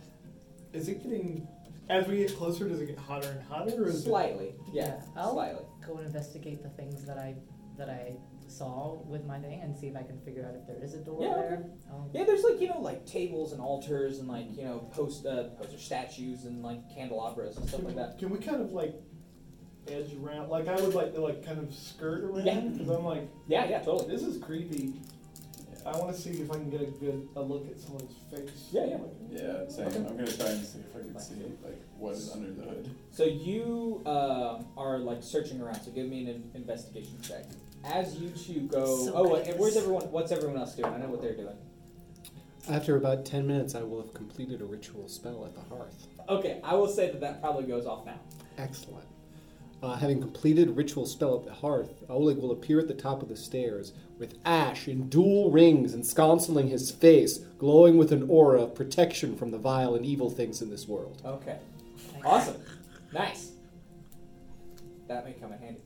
Speaker 3: Is it getting? As we get closer, does it get hotter and hotter? Or is it,
Speaker 1: Slightly. Yeah,
Speaker 4: Yeah, I'll-
Speaker 1: slightly.
Speaker 4: Go and investigate the things that I that I saw with my thing and see if I can figure out if there is a door
Speaker 1: Yeah,
Speaker 4: there. Oh, I'll-
Speaker 1: Yeah, there's like you know like tables and altars and like you know post uh, poster statues and like candelabras and stuff
Speaker 3: can,
Speaker 1: like that.
Speaker 3: can we kind of like edge around? Like I would like to like kind of skirt
Speaker 1: Yeah.
Speaker 3: around because I'm like
Speaker 1: Yeah, yeah, totally.
Speaker 3: this is creepy. I want to see if I can get a good a look at someone's face.
Speaker 1: Yeah, yeah.
Speaker 2: Yeah, same. I'm gonna try and see if I can see like what is under the hood.
Speaker 1: So you um are like searching around. So give me an in- investigation check. As you two go,
Speaker 4: So
Speaker 1: oh,
Speaker 4: good at
Speaker 1: and where's
Speaker 4: this.
Speaker 1: everyone? What's everyone else doing? I know what they're doing.
Speaker 5: After about 10 minutes, I will have completed a ritual spell at the hearth.
Speaker 1: Okay, I will say that that probably goes off now.
Speaker 5: Excellent. Uh, having completed ritual spell at the hearth, Oleg will appear at the top of the stairs with ash in dual rings ensconcing his face, glowing with an aura of protection from the vile and evil things in this world.
Speaker 1: Okay,
Speaker 4: Thanks.
Speaker 1: awesome, nice. That may come in handy.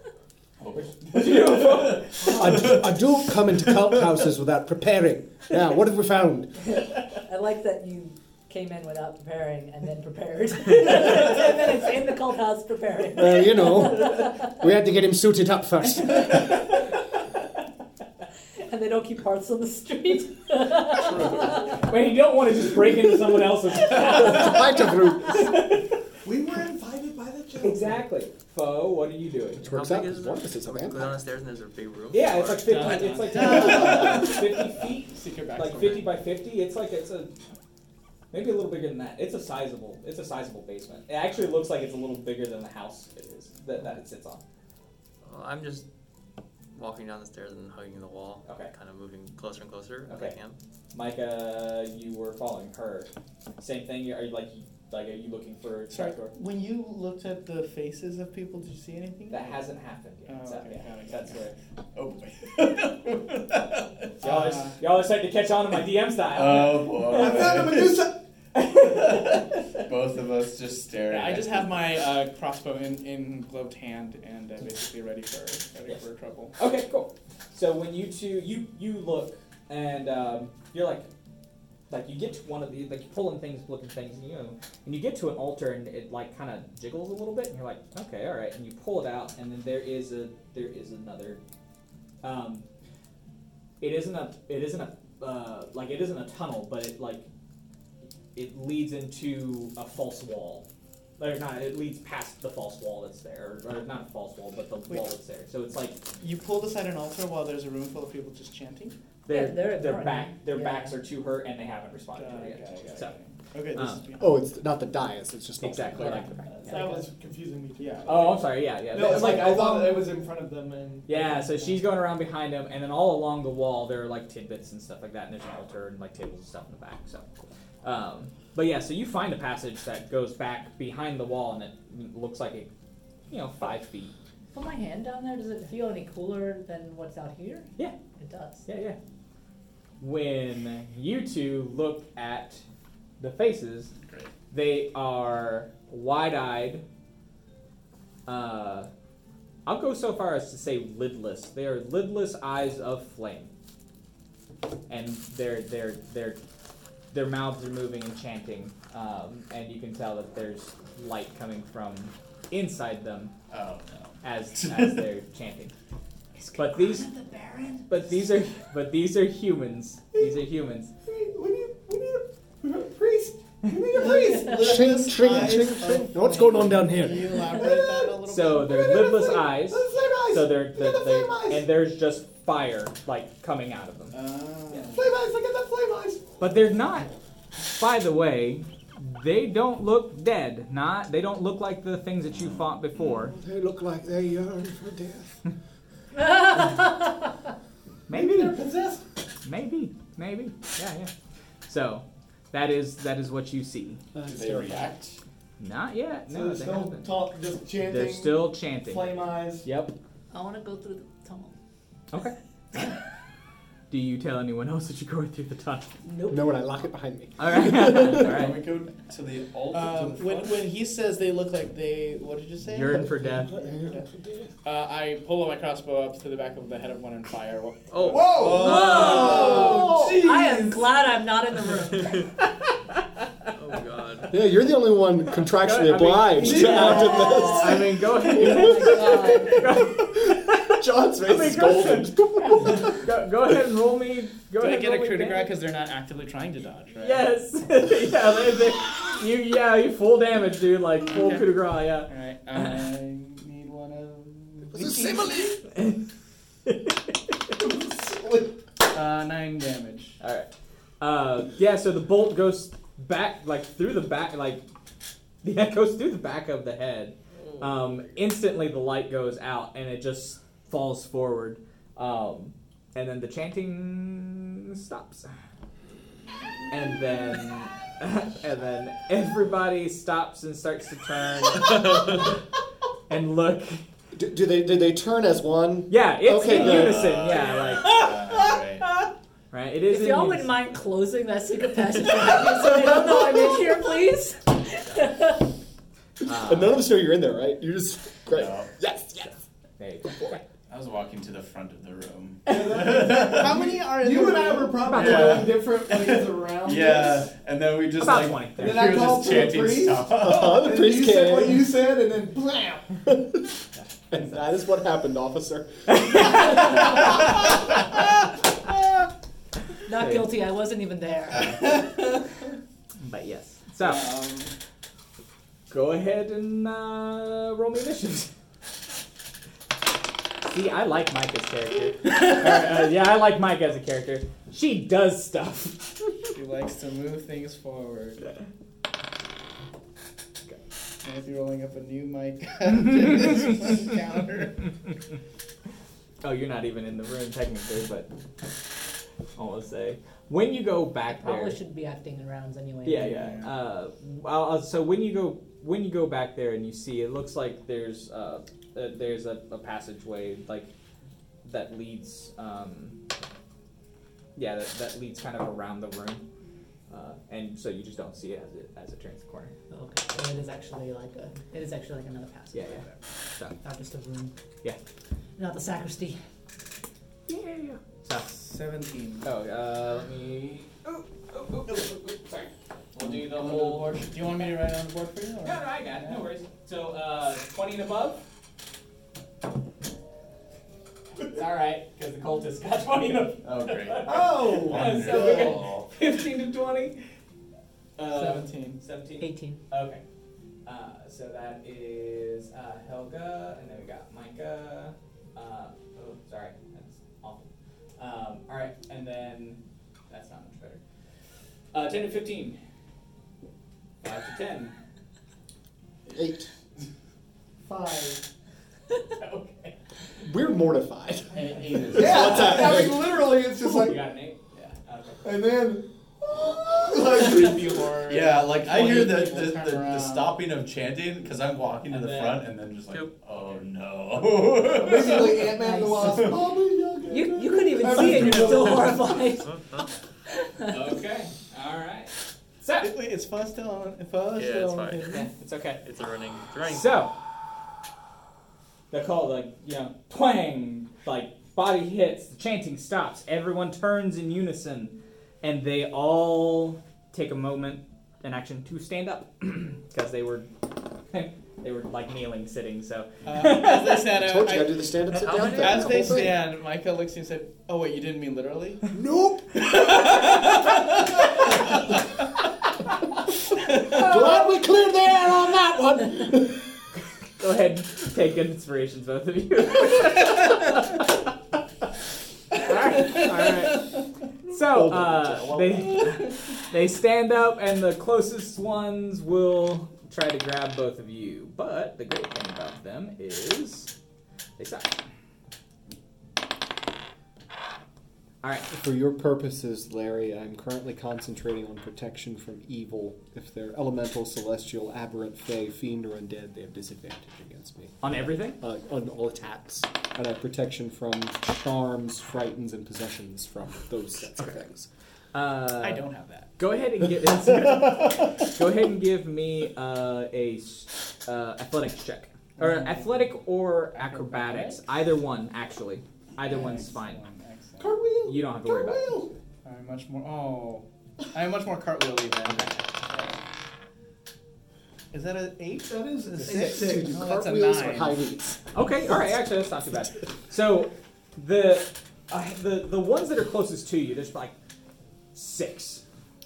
Speaker 5: I, I do come into cult houses without preparing. Now, what have we found?
Speaker 4: I like that you came in without preparing and then prepared. Ten minutes in the cult house preparing.
Speaker 5: Well, you know, we had to get him suited up first.
Speaker 4: And they don't keep parts on the street.
Speaker 1: Wait, you don't want to just break into someone else's.
Speaker 5: Back to group.
Speaker 3: We were invited by the children.
Speaker 1: exactly, foe. What are you doing?
Speaker 5: Which works
Speaker 8: How
Speaker 5: out
Speaker 8: big is
Speaker 5: as well
Speaker 8: it?
Speaker 5: because it's a
Speaker 8: We go
Speaker 5: vampire.
Speaker 8: downstairs and there's a big room.
Speaker 1: Yeah, it's like
Speaker 8: Or-
Speaker 1: 50,
Speaker 12: Dun, dun,
Speaker 1: it's like 50 feet,
Speaker 12: Secret backstory.
Speaker 1: like 50 by 50. It's like it's a maybe a little bigger than that. It's a sizable, it's a sizable basement. It actually looks like it's a little bigger than the house it is that, that it sits on.
Speaker 8: Well, I'm just walking down the stairs and hugging the wall.
Speaker 1: Okay.
Speaker 8: Kind of moving closer and closer as
Speaker 1: Okay.
Speaker 8: I can.
Speaker 1: Micah, uh, you were following her. Same thing. you- Are you like like are you looking for a
Speaker 7: Sorry,
Speaker 1: trapdoor?
Speaker 7: when you looked at the faces of people, did you see anything?
Speaker 1: That hasn't happened yet.
Speaker 7: Oh,
Speaker 1: so,
Speaker 7: okay,
Speaker 1: yeah,
Speaker 7: got it, got
Speaker 1: that's
Speaker 7: it.
Speaker 1: where
Speaker 2: Oh boy.
Speaker 1: y'all,
Speaker 7: Uh,
Speaker 1: are, y'all are starting to catch on to my DM style.
Speaker 2: Oh
Speaker 3: I found a
Speaker 2: boy.
Speaker 3: Medusa.
Speaker 2: Both of us just staring.
Speaker 12: Yeah, I
Speaker 2: at
Speaker 12: just
Speaker 2: it.
Speaker 12: have my uh, crossbow in, in gloved hand and uh, basically ready for ready
Speaker 1: Yes.
Speaker 12: for trouble.
Speaker 1: Okay, cool. So when you two, you you look and um, you're like, like you get to one of the like you're pulling things, looking things, and you know, and you get to an altar and it like kind of jiggles a little bit, and you're like, okay, all right, and you pull it out, and then there is a there is another. Um, it isn't a it isn't a uh, like it isn't a tunnel, but it like it leads into a false wall. There's not. It leads past the false wall that's there, or, or not a false wall, but the
Speaker 7: Wait.
Speaker 1: wall that's there. So it's like
Speaker 7: You pulled aside an altar while there's a room full of people just chanting.
Speaker 1: their
Speaker 4: Yeah, they're
Speaker 1: their
Speaker 4: ignoring
Speaker 1: back
Speaker 4: it.
Speaker 1: their
Speaker 4: Yeah.
Speaker 1: backs are to her and they haven't responded to
Speaker 7: Got
Speaker 1: her
Speaker 7: it, got
Speaker 1: yet.
Speaker 7: it, got it,
Speaker 1: so
Speaker 7: got it. Okay, this
Speaker 1: um,
Speaker 7: is beyond.
Speaker 5: Oh, it's not the dais. It's just
Speaker 1: exactly.
Speaker 5: Like,
Speaker 1: like the back.
Speaker 3: That was confusing me too.
Speaker 7: Yeah.
Speaker 1: Oh, I'm sorry. Yeah, yeah.
Speaker 3: No,
Speaker 1: It's
Speaker 3: it's like I thought
Speaker 1: along-
Speaker 3: it was in front of them and.
Speaker 1: Yeah, so she's going around behind them, and then all along the wall there are like tidbits and stuff like that, and there's an altar and like tables and stuff in the back. So, um, but yeah, so you find a passage that goes back behind the wall, and it looks like it, you know, five feet.
Speaker 4: Put my hand down there. Does it feel any cooler than what's out here?
Speaker 1: Yeah.
Speaker 4: It does.
Speaker 1: Yeah, yeah. When you two look at the faces,
Speaker 2: Great.
Speaker 1: they are wide-eyed. Uh, I'll go so far as to say lidless. They are lidless eyes of flame, and their their their their mouths are moving and chanting, um, and you can tell that there's light coming from inside them
Speaker 2: Oh
Speaker 1: as as they're chanting. But these but these are but these are humans. These are humans.
Speaker 3: We need, we need, we need a, we need a priest. We need a priest.
Speaker 5: Shing, shing, shing, shing. Now what's going on down
Speaker 7: Can you
Speaker 5: here?
Speaker 7: elaborate that a little
Speaker 1: So
Speaker 7: bit?
Speaker 1: they're lidless eyes.
Speaker 3: They're the same eyes.
Speaker 1: So they're,
Speaker 3: They
Speaker 1: they're,
Speaker 3: got the
Speaker 1: they're-
Speaker 3: same eyes.
Speaker 1: and there's just fire like coming out of them.
Speaker 7: Ah.
Speaker 3: Flame eyes. Look at the flame eyes.
Speaker 1: But they're not. By the way, they don't look dead. Not they don't look like the things that you fought before.
Speaker 5: They look like they yearn for death.
Speaker 3: Maybe
Speaker 1: Maybe
Speaker 3: they're possessed.
Speaker 1: maybe maybe yeah yeah. So that is that is what you see.
Speaker 2: no. Do they react?
Speaker 1: Not yet.
Speaker 3: So
Speaker 1: No,
Speaker 3: they're
Speaker 1: they
Speaker 3: still
Speaker 1: haven't.
Speaker 3: talk, just chanting.
Speaker 1: They're still chanting.
Speaker 3: flame eyes.
Speaker 1: Yep.
Speaker 4: I want to go through the tunnel.
Speaker 1: Okay. Do you tell anyone else that you're going through the tunnel?
Speaker 4: Nope.
Speaker 5: No, when I lock it behind me.
Speaker 1: All right. All
Speaker 2: Can we
Speaker 1: right.
Speaker 2: go to the altar?
Speaker 7: Um,
Speaker 2: to the
Speaker 7: when,
Speaker 2: front?
Speaker 7: when he says they look like they, what did you say?
Speaker 1: Yearn for death.
Speaker 12: Uh, I pull my crossbow up to the back of the head of one and fire.
Speaker 1: Oh.
Speaker 2: Whoa!
Speaker 4: Whoa! I am glad I'm not in the room.
Speaker 8: Oh god.
Speaker 5: Yeah, you're the only one
Speaker 1: I mean-
Speaker 5: contractually obliged to act in this.
Speaker 1: I mean, go ahead.
Speaker 4: Oh
Speaker 5: John's face is
Speaker 1: go
Speaker 5: golden.
Speaker 1: Go, go ahead and roll me. Go
Speaker 12: Do
Speaker 1: ahead
Speaker 12: I
Speaker 1: and
Speaker 12: get a
Speaker 1: roll me
Speaker 12: coup de grace
Speaker 1: damage.
Speaker 12: because they're not actively trying to dodge, right?
Speaker 1: Yes. yeah. They, they, you yeah. You full damage, dude. Like full
Speaker 12: Okay.
Speaker 1: coup de grace. Yeah.
Speaker 12: All right. I need one of.
Speaker 5: This is simile.
Speaker 12: Uh, nine damage.
Speaker 1: All right. Uh, yeah. So the bolt goes back, like through the back, like yeah, it goes through the back of the head. Um, instantly, the light goes out, and it just falls forward. Um, and then the chanting stops. And then, and then everybody stops and starts to turn and look.
Speaker 5: Do, do they do they turn as one?
Speaker 1: Yeah, it's
Speaker 5: Okay,
Speaker 1: in
Speaker 5: good.
Speaker 1: unison. Yeah, like
Speaker 2: Uh, right.
Speaker 1: right. It is.
Speaker 4: if
Speaker 1: in
Speaker 4: y'all
Speaker 1: unison.
Speaker 4: wouldn't mind closing that secret passage behind me so they don't know I'm in here, please.
Speaker 5: And none of us know you're in there, right? You're just great.
Speaker 2: No.
Speaker 5: Yes, yes.
Speaker 1: There you go.
Speaker 2: I was walking to the front of the room.
Speaker 7: How many are in the
Speaker 3: You and
Speaker 7: room?
Speaker 3: I were probably
Speaker 2: Yeah.
Speaker 3: going different ways around.
Speaker 2: yeah,
Speaker 3: this.
Speaker 2: and then we just
Speaker 1: About
Speaker 2: like,
Speaker 1: 20.
Speaker 2: we
Speaker 3: And then I
Speaker 2: were
Speaker 3: called
Speaker 2: just chanting
Speaker 3: for the priest.
Speaker 2: stuff.
Speaker 7: Oh,
Speaker 5: Uh, the
Speaker 3: And
Speaker 5: priest
Speaker 3: you said what
Speaker 5: came.
Speaker 3: you said, and then blam.
Speaker 5: and that is what happened, officer.
Speaker 4: Not guilty. I wasn't even there.
Speaker 1: But yes. So Um, go ahead and uh, roll me initiative. See, I like Mike as character. Or, uh, yeah, I like Mike as a character. She does stuff.
Speaker 12: She likes to move things forward. Might be rolling up a new mic counter.
Speaker 1: Oh, you're not even in the room technically, but almost say when you go back there.
Speaker 4: Probably should be acting in rounds anyway.
Speaker 1: Yeah, yeah. Uh, I'll, I'll- so when you go when you go back there and you see, it looks like there's uh, uh, there's a, a passageway like that leads. Um, yeah, that, that leads kind of around the room, uh, and so you just don't see it as it as it turns the corner.
Speaker 4: Okay. So it is actually like a. It is actually like another passage.
Speaker 1: Yeah, yeah.
Speaker 4: Not just a room.
Speaker 1: Yeah.
Speaker 4: Not the sacristy.
Speaker 1: Yeah.
Speaker 7: Seventeen.
Speaker 1: Oh, uh, let me. Oh, oh, oh, oh, oh, sorry. We'll do the
Speaker 7: Go into
Speaker 1: whole.
Speaker 7: board. Do you want me to write on the board for you? Or?
Speaker 1: No, no, I got it. No worries. So, uh, 20 and above? It's alright, because the cultist got 20 and above.
Speaker 2: Oh, great.
Speaker 7: Oh.
Speaker 1: Uh, so we're good.
Speaker 2: Wonderful.
Speaker 1: 15 to 20? Uh,
Speaker 7: Seventeen.
Speaker 1: 17?
Speaker 4: 18.
Speaker 1: Okay. Uh, so that is uh, Helga, and then we got Micah. Uh, oh, sorry. That's awful. Um, alright, and then. That's not much better. Uh, 10 to 15. 5 to 10.
Speaker 5: Eight.
Speaker 7: Five.
Speaker 1: okay.
Speaker 5: We're mortified.
Speaker 20: Eight is
Speaker 5: What's
Speaker 3: Yeah, I
Speaker 5: happening?
Speaker 3: mean, literally, it's just
Speaker 1: You
Speaker 3: like,
Speaker 1: got an 8? Yeah. Okay.
Speaker 3: and then.
Speaker 2: Yeah, like I hear the,
Speaker 20: people
Speaker 2: the,
Speaker 20: turn
Speaker 2: the, the
Speaker 20: around.
Speaker 2: stopping of chanting because I'm walking to
Speaker 1: And
Speaker 2: the
Speaker 1: then-
Speaker 2: front and then just like,
Speaker 8: Yep.
Speaker 2: oh no.
Speaker 3: Basically, Ant Man and the Wasp. Oh, my God.
Speaker 4: You, you couldn't even see it, you're still horrified.
Speaker 1: okay. All right. So,
Speaker 7: Wait, is Fa still on? If Fa
Speaker 8: Yeah,
Speaker 7: still
Speaker 8: it's
Speaker 7: on.
Speaker 8: fine.
Speaker 1: it's okay.
Speaker 8: It's a running. It's a running.
Speaker 1: So, they're called like you know, twang. Like body hits, the chanting stops. Everyone turns in unison, and they all take a moment in action to stand up because they were they were like kneeling, sitting. So
Speaker 7: Uh, as they stand
Speaker 5: I
Speaker 7: up,
Speaker 5: told you,
Speaker 7: Uh, I-
Speaker 5: I do the stand up, sit
Speaker 8: How
Speaker 5: down
Speaker 8: many-
Speaker 5: thing.
Speaker 7: as
Speaker 5: the
Speaker 7: they
Speaker 5: whole thing.
Speaker 7: stand, Micah looks at you and said, "Oh wait, you didn't mean literally."
Speaker 5: Nope. Glad we cleared the air on that one.
Speaker 1: go ahead, and take good inspirations, both of you. all right, all right. So
Speaker 5: Hold
Speaker 1: uh, they they stand up, and the closest ones will try to grab both of you. But the great thing about them is they suck. All right.
Speaker 5: For your purposes, Larry, I'm currently concentrating on protection from evil. If they're elemental, celestial, aberrant, fey, fiend, or undead, they have disadvantage against me
Speaker 1: On everything?
Speaker 5: uh, on all attacks. And I have protection from charms, frightens, and possessions from those sets of things.
Speaker 1: Uh,
Speaker 7: I don't have that.
Speaker 1: Go ahead and give. go ahead and give me uh, a s- uh, athletics check, or athletic or acrobatics,
Speaker 20: Mm. Acrobatics?
Speaker 1: either one actually. Either one's fine.
Speaker 20: Excellent, excellent.
Speaker 3: Cartwheel.
Speaker 1: You don't have to worry about. it.
Speaker 3: Cartwheel.
Speaker 20: I'm much more. Oh, I'm much more cartwheely than.
Speaker 7: Is that an eight?
Speaker 3: That is a
Speaker 7: Six.
Speaker 3: six.
Speaker 5: Do
Speaker 7: Oh, that's a
Speaker 5: cartwheels or
Speaker 7: nine.
Speaker 5: high knees?
Speaker 1: Okay, all right. Actually, that's not too bad. So the uh, the the ones that are closest to you, there's like six.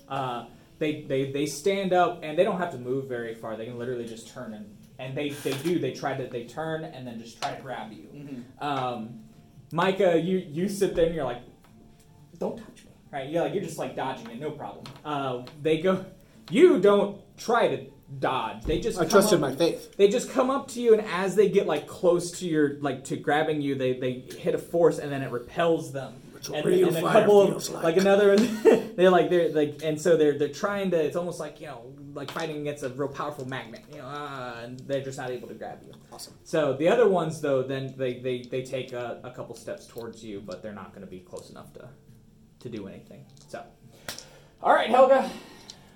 Speaker 1: Uh, they, they they stand up and they don't have to move very far. They can literally just turn and and they, they do. They try to they turn and then just try to grab you. Um, Micah, you you sit there and you're like, don't touch me, right? You're like you're just like dodging it, no problem. Uh, they go, you don't try to dodge. They just
Speaker 5: I
Speaker 1: come
Speaker 5: trusted
Speaker 1: up-
Speaker 5: my faith.
Speaker 1: they just come up to you and as they get like close to your like to grabbing you they they hit a force and then it repels them and,
Speaker 5: real
Speaker 1: and a
Speaker 5: fire
Speaker 1: couple of
Speaker 5: feels
Speaker 1: like,
Speaker 5: like.
Speaker 1: another they're like they're like and so they're they're trying to it's almost like you know like fighting against a real powerful magnet you know ah, and they're just not able to grab you
Speaker 5: Awesome.
Speaker 1: so the other ones though then they they, they take a, a couple steps towards you but they're not going to be close enough to to do anything so all right helga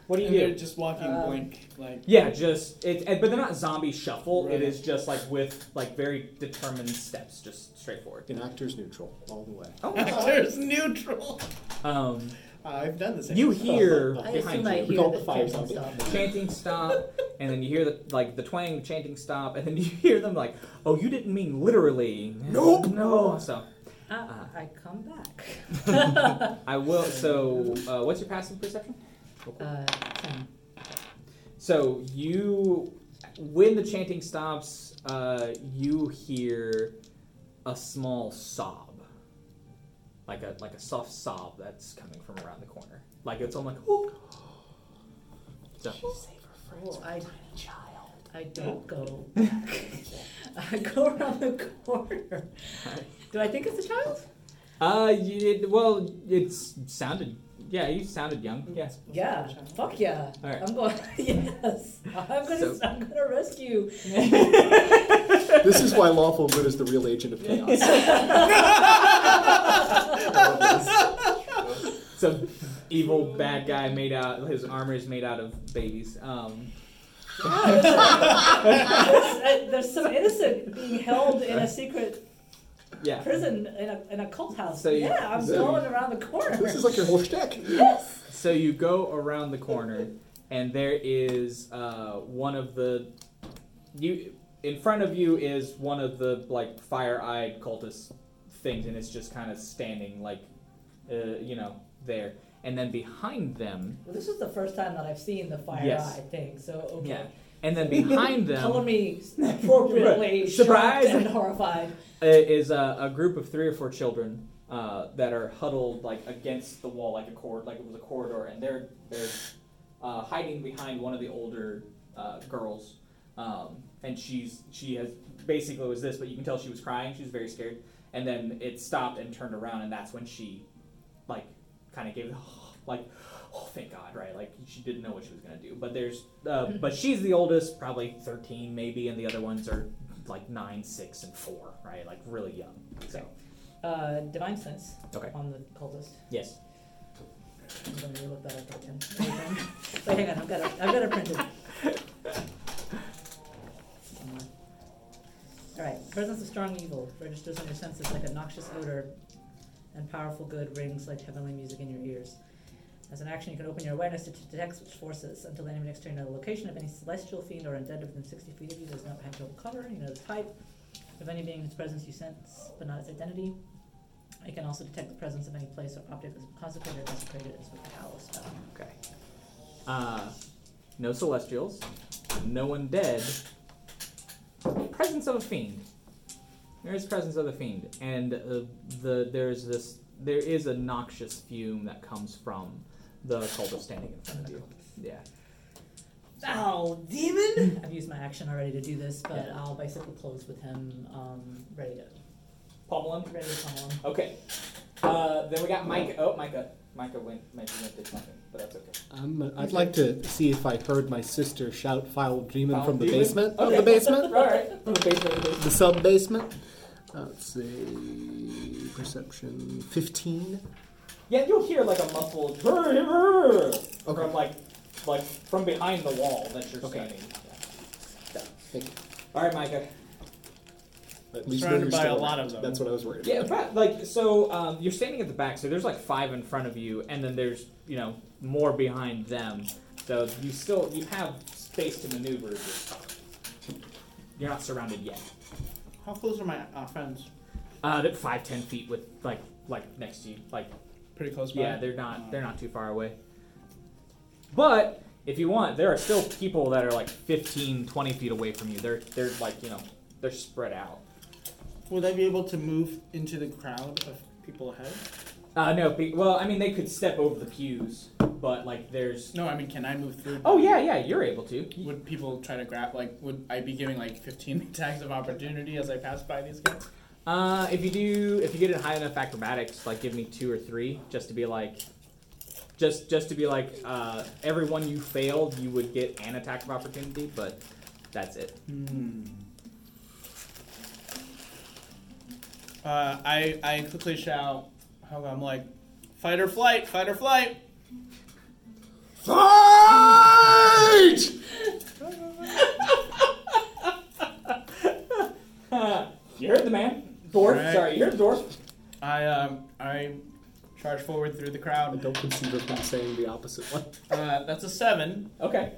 Speaker 1: what do you
Speaker 7: And
Speaker 1: do
Speaker 7: they're just walking
Speaker 1: Um,
Speaker 7: blank, like
Speaker 1: yeah, just it, and- but they're not zombie shuffle.
Speaker 7: Right.
Speaker 1: It is just like with like very determined steps, just straightforward.
Speaker 5: In actors neutral, all the way.
Speaker 4: Oh.
Speaker 7: actors neutral.
Speaker 1: Um,
Speaker 7: I've done the same.
Speaker 1: you hear
Speaker 4: I
Speaker 1: behind
Speaker 4: assume
Speaker 1: you
Speaker 4: I
Speaker 5: We
Speaker 4: hear
Speaker 5: call
Speaker 4: the
Speaker 5: it the fire
Speaker 4: chanting
Speaker 5: zombie.
Speaker 4: stop.
Speaker 1: the chanting stop, and then you hear the like the twang, the chanting stop, and then you hear them like, "Oh, you didn't mean literally." Nope. No. So
Speaker 4: Ah, I come back.
Speaker 1: I will. So uh, what's your passive perception?
Speaker 4: Uh, ten.
Speaker 1: So you, when the chanting stops, uh, you hear a small sob, like a like a soft sob that's coming from around the corner. Like it's almost like, "Ooh." So-
Speaker 4: Well, I, I don't go back. I go around the corner. Do I think it's a child?
Speaker 1: uh, you, it, well, it sounded, yeah, you sounded young. Yes.
Speaker 4: Yeah. Fuck yeah.
Speaker 1: All right.
Speaker 4: I'm going. yes. I'm gonna.
Speaker 1: So-
Speaker 4: I'm gonna rescue.
Speaker 5: This is why lawful good is the real agent of chaos.
Speaker 1: Some evil bad guy made out. His armor is made out of babies. Um,
Speaker 4: Yeah, there's, uh, there's some innocent being held in a secret
Speaker 1: Yeah.
Speaker 4: prison in a, in a cult house.
Speaker 1: So you-
Speaker 4: yeah, I'm
Speaker 5: so
Speaker 4: going around the corner.
Speaker 5: This is like your whole shtick.
Speaker 4: yes.
Speaker 1: So you go around the corner, and there is uh, one of the you in front of you is one of the like fire-eyed cultist things, and it's just kind of standing like uh, you know there. And then behind them,
Speaker 4: Well, this is the first time that I've seen the fire
Speaker 1: Yes.
Speaker 4: eye thing, so okay.
Speaker 1: yeah, and then behind them
Speaker 4: Color me appropriately
Speaker 1: Right.
Speaker 4: shocked
Speaker 1: Surprise.
Speaker 4: and horrified.
Speaker 1: i- uh, is a, a group of three or four children uh, that are huddled like against the wall, like a cord, like it was a corridor, and they're they're uh, hiding behind one of the older uh, girls, um, and she's she has basically was this, but you can tell she was crying. She was very scared, and then it stopped and turned around, and that's when she like kind of gave like oh thank God right like she didn't know what she was gonna do. But there's uh, but she's the oldest, probably thirteen maybe, and the other ones are like nine, six, and four, right? Like really young. So
Speaker 4: Uh, divine sense
Speaker 1: Okay.
Speaker 4: on the cultist.
Speaker 1: yes.
Speaker 4: I'm gonna really look that up right then. Wait, hang on, I've got it. I've got it printed. All right. Presence of strong evil registers on your senses like a noxious odor, and powerful good rings like heavenly music in your ears. As an action, you can open your awareness to detect such forces. Until the enemy next turn, know the location of any celestial fiend or undead within 60 feet of you does not have total cover. You know the type of any being whose presence you sense, but not its identity. It can also detect the presence of any place or object that's consecrated or desecrated as with the Um, hallow spell.
Speaker 1: Okay. Uh, no celestials, no one dead. Presence of a fiend. There is presence of a fiend, and uh, the there's this there is a noxious fume that comes from the cultist standing in front of you. Yeah.
Speaker 4: Foul demon! I've used my action already to do this, but I'll basically close with him um, ready to
Speaker 1: Pommel him.
Speaker 4: ready to pummel him.
Speaker 1: Okay. Uh, then we got Micah. Oh, Micah. Micah went. Micah went did something, but that's okay.
Speaker 5: Um, I'd like to see if I heard my sister shout "foul demon"
Speaker 1: Foul
Speaker 5: from the
Speaker 1: demon?
Speaker 5: basement of
Speaker 1: Okay.
Speaker 5: the basement,
Speaker 1: All right. From the basement of the
Speaker 5: the sub basement. Uh, Let's see, perception fifteen.
Speaker 1: Yeah, you'll hear like a muffled "Brr, brr,"
Speaker 5: Okay.
Speaker 1: from like like from behind the wall that you're
Speaker 5: Okay.
Speaker 1: standing.
Speaker 5: Thank you.
Speaker 1: All right, Micah.
Speaker 5: At least
Speaker 21: Surrounded
Speaker 5: you're
Speaker 21: by
Speaker 5: still
Speaker 21: a lot
Speaker 5: around.
Speaker 21: of them.
Speaker 5: That's what I was worried
Speaker 1: Yeah,
Speaker 5: about.
Speaker 1: but like so, um, you're standing at the back, so there's like five in front of you, and then there's you know more behind them. So you still you have space to maneuver. You're not surrounded yet.
Speaker 21: How close are my uh, friends?
Speaker 1: Uh, they're five ten feet with like like next to you, like
Speaker 21: Pretty close by.
Speaker 1: Yeah, they're not they're not too far away. But if you want, there are still people that are like 15, 20 feet away from you. They're they're like, you know, they're spread out.
Speaker 21: Would I be able to move into the crowd of people ahead?
Speaker 1: Uh no, pe- well, I mean they could step over the pews, but like there's
Speaker 7: No, I mean, can I move through?
Speaker 1: Oh yeah, yeah, you're able to.
Speaker 7: Would people try to grab? Like, would I be giving like 15 attacks of opportunity as I pass by these guys?
Speaker 1: Uh if you do if you get in high enough acrobatics, like give me 2 or 3 just to be like just just to be like uh everyone you failed, you would get an attack of opportunity, but that's it.
Speaker 7: Hmm. Uh, I I quickly shout. How I'm like, fight or flight, fight or flight.
Speaker 5: Fight!
Speaker 1: you heard the man. Dwarf,
Speaker 7: Right.
Speaker 1: sorry, you heard the dwarf.
Speaker 7: I um I charge forward through the
Speaker 5: I
Speaker 7: crowd.
Speaker 5: don't consider them saying the opposite one.
Speaker 7: Uh, that's a seven.
Speaker 1: Okay.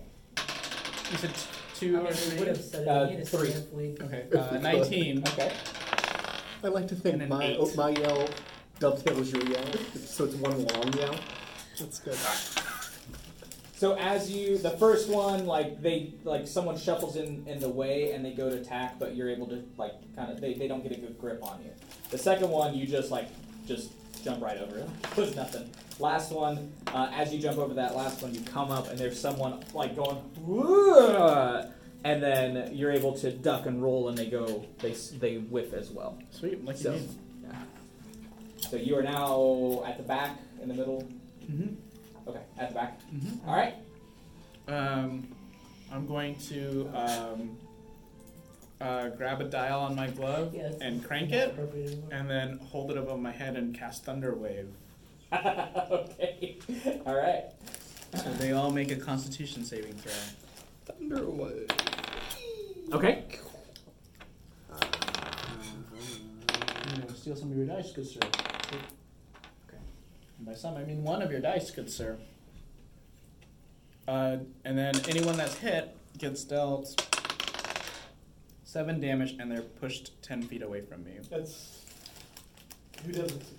Speaker 7: You said t-
Speaker 4: I
Speaker 7: two or
Speaker 4: mean, we would
Speaker 7: three.
Speaker 4: have said
Speaker 1: Uh,
Speaker 4: it we need to see
Speaker 1: three.
Speaker 4: if we.
Speaker 7: Okay, uh, nineteen.
Speaker 1: Okay.
Speaker 5: I like to think
Speaker 7: And an
Speaker 5: my
Speaker 7: eight.
Speaker 5: oh, my yell dovetails your yell, so it's one long yell. That's good.
Speaker 1: So as you, the first one, like they, like someone shuffles in in the way and they go to attack, but you're able to like kind of they, they don't get a good grip on you. The second one, you just like just jump right over it. There's nothing. Last one, uh, as you jump over that last one, you come up and there's someone like going, "Whoa!" and then you're able to duck and roll, and they go they s- they whiff as well.
Speaker 7: Sweet, lucky
Speaker 1: So-
Speaker 7: me.
Speaker 1: So you are now at the back, in the middle.
Speaker 7: Mhm.
Speaker 1: Okay, at the back.
Speaker 7: Mhm.
Speaker 1: All right.
Speaker 7: Um, I'm going to um, uh, grab a dial on my glove
Speaker 4: Yes.
Speaker 7: and crank it, and then hold it above my head and cast Thunder Wave.
Speaker 1: okay. All right.
Speaker 7: So they all make a Constitution saving throw.
Speaker 5: Thunderwave.
Speaker 1: Okay.
Speaker 7: I'm gonna
Speaker 12: steal some of your dice, good sir. Okay. And by some, I mean one of your dice, good sir. Uh, and then anyone that's hit gets dealt seven damage, and they're pushed ten feet away from me.
Speaker 3: That's who doesn't succeed.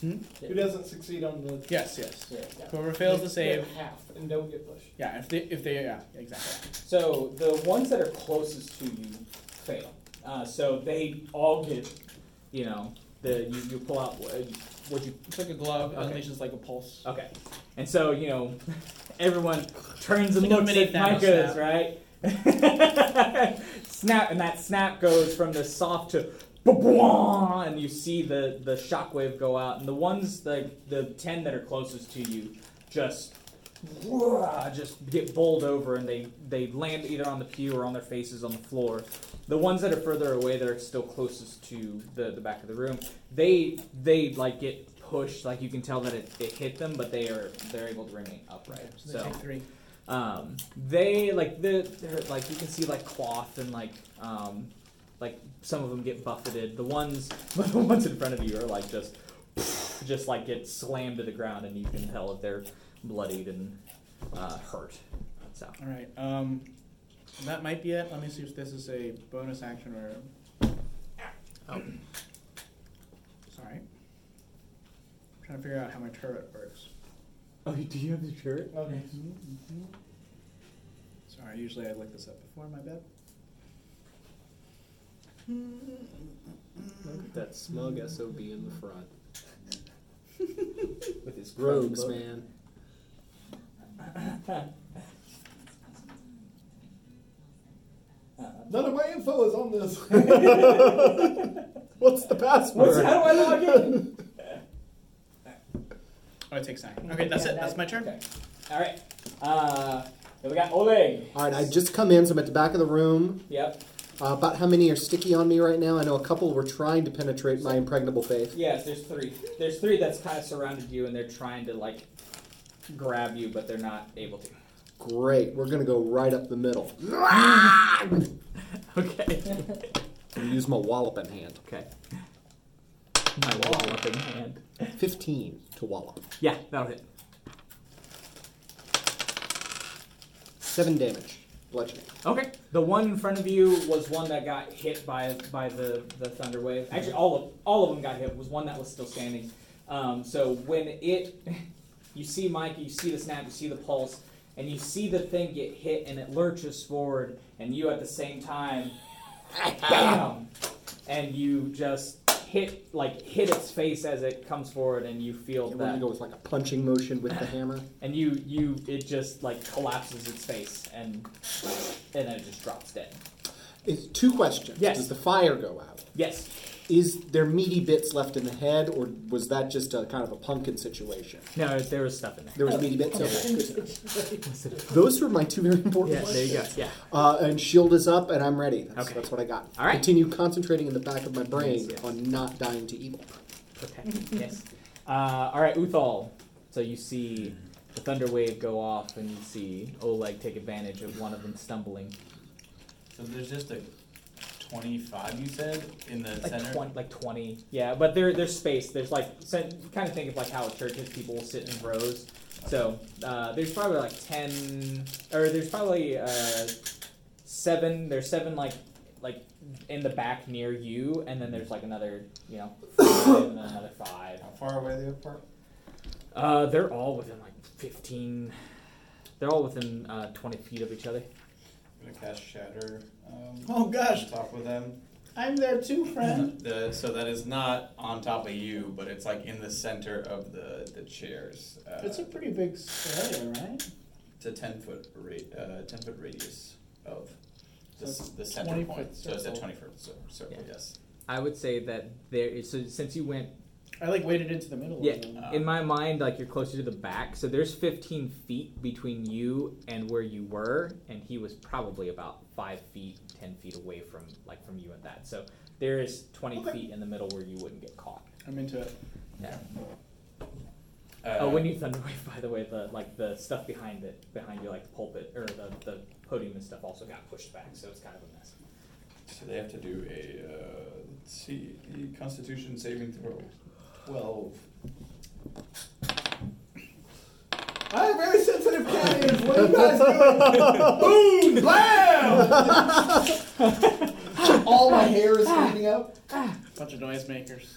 Speaker 12: Hmm?
Speaker 3: Who doesn't succeed on the
Speaker 12: Yes, yes.
Speaker 3: Yeah, yeah.
Speaker 12: Whoever fails to
Speaker 3: Get
Speaker 12: save,
Speaker 3: half and don't get pushed.
Speaker 12: yeah. If they, if they, yeah, exactly.
Speaker 1: So the ones that are closest to you fail. Uh, so they all get, you know, the you, you pull out what you- what you.
Speaker 12: It's like a glove.
Speaker 1: Okay.
Speaker 12: Unleashes like a pulse.
Speaker 1: Okay, and so you know, everyone turns and
Speaker 12: Like a
Speaker 1: looks
Speaker 12: mini
Speaker 1: at
Speaker 12: Thanos
Speaker 1: Micah's
Speaker 12: snap.
Speaker 1: right. snap, and that snap goes from the soft to. ba-bwah, And you see the, the shockwave go out, and the ones the the ten that are closest to you just wah, just get bowled over and they, they land either on the pew or on their faces on the floor. The ones that are further away that are still closest to the, the back of the room, they they like get pushed, like you can tell that it, it hit them, but they are they're able to remain upright.
Speaker 12: So they
Speaker 1: So
Speaker 12: take three.
Speaker 1: um, they like the they're, like you can see like cloth and like um, like some of them get buffeted. The ones the ones in front of you are like just just like get slammed to the ground, and you can tell if they're bloodied and uh, hurt. So
Speaker 12: All right. Um, that might be it. Let me see if this is a bonus action or.
Speaker 8: Oh.
Speaker 12: Sorry. I'm trying to figure out how my turret works.
Speaker 6: Oh, do you have the shirt?
Speaker 3: Okay.
Speaker 12: Sorry. Usually I look this up before my bed.
Speaker 5: Look at that smug SOB in the front.
Speaker 1: with his
Speaker 5: Rogues, man.
Speaker 3: None of my info is on this.
Speaker 5: What's the password?
Speaker 1: What's, how do I log in?
Speaker 12: Oh, it takes nine. Okay, that's
Speaker 4: Yeah,
Speaker 12: it. That's
Speaker 4: that-
Speaker 12: my turn.
Speaker 1: okay. All right. Uh, then we got Oleg.
Speaker 5: All right, I just come in, so I'm at the back of the room.
Speaker 1: Yep.
Speaker 5: Uh, about how many are sticky on me right now? I know a couple were trying to penetrate my impregnable faith.
Speaker 1: Yes, there's three. There's three that's kind of surrounded you, and they're trying to like grab you, but they're not able to.
Speaker 5: Great, we're gonna go right up the middle.
Speaker 1: Okay.
Speaker 5: And use my wallop in hand.
Speaker 1: Okay. My wallop in hand.
Speaker 5: Fifteen to wallop.
Speaker 1: Yeah, that'll hit.
Speaker 5: Seven damage, bludgeoning.
Speaker 1: Okay. The one in front of you was one that got hit by by the the thunder wave. Actually, all of all of them got hit. It was one that was still standing. Um, so when it, you see Mike, you see the snap, you see the pulse, and you see the thing get hit, and it lurches forward, and you at the same time, bam, and you just hit like hit its face as it comes forward, and you feel
Speaker 5: And we're
Speaker 1: that
Speaker 5: gonna go with like a punching motion with the hammer.
Speaker 1: and you you it just like collapses its face and and then it just drops dead.
Speaker 5: It's two questions.
Speaker 1: Yes.
Speaker 5: Does the fire go out?
Speaker 1: Yes,
Speaker 5: Is there meaty bits left in the head, or was that just a kind of a pumpkin situation?
Speaker 1: no, there was stuff in there.
Speaker 5: There was meaty bits. Okay. good to know. Those were my two very important
Speaker 1: Yeah, there
Speaker 5: questions.
Speaker 1: you go. Yeah,
Speaker 5: Uh, and shield is up, and I'm ready. That's,
Speaker 1: Okay.
Speaker 5: that's what I got.
Speaker 1: All right.
Speaker 5: Continue concentrating in the back of my brain
Speaker 1: Yes, yes.
Speaker 5: on not dying to evil.
Speaker 1: protect. yes. Uh, all right, Uthal. So you see the thunder wave go off, and you see Oleg take advantage of one of them stumbling.
Speaker 2: So there's just a 25, you said, in the
Speaker 1: Like
Speaker 2: center?
Speaker 1: twenty, like twenty. Yeah, but there there's space. There's like so kind of think of like how a church is. People will sit in rows. So uh, there's probably like ten, or there's probably uh, seven. There's seven like like in the back near you, and then there's like another you know five, and then another five.
Speaker 2: How far away are they apart?
Speaker 1: Uh, they're all within like fifteen. They're all within uh, twenty feet of each other.
Speaker 2: I'm going to cast Shatter um,
Speaker 7: Oh gosh,
Speaker 2: on top of them.
Speaker 7: I'm there too, friend.
Speaker 2: The, so that is not on top of you, but it's like in the center of the, the chairs. Uh,
Speaker 7: It's a pretty big area, right?
Speaker 2: it's a 10 foot, ra- uh, 10 foot radius of the,
Speaker 7: So
Speaker 2: s the center
Speaker 7: 20
Speaker 2: point.
Speaker 7: foot
Speaker 2: So it's a
Speaker 7: circle.
Speaker 2: 20 foot cir- circle,
Speaker 1: Yeah.
Speaker 2: yes.
Speaker 1: I would say that there is so since you went
Speaker 7: I like waded into the middle
Speaker 1: Yeah.
Speaker 7: of them.
Speaker 2: Uh,
Speaker 1: In my mind, like you're closer to the back, so there's 15 feet between you and where you were, and he was probably about five feet, ten feet away from like from you and that. So there is 20
Speaker 7: Okay.
Speaker 1: feet in the middle where you wouldn't get caught.
Speaker 12: I'm into it.
Speaker 2: Uh,
Speaker 1: oh, when you thunderwave, by the way, the like the stuff behind it, behind you, like the pulpit or the, the podium and stuff, also got pushed back, so it's kind of a mess.
Speaker 2: So they have to do a uh, see, a Constitution saving throw. Twelve.
Speaker 3: I have very sensitive panties. What are you guys doing? Boom! Blam! All my hair is standing up.
Speaker 22: Bunch of noisemakers.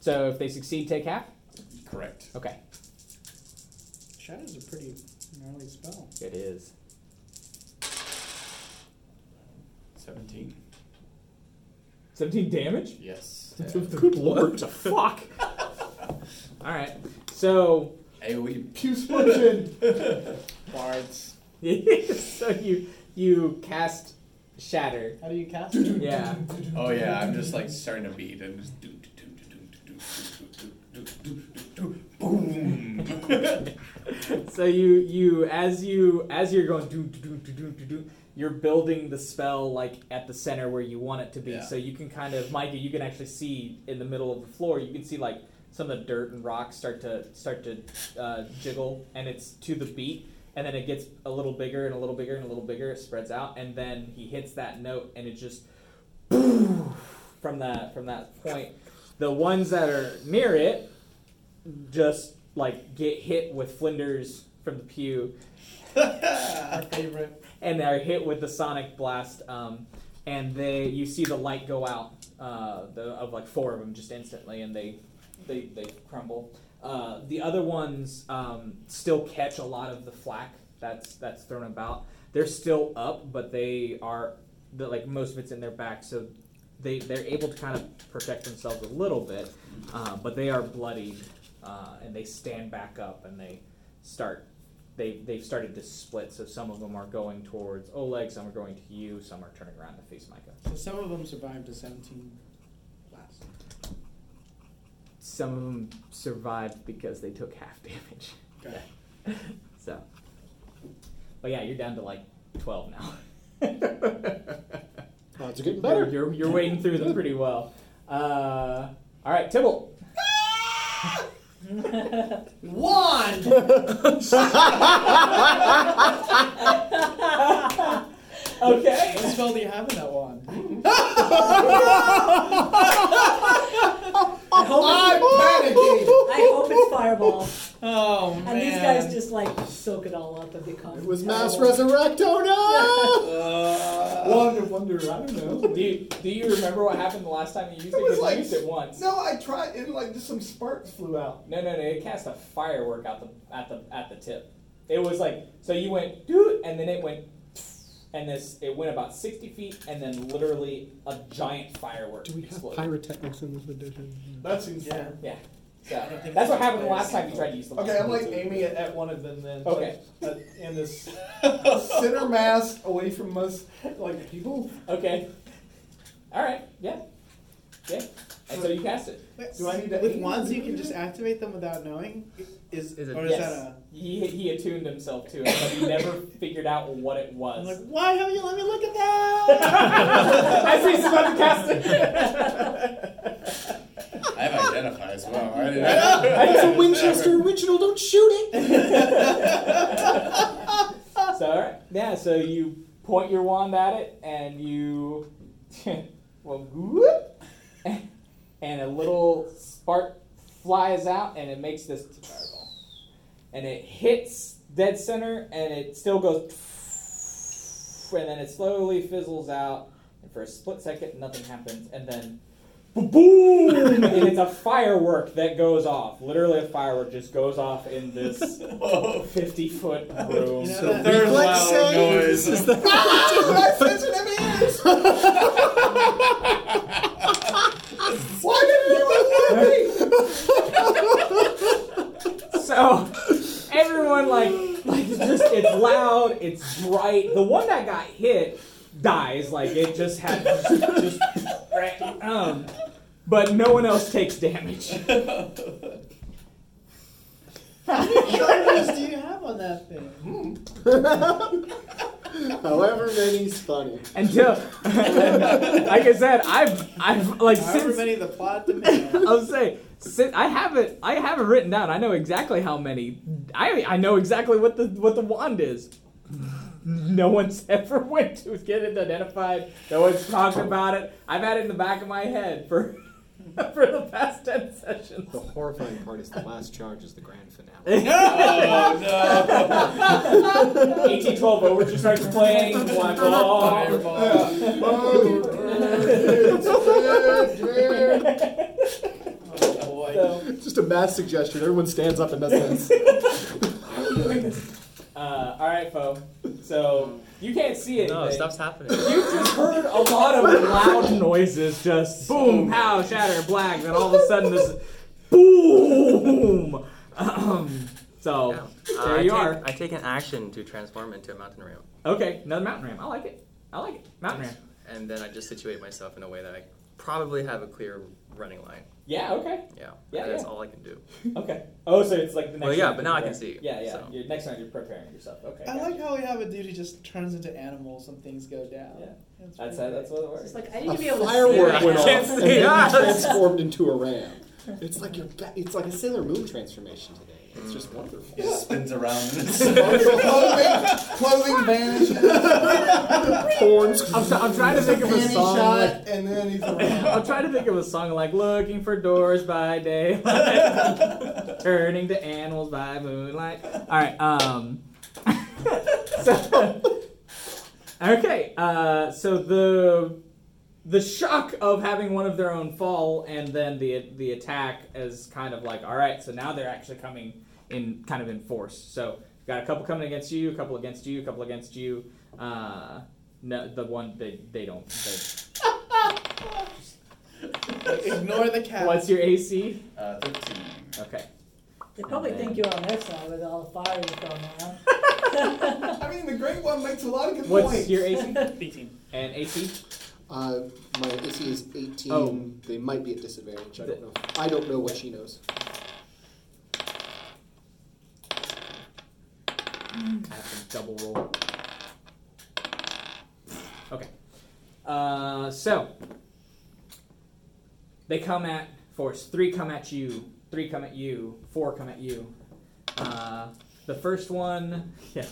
Speaker 1: So if they succeed, take half.
Speaker 2: Correct.
Speaker 1: Okay.
Speaker 7: Shadow's a pretty gnarly spell.
Speaker 1: It is.
Speaker 2: Seventeen.
Speaker 1: 17 damage?
Speaker 2: Yes.
Speaker 1: Good lord. What the fuck? Alright. So
Speaker 2: AoE.
Speaker 3: Pew splitting.
Speaker 22: Bards.
Speaker 1: so you you cast shatter.
Speaker 7: How do you cast it?
Speaker 1: Yeah.
Speaker 2: Oh yeah, I'm just like starting to beat and just do do do do do do do do do do do do boom.
Speaker 1: So you you as you as you're going do do do do do do do you're building the spell like at the center where you want it to be.
Speaker 2: Yeah.
Speaker 1: So you can kind of Micah, you can actually see in the middle of the floor, you can see like some of the dirt and rocks start to start to uh, jiggle and it's to the beat and then it gets a little bigger and a little bigger and a little bigger, it spreads out, and then he hits that note and it just from that from that point. The ones that are near it just like get hit with flinders from the pew
Speaker 7: Our favorite.
Speaker 1: and are hit with the sonic blast um, and they you see the light go out uh, the, of like four of them just instantly and they they, they crumble uh, the other ones um, still catch a lot of the flack that's that's thrown about they're still up but they are the, like most of it's in their back so they, they're able to kind of protect themselves a little bit uh, but they are bloodied uh, and they stand back up and they start they they've started to split. So some of them are going towards Oleg, some are going to you, some are turning around to face Micah.
Speaker 7: So some of them survived a 17 blast.
Speaker 1: Some of them survived because they took half damage.
Speaker 7: Okay.
Speaker 1: So, but yeah, you're down to like twelve now.
Speaker 5: Odds are Oh, getting
Speaker 1: you're,
Speaker 5: better.
Speaker 1: you're you're wading through them pretty well. Uh, all right, Tibble.
Speaker 7: One!
Speaker 1: Okay.
Speaker 7: what spell do you have in that wand?
Speaker 4: I hope,
Speaker 3: I'm
Speaker 4: it's,
Speaker 3: panicking.
Speaker 4: I hope it's fireball.
Speaker 7: Oh, man.
Speaker 4: And these guys just like soak it all up and become.
Speaker 5: It was mass
Speaker 4: terrible.
Speaker 5: resurrect. Oh
Speaker 3: Wonder, wonder. I don't know.
Speaker 1: Do you, do you remember what happened the last time you used it?
Speaker 3: It was
Speaker 1: 'Cause you
Speaker 3: like-
Speaker 1: used it once.
Speaker 3: No, I tried. It like just some sparks flew out.
Speaker 1: No, no, no! It cast a firework out the at the at the tip. It was like so you went doot, and then it went, and this it went about sixty feet, and then literally a giant firework
Speaker 5: no! Do we have
Speaker 1: exploded.
Speaker 5: pyrotechnics in this edition?
Speaker 3: That seems
Speaker 7: Yeah.
Speaker 3: fair.
Speaker 1: yeah, so that's what happened the last time you tried to use the.
Speaker 3: Okay, I'm like aiming it at one of them then. so-
Speaker 1: Okay.
Speaker 3: uh, and this center mass away from most like people.
Speaker 1: Okay. All right. Yeah. Yeah. And so you cast it.
Speaker 3: Do I need to
Speaker 7: With
Speaker 3: aim?
Speaker 7: wands, you can just activate them without knowing? Is,
Speaker 1: Is it-
Speaker 7: or
Speaker 1: yes.
Speaker 7: is that a.
Speaker 1: He he attuned himself to it, but he never figured out what it
Speaker 7: I'm like,
Speaker 1: was.
Speaker 7: why haven't you let me look at that?
Speaker 1: I see he's about to cast it.
Speaker 2: I have identify as well. I didn't
Speaker 5: It's a Winchester original. Don't shoot it.
Speaker 1: So all right. yeah, so you point your wand at it and you well whoop, and a little spark flies out and it makes this fireball. And it hits dead center and it still goes and then it slowly fizzles out and for a split second nothing happens and then boom and it's a firework that goes off. Literally a firework just goes off in this
Speaker 2: Whoa.
Speaker 1: 50 foot room.
Speaker 7: You know
Speaker 2: The
Speaker 7: that-
Speaker 2: third
Speaker 5: Reflex
Speaker 2: loud
Speaker 5: save.
Speaker 2: noise.
Speaker 5: This is the-
Speaker 3: My sensitive ears! Why didn't you alert me?
Speaker 1: So everyone like like it's just it's loud, it's bright. The one that got hit dies, like it just had just, just um but no one else takes damage.
Speaker 7: charges do you have on that thing?
Speaker 5: However many's funny.
Speaker 1: Until like I said, I've I've like
Speaker 7: However
Speaker 1: since
Speaker 7: many the plot demands.
Speaker 1: I was saying since I haven't I haven't written down. I know exactly how many. I I know exactly what the what the wand is. No one's ever went to get it identified. No one's talked about it. I've had it in the back of my head for for the past ten sessions.
Speaker 5: The horrifying part is the last charge is the grand finale.
Speaker 2: Oh no!
Speaker 1: 1812 Overture starts playing. Black Wall.
Speaker 2: Oh, boy.
Speaker 1: So,
Speaker 5: Just a mass suggestion. Everyone stands up and does this.
Speaker 1: Uh, all right, Fo. So you can't see anything.
Speaker 8: No, stuff's happening.
Speaker 1: You just heard a lot of loud noises, just boom, pow, shatter, black. Then all of a sudden, this boom. Ahem. so
Speaker 8: Yeah.
Speaker 1: there
Speaker 8: I
Speaker 1: you
Speaker 8: take,
Speaker 1: are.
Speaker 8: I take an action to transform into a mountain ram,
Speaker 1: Okay, another mountain ram. I like it. I like it. Mountain ram.
Speaker 8: and then I just situate myself in a way that I probably have a clear running line.
Speaker 1: Yeah. Okay.
Speaker 8: Yeah,
Speaker 1: Yeah,
Speaker 8: that's
Speaker 1: yeah.
Speaker 8: all I can do.
Speaker 1: Okay. Oh, so it's like the next.
Speaker 8: Well, yeah,
Speaker 1: round
Speaker 8: but
Speaker 1: you're
Speaker 8: now I can
Speaker 1: preparing-
Speaker 8: see you,
Speaker 1: Yeah, yeah.
Speaker 8: so.
Speaker 1: You're, next time you're preparing yourself. Okay.
Speaker 7: I
Speaker 1: gotcha.
Speaker 7: like how we have a dude who just turns into animals and things go down.
Speaker 1: Yeah.
Speaker 7: That's,
Speaker 1: That's
Speaker 7: pretty
Speaker 1: how, that's
Speaker 7: great.
Speaker 1: what it
Speaker 4: It's
Speaker 1: works.
Speaker 4: like I need
Speaker 5: A
Speaker 4: to be able to
Speaker 5: firework
Speaker 4: see
Speaker 5: went
Speaker 8: I
Speaker 5: off
Speaker 8: can't
Speaker 5: and
Speaker 8: see
Speaker 5: then
Speaker 8: it.
Speaker 5: you transformed into a ram. It's like your ba- it's like a Sailor Moon transformation today. It's just wonderful.
Speaker 2: It spins around. And it's
Speaker 3: clothing, clothing vanishes.
Speaker 5: Horns.
Speaker 6: I'm, try- I'm trying to
Speaker 3: It's a
Speaker 6: think of a
Speaker 3: panty
Speaker 6: song.
Speaker 3: shot,
Speaker 6: Like,
Speaker 3: and then he's
Speaker 6: I'm
Speaker 3: around.
Speaker 6: trying to think of a song like "Looking for Doors by Daylight, Turning to Animals by Moonlight." All right. Um. so, okay. Uh. So the
Speaker 1: the shock of having one of their own fall and then the the attack is kind of like all right so now they're actually coming in kind of in force so you've got a couple coming against you a couple against you a couple against you uh no the one they they don't they,
Speaker 7: Ignore the cat.
Speaker 1: what's your ac
Speaker 2: Uh, 13.
Speaker 1: okay
Speaker 4: They probably think you're on their side with all the fire you're throwing around.
Speaker 3: I mean, the great one makes a lot of good
Speaker 1: what's
Speaker 3: points.
Speaker 1: your ac
Speaker 7: 18.
Speaker 1: and ac
Speaker 5: Uh, my AC is 18.
Speaker 1: Oh.
Speaker 5: They might be at disadvantage. I don't know. I don't know what she knows.
Speaker 1: I have to double roll. Okay. Uh, so they come at force. Three come at you. Three come at you. Four come at you. Uh, the first one, yeah.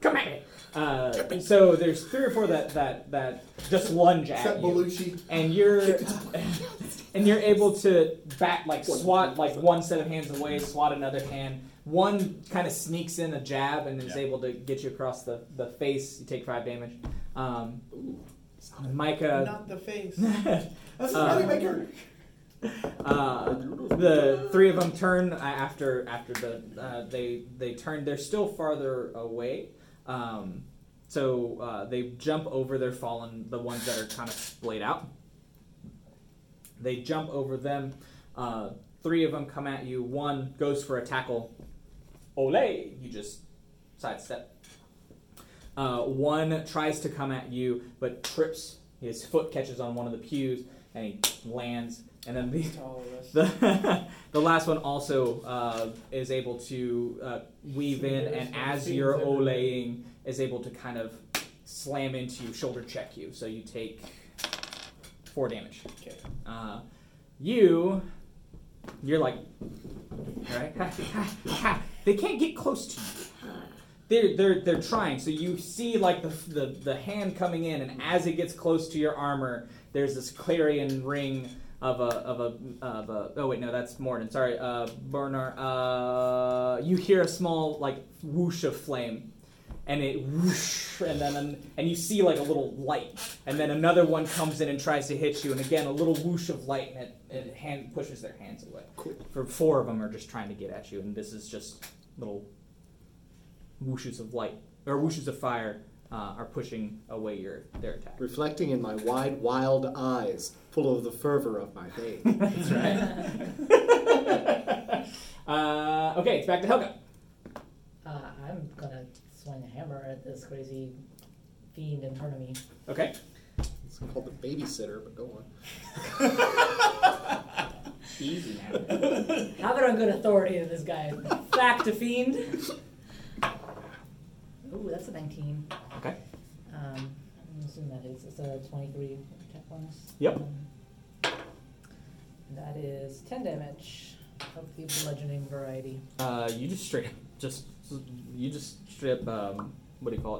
Speaker 1: come at me. Uh, so there's three or four that that that just lunge at
Speaker 3: Except
Speaker 1: you
Speaker 3: Belushi.
Speaker 1: and you're and you're able to bat like swat like one set of hands away, swat another hand. One kind of sneaks in a jab and is
Speaker 2: Yeah.
Speaker 1: able to get you across the, the face. You take five damage. Um, Micah,
Speaker 7: Not the face. Um,
Speaker 3: That's
Speaker 1: Uh,
Speaker 3: a money maker.
Speaker 1: uh, the three of them turn uh, after after the uh, they they turn. They're still farther away, um, so uh, they jump over their fallen the ones that are kind of splayed out. They jump over them. Uh, three of them come at you. One goes for a tackle. Ole! You just sidestep. Uh, one tries to come at you, but trips. His foot catches on one of the pews, and he lands. And then the
Speaker 7: All of us.
Speaker 1: the, the last one also uh, is able to uh, weave in, and as you're olaying, is able to kind of slam into you, shoulder check you. So you take four damage.
Speaker 7: Okay.
Speaker 1: Uh, you, you're like, right? they can't get close to you. They're, they're, they're trying. So you see like the, the, the hand coming in, and as it gets close to your armor, there's this clarion ring of a of a of a. Oh wait, no, that's Morden. Sorry, uh, Bernard. Uh, you hear a small like whoosh of flame, and it whoosh, and then and you see like a little light, and then another one comes in and tries to hit you, and again a little whoosh of light, and it, it hand pushes their hands away.
Speaker 5: Cool.
Speaker 1: For four of them are just trying to get at you, and this is just little whooshes of light or whooshes of fire uh, are pushing away your their attack.
Speaker 5: Reflecting in my wide, wild eyes, full of the fervor of my faith.
Speaker 1: That's right. uh, okay, it's back to Helga.
Speaker 4: Uh, I'm gonna swing a hammer at this crazy fiend in front of me.
Speaker 1: Okay.
Speaker 5: It's called the babysitter, but go on.
Speaker 1: Easy now.
Speaker 4: Have it on good authority that this guy is in fact a fiend. Ooh, that's a 19.
Speaker 1: Okay.
Speaker 4: Um, I'm assuming that is it's a 23 attack bonus.
Speaker 1: Yep.
Speaker 4: Um, that is 10 damage of the bludgeoning variety.
Speaker 1: Uh, you just straight up just So you just strip. Um, what do you call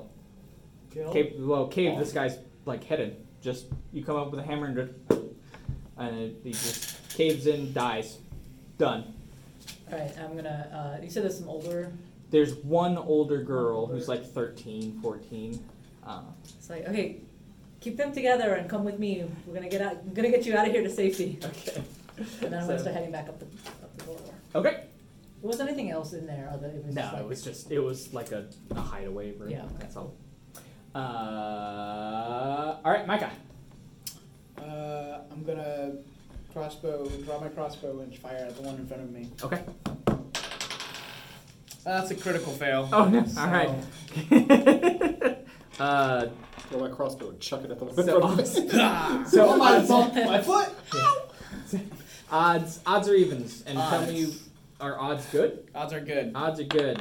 Speaker 1: it?
Speaker 3: Kill?
Speaker 1: Cave, well, cave this guy's like head in. Just you come up with a hammer and dri- and it, he just caves in, dies, done.
Speaker 4: Alright, I'm gonna. Uh, you said there's some older.
Speaker 1: There's one older girl who's like 13, 14. Uh,
Speaker 4: It's like, okay, keep them together and come with me. We're gonna get out. I'm gonna get you out of here to safety.
Speaker 1: okay.
Speaker 4: And then I'm gonna
Speaker 1: So-
Speaker 4: start heading back up the up the corridor.
Speaker 1: Okay.
Speaker 4: Was there anything else in there? Other it was
Speaker 1: No,
Speaker 4: just like,
Speaker 1: it was just it was like a, a hideaway room.
Speaker 4: Yeah, okay.
Speaker 1: that's all. Uh, all right, Micah.
Speaker 7: Uh, I'm gonna crossbow, draw my crossbow and fire at the one in front of me. Ah,
Speaker 1: Okay.
Speaker 7: That's a critical fail.
Speaker 1: Oh no!
Speaker 7: So-
Speaker 1: All right. uh,
Speaker 5: Throw my crossbow and chuck it at the
Speaker 1: So-
Speaker 5: window.
Speaker 1: so
Speaker 3: I
Speaker 1: odds,
Speaker 3: bumped my foot.
Speaker 1: odds, odds or evens, and tell me,
Speaker 7: Odds.
Speaker 1: are odds good?
Speaker 7: Odds are good.
Speaker 1: Odds are good.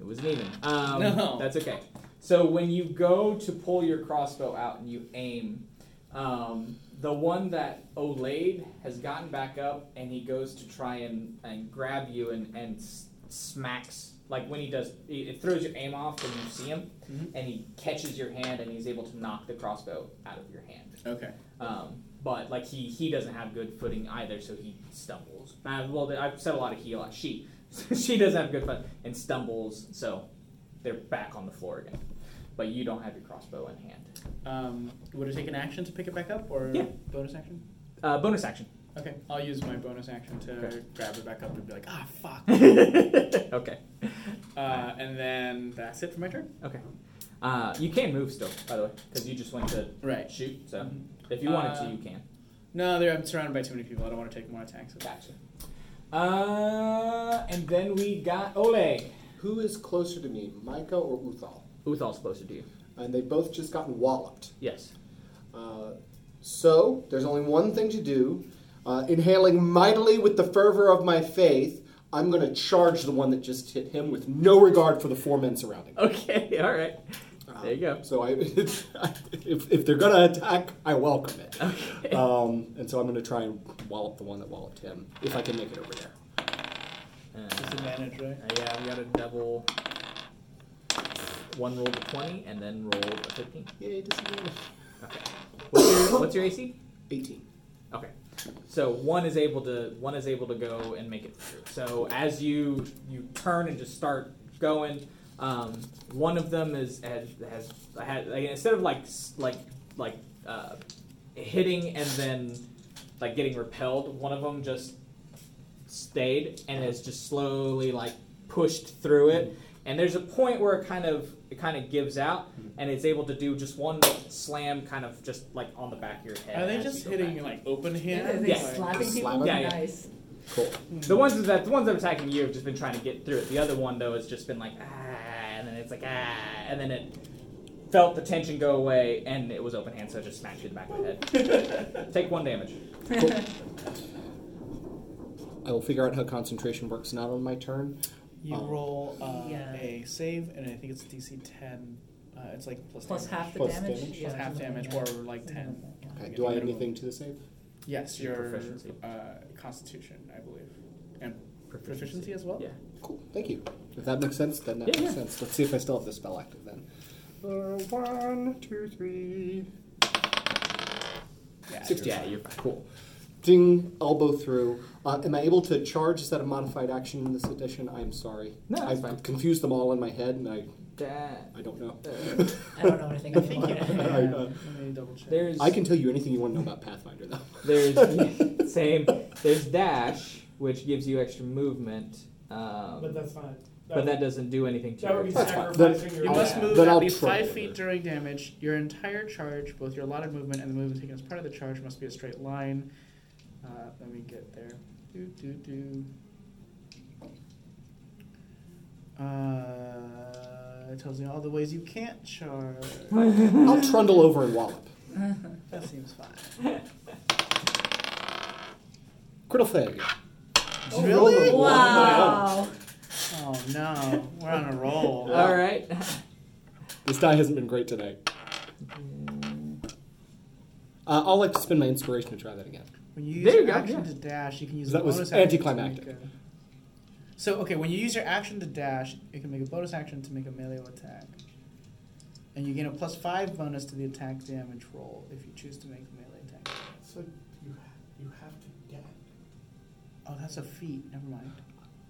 Speaker 1: It was an even. Um,
Speaker 7: No.
Speaker 1: that's okay. So when you go to pull your crossbow out and you aim, um, the one that Olade has gotten back up and he goes to try and, and grab you and, and s- smacks like when he does it it throws your aim off when you see him
Speaker 7: Mhm.
Speaker 1: and he catches your hand and he's able to knock the crossbow out of your hand
Speaker 7: Okay.
Speaker 1: Um, but like he he doesn't have good footing either, so he stumbles. Uh, well, I've said a lot of he a lot. She she doesn't have good foot and stumbles, so they're back on the floor again. But you don't have your crossbow in hand.
Speaker 7: Um, would it take an action to pick it back up or
Speaker 1: Yeah.
Speaker 7: bonus action?
Speaker 1: Uh, bonus action.
Speaker 7: Okay, I'll use my bonus action to
Speaker 1: Okay.
Speaker 7: grab it back up and be like, ah, fuck.
Speaker 1: okay.
Speaker 7: uh, and then that's it for my turn.
Speaker 1: Okay. Uh, you can move still, by the way, because you just went to
Speaker 7: Right.
Speaker 1: shoot. So if you wanted to, you can.
Speaker 7: No, there. I'm surrounded by too many people. I don't want to take more attacks.
Speaker 1: Gotcha. Uh, and then we got Oleg.
Speaker 5: Who is closer to me, Micah or Uthal?
Speaker 1: Uthal's closer to you.
Speaker 5: And they've both just gotten walloped.
Speaker 1: Yes.
Speaker 5: Uh, so there's only one thing to do. Uh, inhaling mightily with the fervor of my faith, I'm going to charge the one that just hit him with no regard for the four men surrounding. him.
Speaker 1: Okay. All right. There you go.
Speaker 5: So I, if, if they're going to attack, I welcome it. Um, and so I'm going to try and wallop the one that walloped him, if I can make it over there.
Speaker 1: Uh,
Speaker 7: Disadvantage, right?
Speaker 1: Uh, yeah, we got a double. One roll to 20 and then roll a 15.
Speaker 5: Yay, disadvantage.
Speaker 1: Okay. What's your, what's your AC?
Speaker 5: 18.
Speaker 1: Okay. So one is able to one is able to go and make it through. So as you you turn and just start going, um, one of them is has has, had like, instead of like s- like like uh, hitting and then like getting repelled, one of them just stayed and has just slowly like pushed through it. And there's a point where it kind of it kind of gives out, and it's able to do just one slam, kind of just like on the back of your head.
Speaker 7: Are they
Speaker 1: as
Speaker 7: just
Speaker 1: you go
Speaker 7: hitting
Speaker 1: back.
Speaker 7: you like open
Speaker 4: yeah,
Speaker 7: hand?
Speaker 4: they
Speaker 1: Yeah.
Speaker 4: slapping
Speaker 5: Just
Speaker 4: people.
Speaker 5: slap 'em.
Speaker 1: Yeah, yeah.
Speaker 4: Nice.
Speaker 5: Cool.
Speaker 1: The ones that the ones that are attacking you have just been trying to get through it. The other one though has just been like ah, and then it's like ah, and then it felt the tension go away, and it was open hand, so it just smacked you in the back of the head. Take one damage.
Speaker 5: I will figure out how concentration works not on my turn.
Speaker 7: You
Speaker 5: Um,
Speaker 7: roll uh,
Speaker 4: yeah.
Speaker 7: a save, and I think it's DC 10. Uh, it's like plus,
Speaker 4: Plus
Speaker 7: damage.
Speaker 4: half the
Speaker 5: Plus
Speaker 4: damage.
Speaker 5: damage?
Speaker 4: Yeah,
Speaker 7: Plus half
Speaker 4: something like
Speaker 7: damage,
Speaker 4: that.
Speaker 7: or like 10.
Speaker 5: Okay,
Speaker 7: Like
Speaker 5: do
Speaker 7: a
Speaker 5: I add
Speaker 7: minimum.
Speaker 5: anything to the save?
Speaker 7: Yes,
Speaker 1: Your
Speaker 7: your,
Speaker 1: proficiency.
Speaker 7: Uh, Constitution, I believe. And proficiency as well?
Speaker 1: Yeah.
Speaker 5: Cool, thank you. If that makes sense, then that
Speaker 1: Yeah,
Speaker 5: makes
Speaker 1: yeah.
Speaker 5: sense. Let's see if I still have the spell active then. Uh, one, two, three.
Speaker 7: Yeah,
Speaker 5: Sixty.
Speaker 1: Yeah, you're fine. Cool.
Speaker 5: Ding, elbow through. Uh, am I able to charge? Is that a modified action in this edition? I'm sorry.
Speaker 1: No, that's
Speaker 5: I've
Speaker 1: fine.
Speaker 5: confused them all in my head and I,
Speaker 1: That,
Speaker 5: I don't know.
Speaker 1: Uh,
Speaker 4: I don't know anything.
Speaker 7: Thank you.
Speaker 4: about it.
Speaker 5: I, uh,
Speaker 7: Let me double check.
Speaker 1: there's
Speaker 5: I can tell you anything you want to know about Pathfinder though.
Speaker 1: there's same there's dash which gives you extra movement, um,
Speaker 3: But that's fine.
Speaker 1: but that doesn't do anything to
Speaker 3: that would
Speaker 1: your
Speaker 3: be
Speaker 5: That's fine.
Speaker 3: sacrificing your
Speaker 7: You
Speaker 5: I'll-
Speaker 7: must
Speaker 5: yeah.
Speaker 7: move
Speaker 5: Then
Speaker 7: at
Speaker 5: I'll
Speaker 7: least
Speaker 5: try
Speaker 7: five
Speaker 5: it.
Speaker 7: feet during damage. Your entire charge, both your allotted movement and the movement taken as part of the charge, must be a straight line. Uh, let me get there. Do do do. Uh, it tells me all the ways you can't charge.
Speaker 5: I'll trundle over and wallop.
Speaker 7: that seems fine.
Speaker 5: Critical failure.
Speaker 7: Really?
Speaker 4: Wow.
Speaker 7: Oh no, we're on a roll.
Speaker 1: All right.
Speaker 5: This die hasn't been great today. Uh, I'll like to spend my inspiration to try that again.
Speaker 7: When you use
Speaker 1: There you
Speaker 7: your
Speaker 1: go,
Speaker 7: action
Speaker 1: yeah.
Speaker 7: to dash, you can use
Speaker 5: That
Speaker 7: a
Speaker 5: was
Speaker 7: bonus action to
Speaker 5: anticlimactic.
Speaker 7: make a- So okay, when you use your action to dash, you can make a bonus action to make a melee attack, and you gain a plus five bonus to the attack damage roll if you choose to make a melee attack.
Speaker 3: So you ha- you have to dash.
Speaker 7: Oh, that's a feat. Never mind.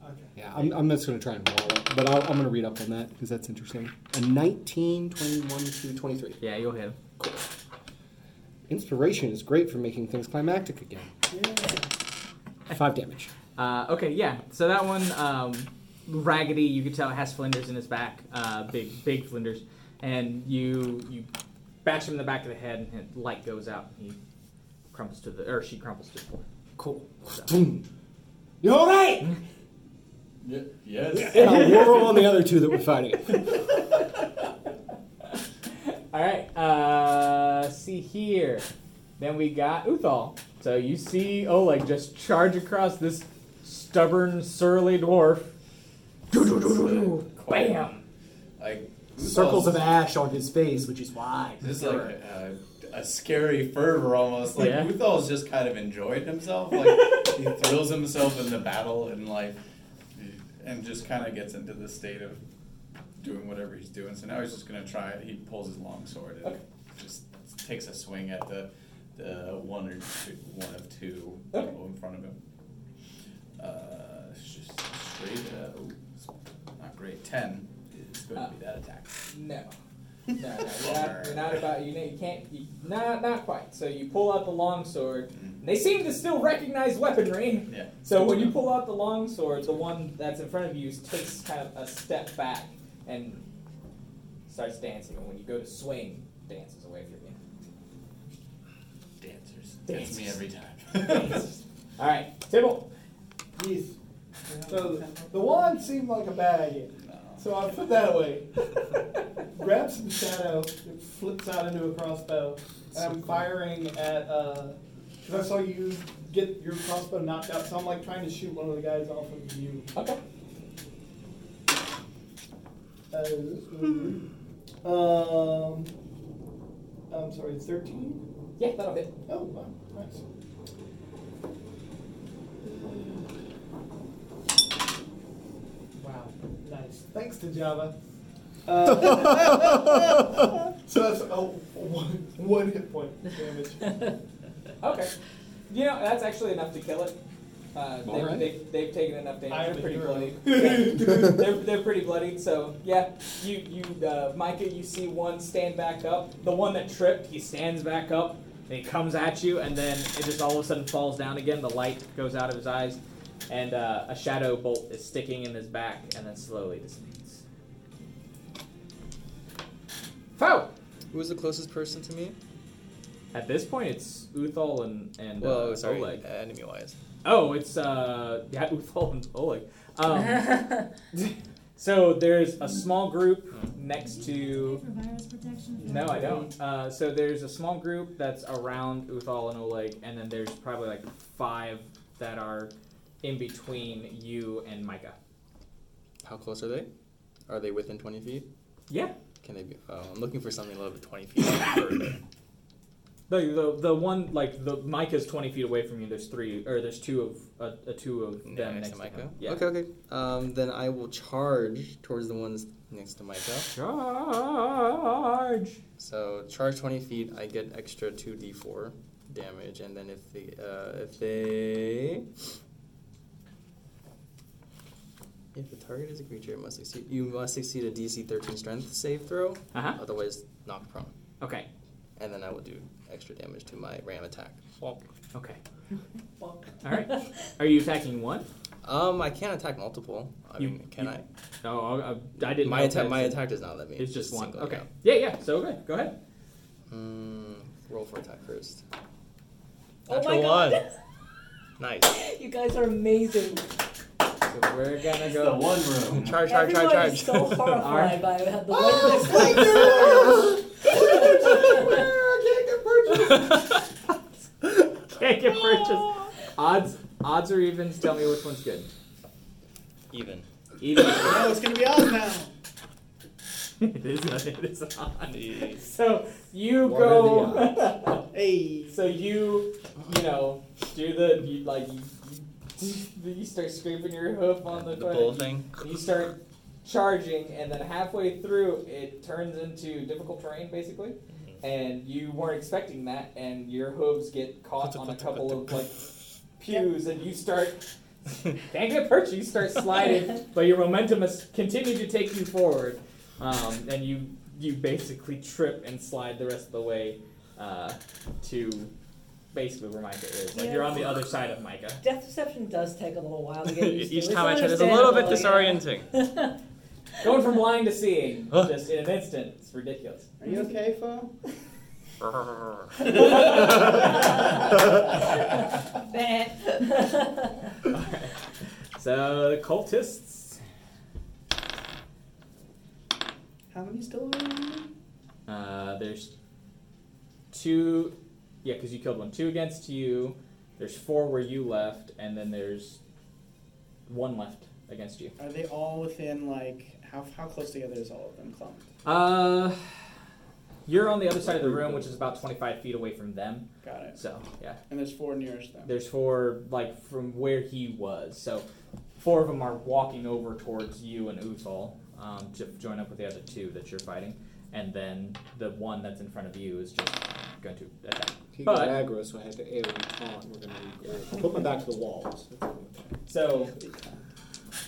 Speaker 3: Okay.
Speaker 5: Yeah, I'm, I'm just going to try and roll it, but I'll, I'm going to read up on that because that's interesting. A 19, 21 through 23.
Speaker 6: Yeah, you'll hit him.
Speaker 5: Inspiration is great for making things climactic again. Five damage.
Speaker 6: Uh, okay, yeah. So that one, um, Raggedy, you can tell it has flinders in his back, uh, big, big flinders, and you you bash him in the back of the head, and his light goes out, and he crumples to the, or she crumples to the floor.
Speaker 5: Cool. You all right?
Speaker 2: Y- yes.
Speaker 5: And I'll whirl on the other two that we're fighting.
Speaker 6: All right. Uh, see here. Then we got Uthal. So you see Oleg just charge across this stubborn, surly dwarf. Bam!
Speaker 2: Like
Speaker 5: Circles of ash on his face, which is wide.
Speaker 2: Just like a, a scary fervor almost. Like
Speaker 6: Yeah.
Speaker 2: Uthal's just kind of enjoyed himself. Like he throws himself in the battle and like and just kind of gets into the state of doing whatever he's doing. So now he's just gonna try. He pulls his long sword and
Speaker 1: Okay.
Speaker 2: just takes a swing at the the one or two, one of two
Speaker 1: Okay.
Speaker 2: people in front of him. Uh, it's just straight. Uh, ooh, it's not great. Ten is
Speaker 1: Ah.
Speaker 2: going to be that attack.
Speaker 1: No. No, no, you're not, you're not about you know you can't you, not not quite. So you pull out the longsword. and They seem to still recognize weaponry.
Speaker 2: Yeah.
Speaker 1: So when you pull out the longsword, the one that's in front of you takes kind of a step back and starts dancing. And when you go to swing, dances away from you.
Speaker 2: Dancers. Gets me
Speaker 1: Dancers.
Speaker 2: every time.
Speaker 1: All right, Tibble.
Speaker 3: Yes. So the wand seemed like a bag, so I put that away. Grab some shadow, it flips out into a crossbow, and I'm firing at. Because I saw you get your crossbow knocked out, so I'm like trying to shoot one of the guys off of you.
Speaker 1: Okay.
Speaker 3: Uh, um, I'm sorry, thirteen.
Speaker 1: Yeah, that'll hit.
Speaker 3: Oh, wow, nice. Wow, nice. Thanks to Java. Uh, so that's oh, one, one hit point damage.
Speaker 1: Okay. You know that's actually enough to kill it. Uh, they've,
Speaker 5: Alright.
Speaker 1: they've, they've taken enough damage.
Speaker 3: Iron
Speaker 1: they're pretty
Speaker 3: Man,
Speaker 1: bloodied.
Speaker 3: you're
Speaker 1: Yeah. they're, they're pretty bloodied. So yeah, you you uh, Micah, you see one stand back up. The one that tripped, he stands back up. And he comes at you, and then it just all of a sudden falls down again. The light goes out of his eyes, and uh, a shadow bolt is sticking in his back, and then slowly dissipates. Foul!
Speaker 8: Who was the closest person to me?
Speaker 6: At this point, it's Uthal and and
Speaker 8: Well,
Speaker 6: uh,
Speaker 8: sorry,
Speaker 6: Oleg.
Speaker 8: enemy wise.
Speaker 6: Oh, it's uh, yeah, Uthal and Oleg. Um, so there's a small group next to. No, I don't. Uh, so there's a small group that's around Uthal and Oleg, and then there's probably like five that are in between you and Micah.
Speaker 8: How close are they? Are they within 20 feet?
Speaker 6: Yeah.
Speaker 8: Can they be? Oh, I'm looking for something a little bit 20 feet further.
Speaker 6: The, the, the one like the Micah's twenty feet away from you. There's three or there's two of uh, uh, two of them
Speaker 8: Yeah,
Speaker 6: next,
Speaker 8: next
Speaker 6: to
Speaker 8: to Micah.
Speaker 6: him. Yeah.
Speaker 8: Okay, okay. Um, then I will charge towards the ones next to Micah.
Speaker 6: Charge.
Speaker 8: So charge 20 feet. I get extra 2d4 damage, and then if the uh, if they if the target is a creature, it must succeed. You must succeed a DC 13 Strength save throw,
Speaker 6: Uh huh.
Speaker 8: otherwise knocked prone.
Speaker 6: Okay.
Speaker 8: And then I will do extra damage to my ram attack.
Speaker 6: Okay. All right.
Speaker 4: Oh
Speaker 6: Are you attacking one?
Speaker 8: Um, I can't attack multiple. I
Speaker 6: You-
Speaker 8: mean, can
Speaker 6: you-
Speaker 8: I?
Speaker 6: No, I, I- I didn't.
Speaker 8: My
Speaker 6: know
Speaker 8: attack,
Speaker 6: that.
Speaker 8: my attack does not let me.
Speaker 6: It's just one.
Speaker 8: single it
Speaker 6: Okay.
Speaker 8: out.
Speaker 6: Yeah, yeah. So okay, go ahead.
Speaker 8: Mm, roll for attack first.
Speaker 4: Oh
Speaker 8: Natural
Speaker 4: my God.
Speaker 8: one. Nice.
Speaker 4: you guys are amazing.
Speaker 6: So we're gonna
Speaker 2: It's the
Speaker 6: go.
Speaker 2: one room.
Speaker 8: Charge, charge, charge,
Speaker 4: Everyone
Speaker 8: charge.
Speaker 4: is so horrified by the way this
Speaker 6: Can't get purchased. Odds, odds or evens. Tell me which one's good.
Speaker 8: Even.
Speaker 6: Even.
Speaker 7: Oh, it's gonna be off now.
Speaker 6: it is. It is odd.
Speaker 8: The-
Speaker 6: So you
Speaker 5: What
Speaker 6: go.
Speaker 7: Hey.
Speaker 6: so you, you know, do the you, like you, you
Speaker 1: you start scraping your hoof on the,
Speaker 8: The
Speaker 1: fucking-
Speaker 8: bull thing.
Speaker 1: You start charging, and then halfway through, it turns into difficult terrain, basically. And you weren't expecting that, and your hooves get caught on a couple of like pews, and you start. Can't get perch. You start sliding, but your momentum has continued to take you forward, um, and you you basically trip and slide the rest of the way uh, to basically where Micah is. Like you're on the other side of Micah.
Speaker 4: Death perception does take a little while to get used to.
Speaker 8: Each
Speaker 4: It's
Speaker 8: time I try, it's a little bit
Speaker 4: understandable,
Speaker 8: disorienting.
Speaker 4: yeah.
Speaker 1: Going from blind to seeing,
Speaker 8: Huh.
Speaker 1: just in an instant. It's ridiculous.
Speaker 7: Are you okay, Fo?
Speaker 1: So the cultists.
Speaker 7: How many still around?
Speaker 1: Uh, there's two. Yeah, because you killed one. Two against you. There's four where you left, and then there's one left against you.
Speaker 7: Are they all within like how how close together is all of them clumped?
Speaker 1: Uh, you're on the other side of the room, which is about 25 feet away from them.
Speaker 7: Got it.
Speaker 1: So yeah,
Speaker 7: And there's four nearest them.
Speaker 1: there's four like from where he was. So four of them are walking over towards you and Uthal um, to join up with the other two that you're fighting, and then the one that's in front of you is just going to attack.
Speaker 5: He
Speaker 1: But-
Speaker 5: got aggro, so I had to air and taunt. We're gonna regroup. put my back to the walls.
Speaker 1: So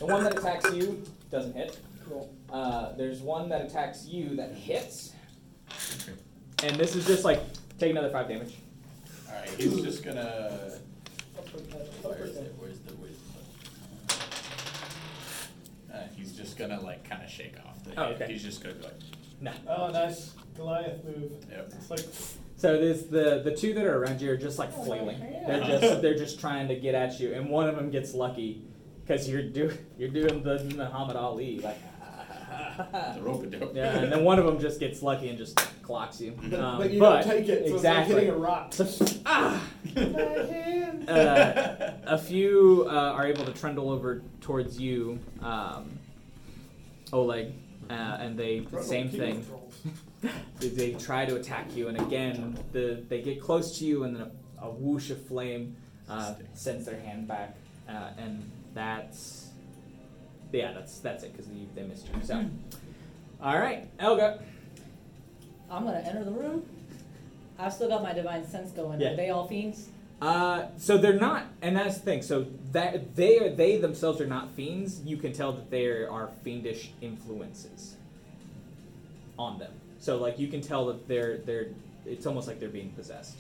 Speaker 1: the one that attacks you doesn't hit. Uh, there's one that attacks you that hits, and this is just like take another five damage.
Speaker 2: Alright, he's just gonna. Where is
Speaker 3: Uppercut.
Speaker 2: it? Where's the where's the uh, he's just gonna like kind of shake off the.
Speaker 1: Oh, okay.
Speaker 2: He's just gonna be like,
Speaker 3: Oh, nice Goliath move.
Speaker 2: yep.
Speaker 3: It's like
Speaker 1: So this the the two that are around you are just like flailing. They're just they're just trying to get at you, and one of them gets lucky because you're do you're doing the Muhammad Ali like.
Speaker 2: The rope a dope.
Speaker 1: Uh, Yeah, and then one of them just gets lucky and just clocks you.
Speaker 5: Mm-hmm.
Speaker 1: Um,
Speaker 3: but you don't take it, so
Speaker 1: exactly.
Speaker 3: it's like hitting a rock.
Speaker 1: ah! Uh, a few uh, are able to trundle over towards you, um, Oleg, uh, and they the same thing. They, they try to attack you, and again, the, they get close to you, and then a, a whoosh of flame uh, sends their hand back, uh, and that's yeah, that's that's it because they, they missed you. So, all right, Elga.
Speaker 4: I'm gonna enter the room. I've still got my divine sense going.
Speaker 1: Yeah.
Speaker 4: Are they all fiends?
Speaker 1: Uh, so they're not, and that's the thing. So that they are, they themselves are not fiends. You can tell that there are fiendish influences on them. So like you can tell that they're they're. It's almost like they're being possessed.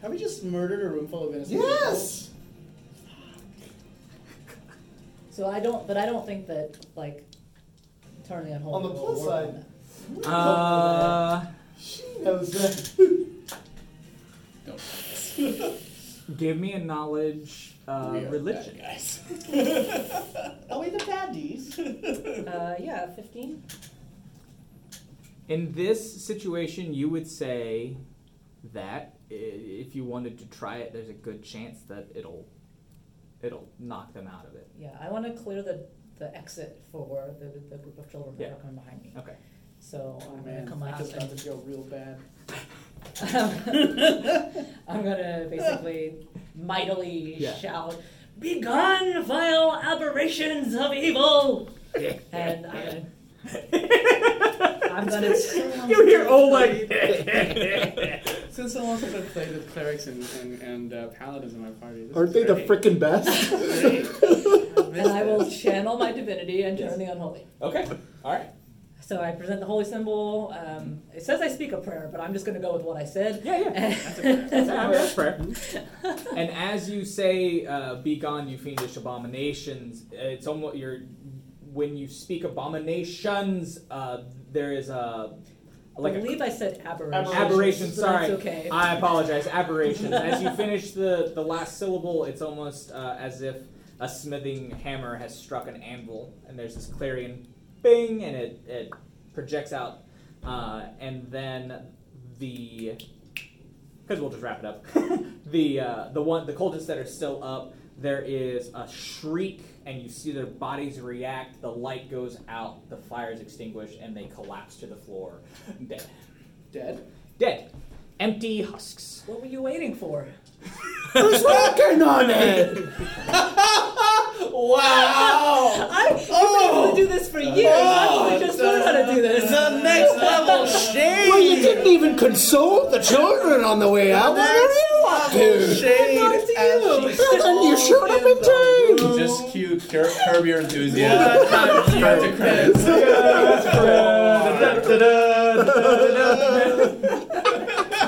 Speaker 7: Have we just murdered a room full of innocent
Speaker 3: Yes!
Speaker 4: So I don't, but I don't think that like turning on hold.
Speaker 3: On the
Speaker 4: will
Speaker 3: plus
Speaker 4: work on
Speaker 3: side-
Speaker 4: that.
Speaker 1: Uh,
Speaker 3: She knows that.
Speaker 2: Don't
Speaker 1: give me a knowledge uh,
Speaker 2: we are bad
Speaker 1: religion.
Speaker 2: guys.
Speaker 7: people? Are we the baddies?
Speaker 4: Uh, yeah, fifteen.
Speaker 1: In this situation, you would say that i- if you wanted to try it, there's a good chance that it'll it'll knock them out of it.
Speaker 4: Yeah, I want to clear the, the exit for the, the group of children that
Speaker 1: Yeah.
Speaker 4: are coming behind me.
Speaker 1: Okay.
Speaker 4: So
Speaker 7: Oh
Speaker 4: I'm
Speaker 7: man,
Speaker 4: gonna come
Speaker 7: I
Speaker 4: out
Speaker 7: just got
Speaker 4: and
Speaker 7: to feel real bad.
Speaker 4: Um, I'm gonna basically mightily
Speaker 1: Yeah.
Speaker 4: shout, "Begone, vile aberrations of evil!" and I'm gonna, I'm gonna
Speaker 1: You hear Oleg.
Speaker 7: Since so long since I've played with clerics and, and, and uh, paladins in my party. This
Speaker 5: Aren't
Speaker 7: is
Speaker 5: they the
Speaker 7: great.
Speaker 5: frickin' best?
Speaker 4: and I will channel my divinity and turn the unholy.
Speaker 1: Okay. All right.
Speaker 4: So I present the holy symbol. Um, it says I speak a prayer, but I'm just gonna go with what I said.
Speaker 1: Yeah, yeah. That's a prayer. That's, a- that's prayer. and as you say, uh, "Be gone, you fiendish abominations," it's almost you're when you speak abominations, uh, there is a like
Speaker 4: I
Speaker 1: a
Speaker 4: believe I said aberration.
Speaker 1: aberration.
Speaker 4: but that's
Speaker 1: Sorry,
Speaker 4: okay.
Speaker 1: I apologize. Aberrations. as you finish the the last syllable, it's almost uh, as if a smithing hammer has struck an anvil, and there's this clarion bing, and it it projects out, uh, and then the because we'll just wrap it up. the uh, the one the cultists that are still up, there is a shriek, and you see their bodies react. The light goes out, the fire is extinguished, and they collapse to the floor, dead
Speaker 7: Dead?
Speaker 1: dead, empty husks.
Speaker 4: What were you waiting for?
Speaker 5: Who's working on it?
Speaker 2: Wow!
Speaker 4: I, you've been able to do this for years. I only just learned how to do this.
Speaker 2: the next level shade.
Speaker 5: Well, you didn't even consult the children on the way out. What are you up to?
Speaker 2: Shade.
Speaker 4: It's up to you.
Speaker 5: Well, then you showed up in time.
Speaker 2: Just cute. Cur- curb your enthusiasm. Cut to credits.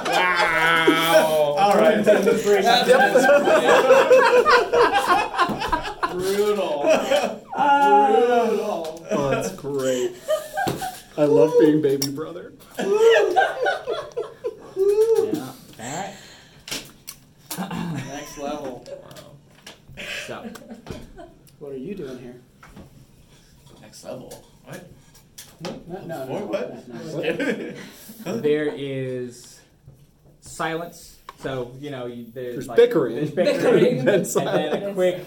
Speaker 2: wow.
Speaker 7: All right, then the three.
Speaker 5: Oh, that's great. I love being baby brother.
Speaker 1: Yeah.
Speaker 23: Alright.
Speaker 2: Next level.
Speaker 1: So,
Speaker 3: What are you doing here?
Speaker 2: Next level. What?
Speaker 3: No, no, no,
Speaker 2: What? What?
Speaker 3: no, no.
Speaker 1: there is silence. So you know you, there's,
Speaker 5: There's
Speaker 1: like,
Speaker 5: bickering.
Speaker 1: There's bickering, and
Speaker 5: And
Speaker 1: then a
Speaker 5: silence.
Speaker 1: quick.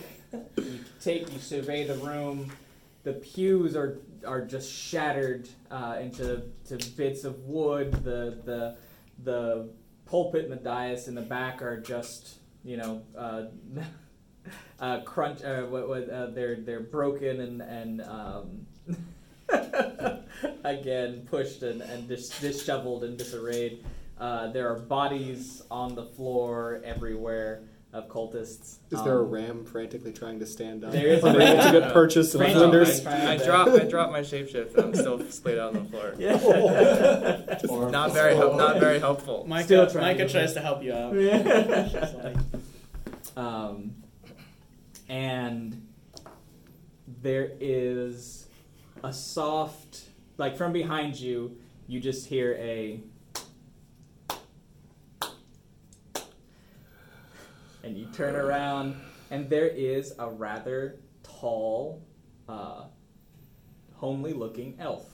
Speaker 1: You take you survey the room. The pews are are just shattered uh, into to bits of wood. The the the pulpit and the dais in the back are just you know. Uh, Uh, crunch. Uh, what, what, uh, they're they're broken and and um, again pushed and and dis- disheveled and disarrayed. Uh, there are bodies on the floor everywhere of cultists.
Speaker 5: Is there a
Speaker 1: Um,
Speaker 5: ram frantically trying to stand up?
Speaker 1: There is a
Speaker 5: Unable
Speaker 1: ram.
Speaker 5: to get purchased and
Speaker 1: Frantic-
Speaker 5: thunders.
Speaker 8: I drop, I drop my shapeshift. and I'm still splayed out on the floor.
Speaker 1: Um, Yeah.
Speaker 8: Not very, help, not very helpful.
Speaker 3: Micah,
Speaker 1: Still trying
Speaker 3: Micah
Speaker 1: to-
Speaker 3: tries to help you out. She's like,
Speaker 1: um, and there is a soft, like from behind you, you just hear a. And you turn around, and there is a rather tall, uh, homely looking elf.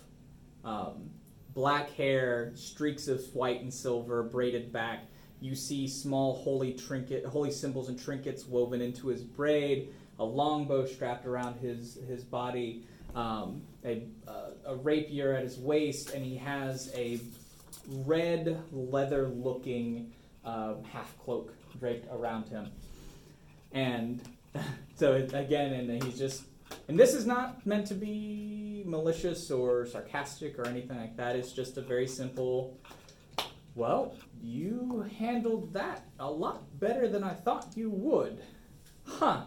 Speaker 1: Um, black hair, streaks of white and silver, braided back. You see small holy trinket, holy symbols and trinkets woven into his braid, a longbow strapped around his his body, um, a, uh, a rapier at his waist, and he has a red leather-looking uh, half cloak draped around him. And so it- again, and he's just, and this is not meant to be malicious or sarcastic or anything like that. It's just a very simple. Well, you handled that a lot better than I thought you would. Huh.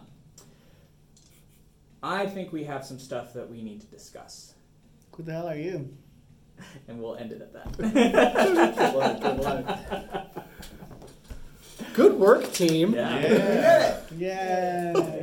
Speaker 1: I think we have some stuff that we need to discuss.
Speaker 3: Who the hell are you?
Speaker 1: And we'll end it at that.
Speaker 5: Good work, team.
Speaker 1: yeah.
Speaker 2: Yeah.
Speaker 3: Yeah.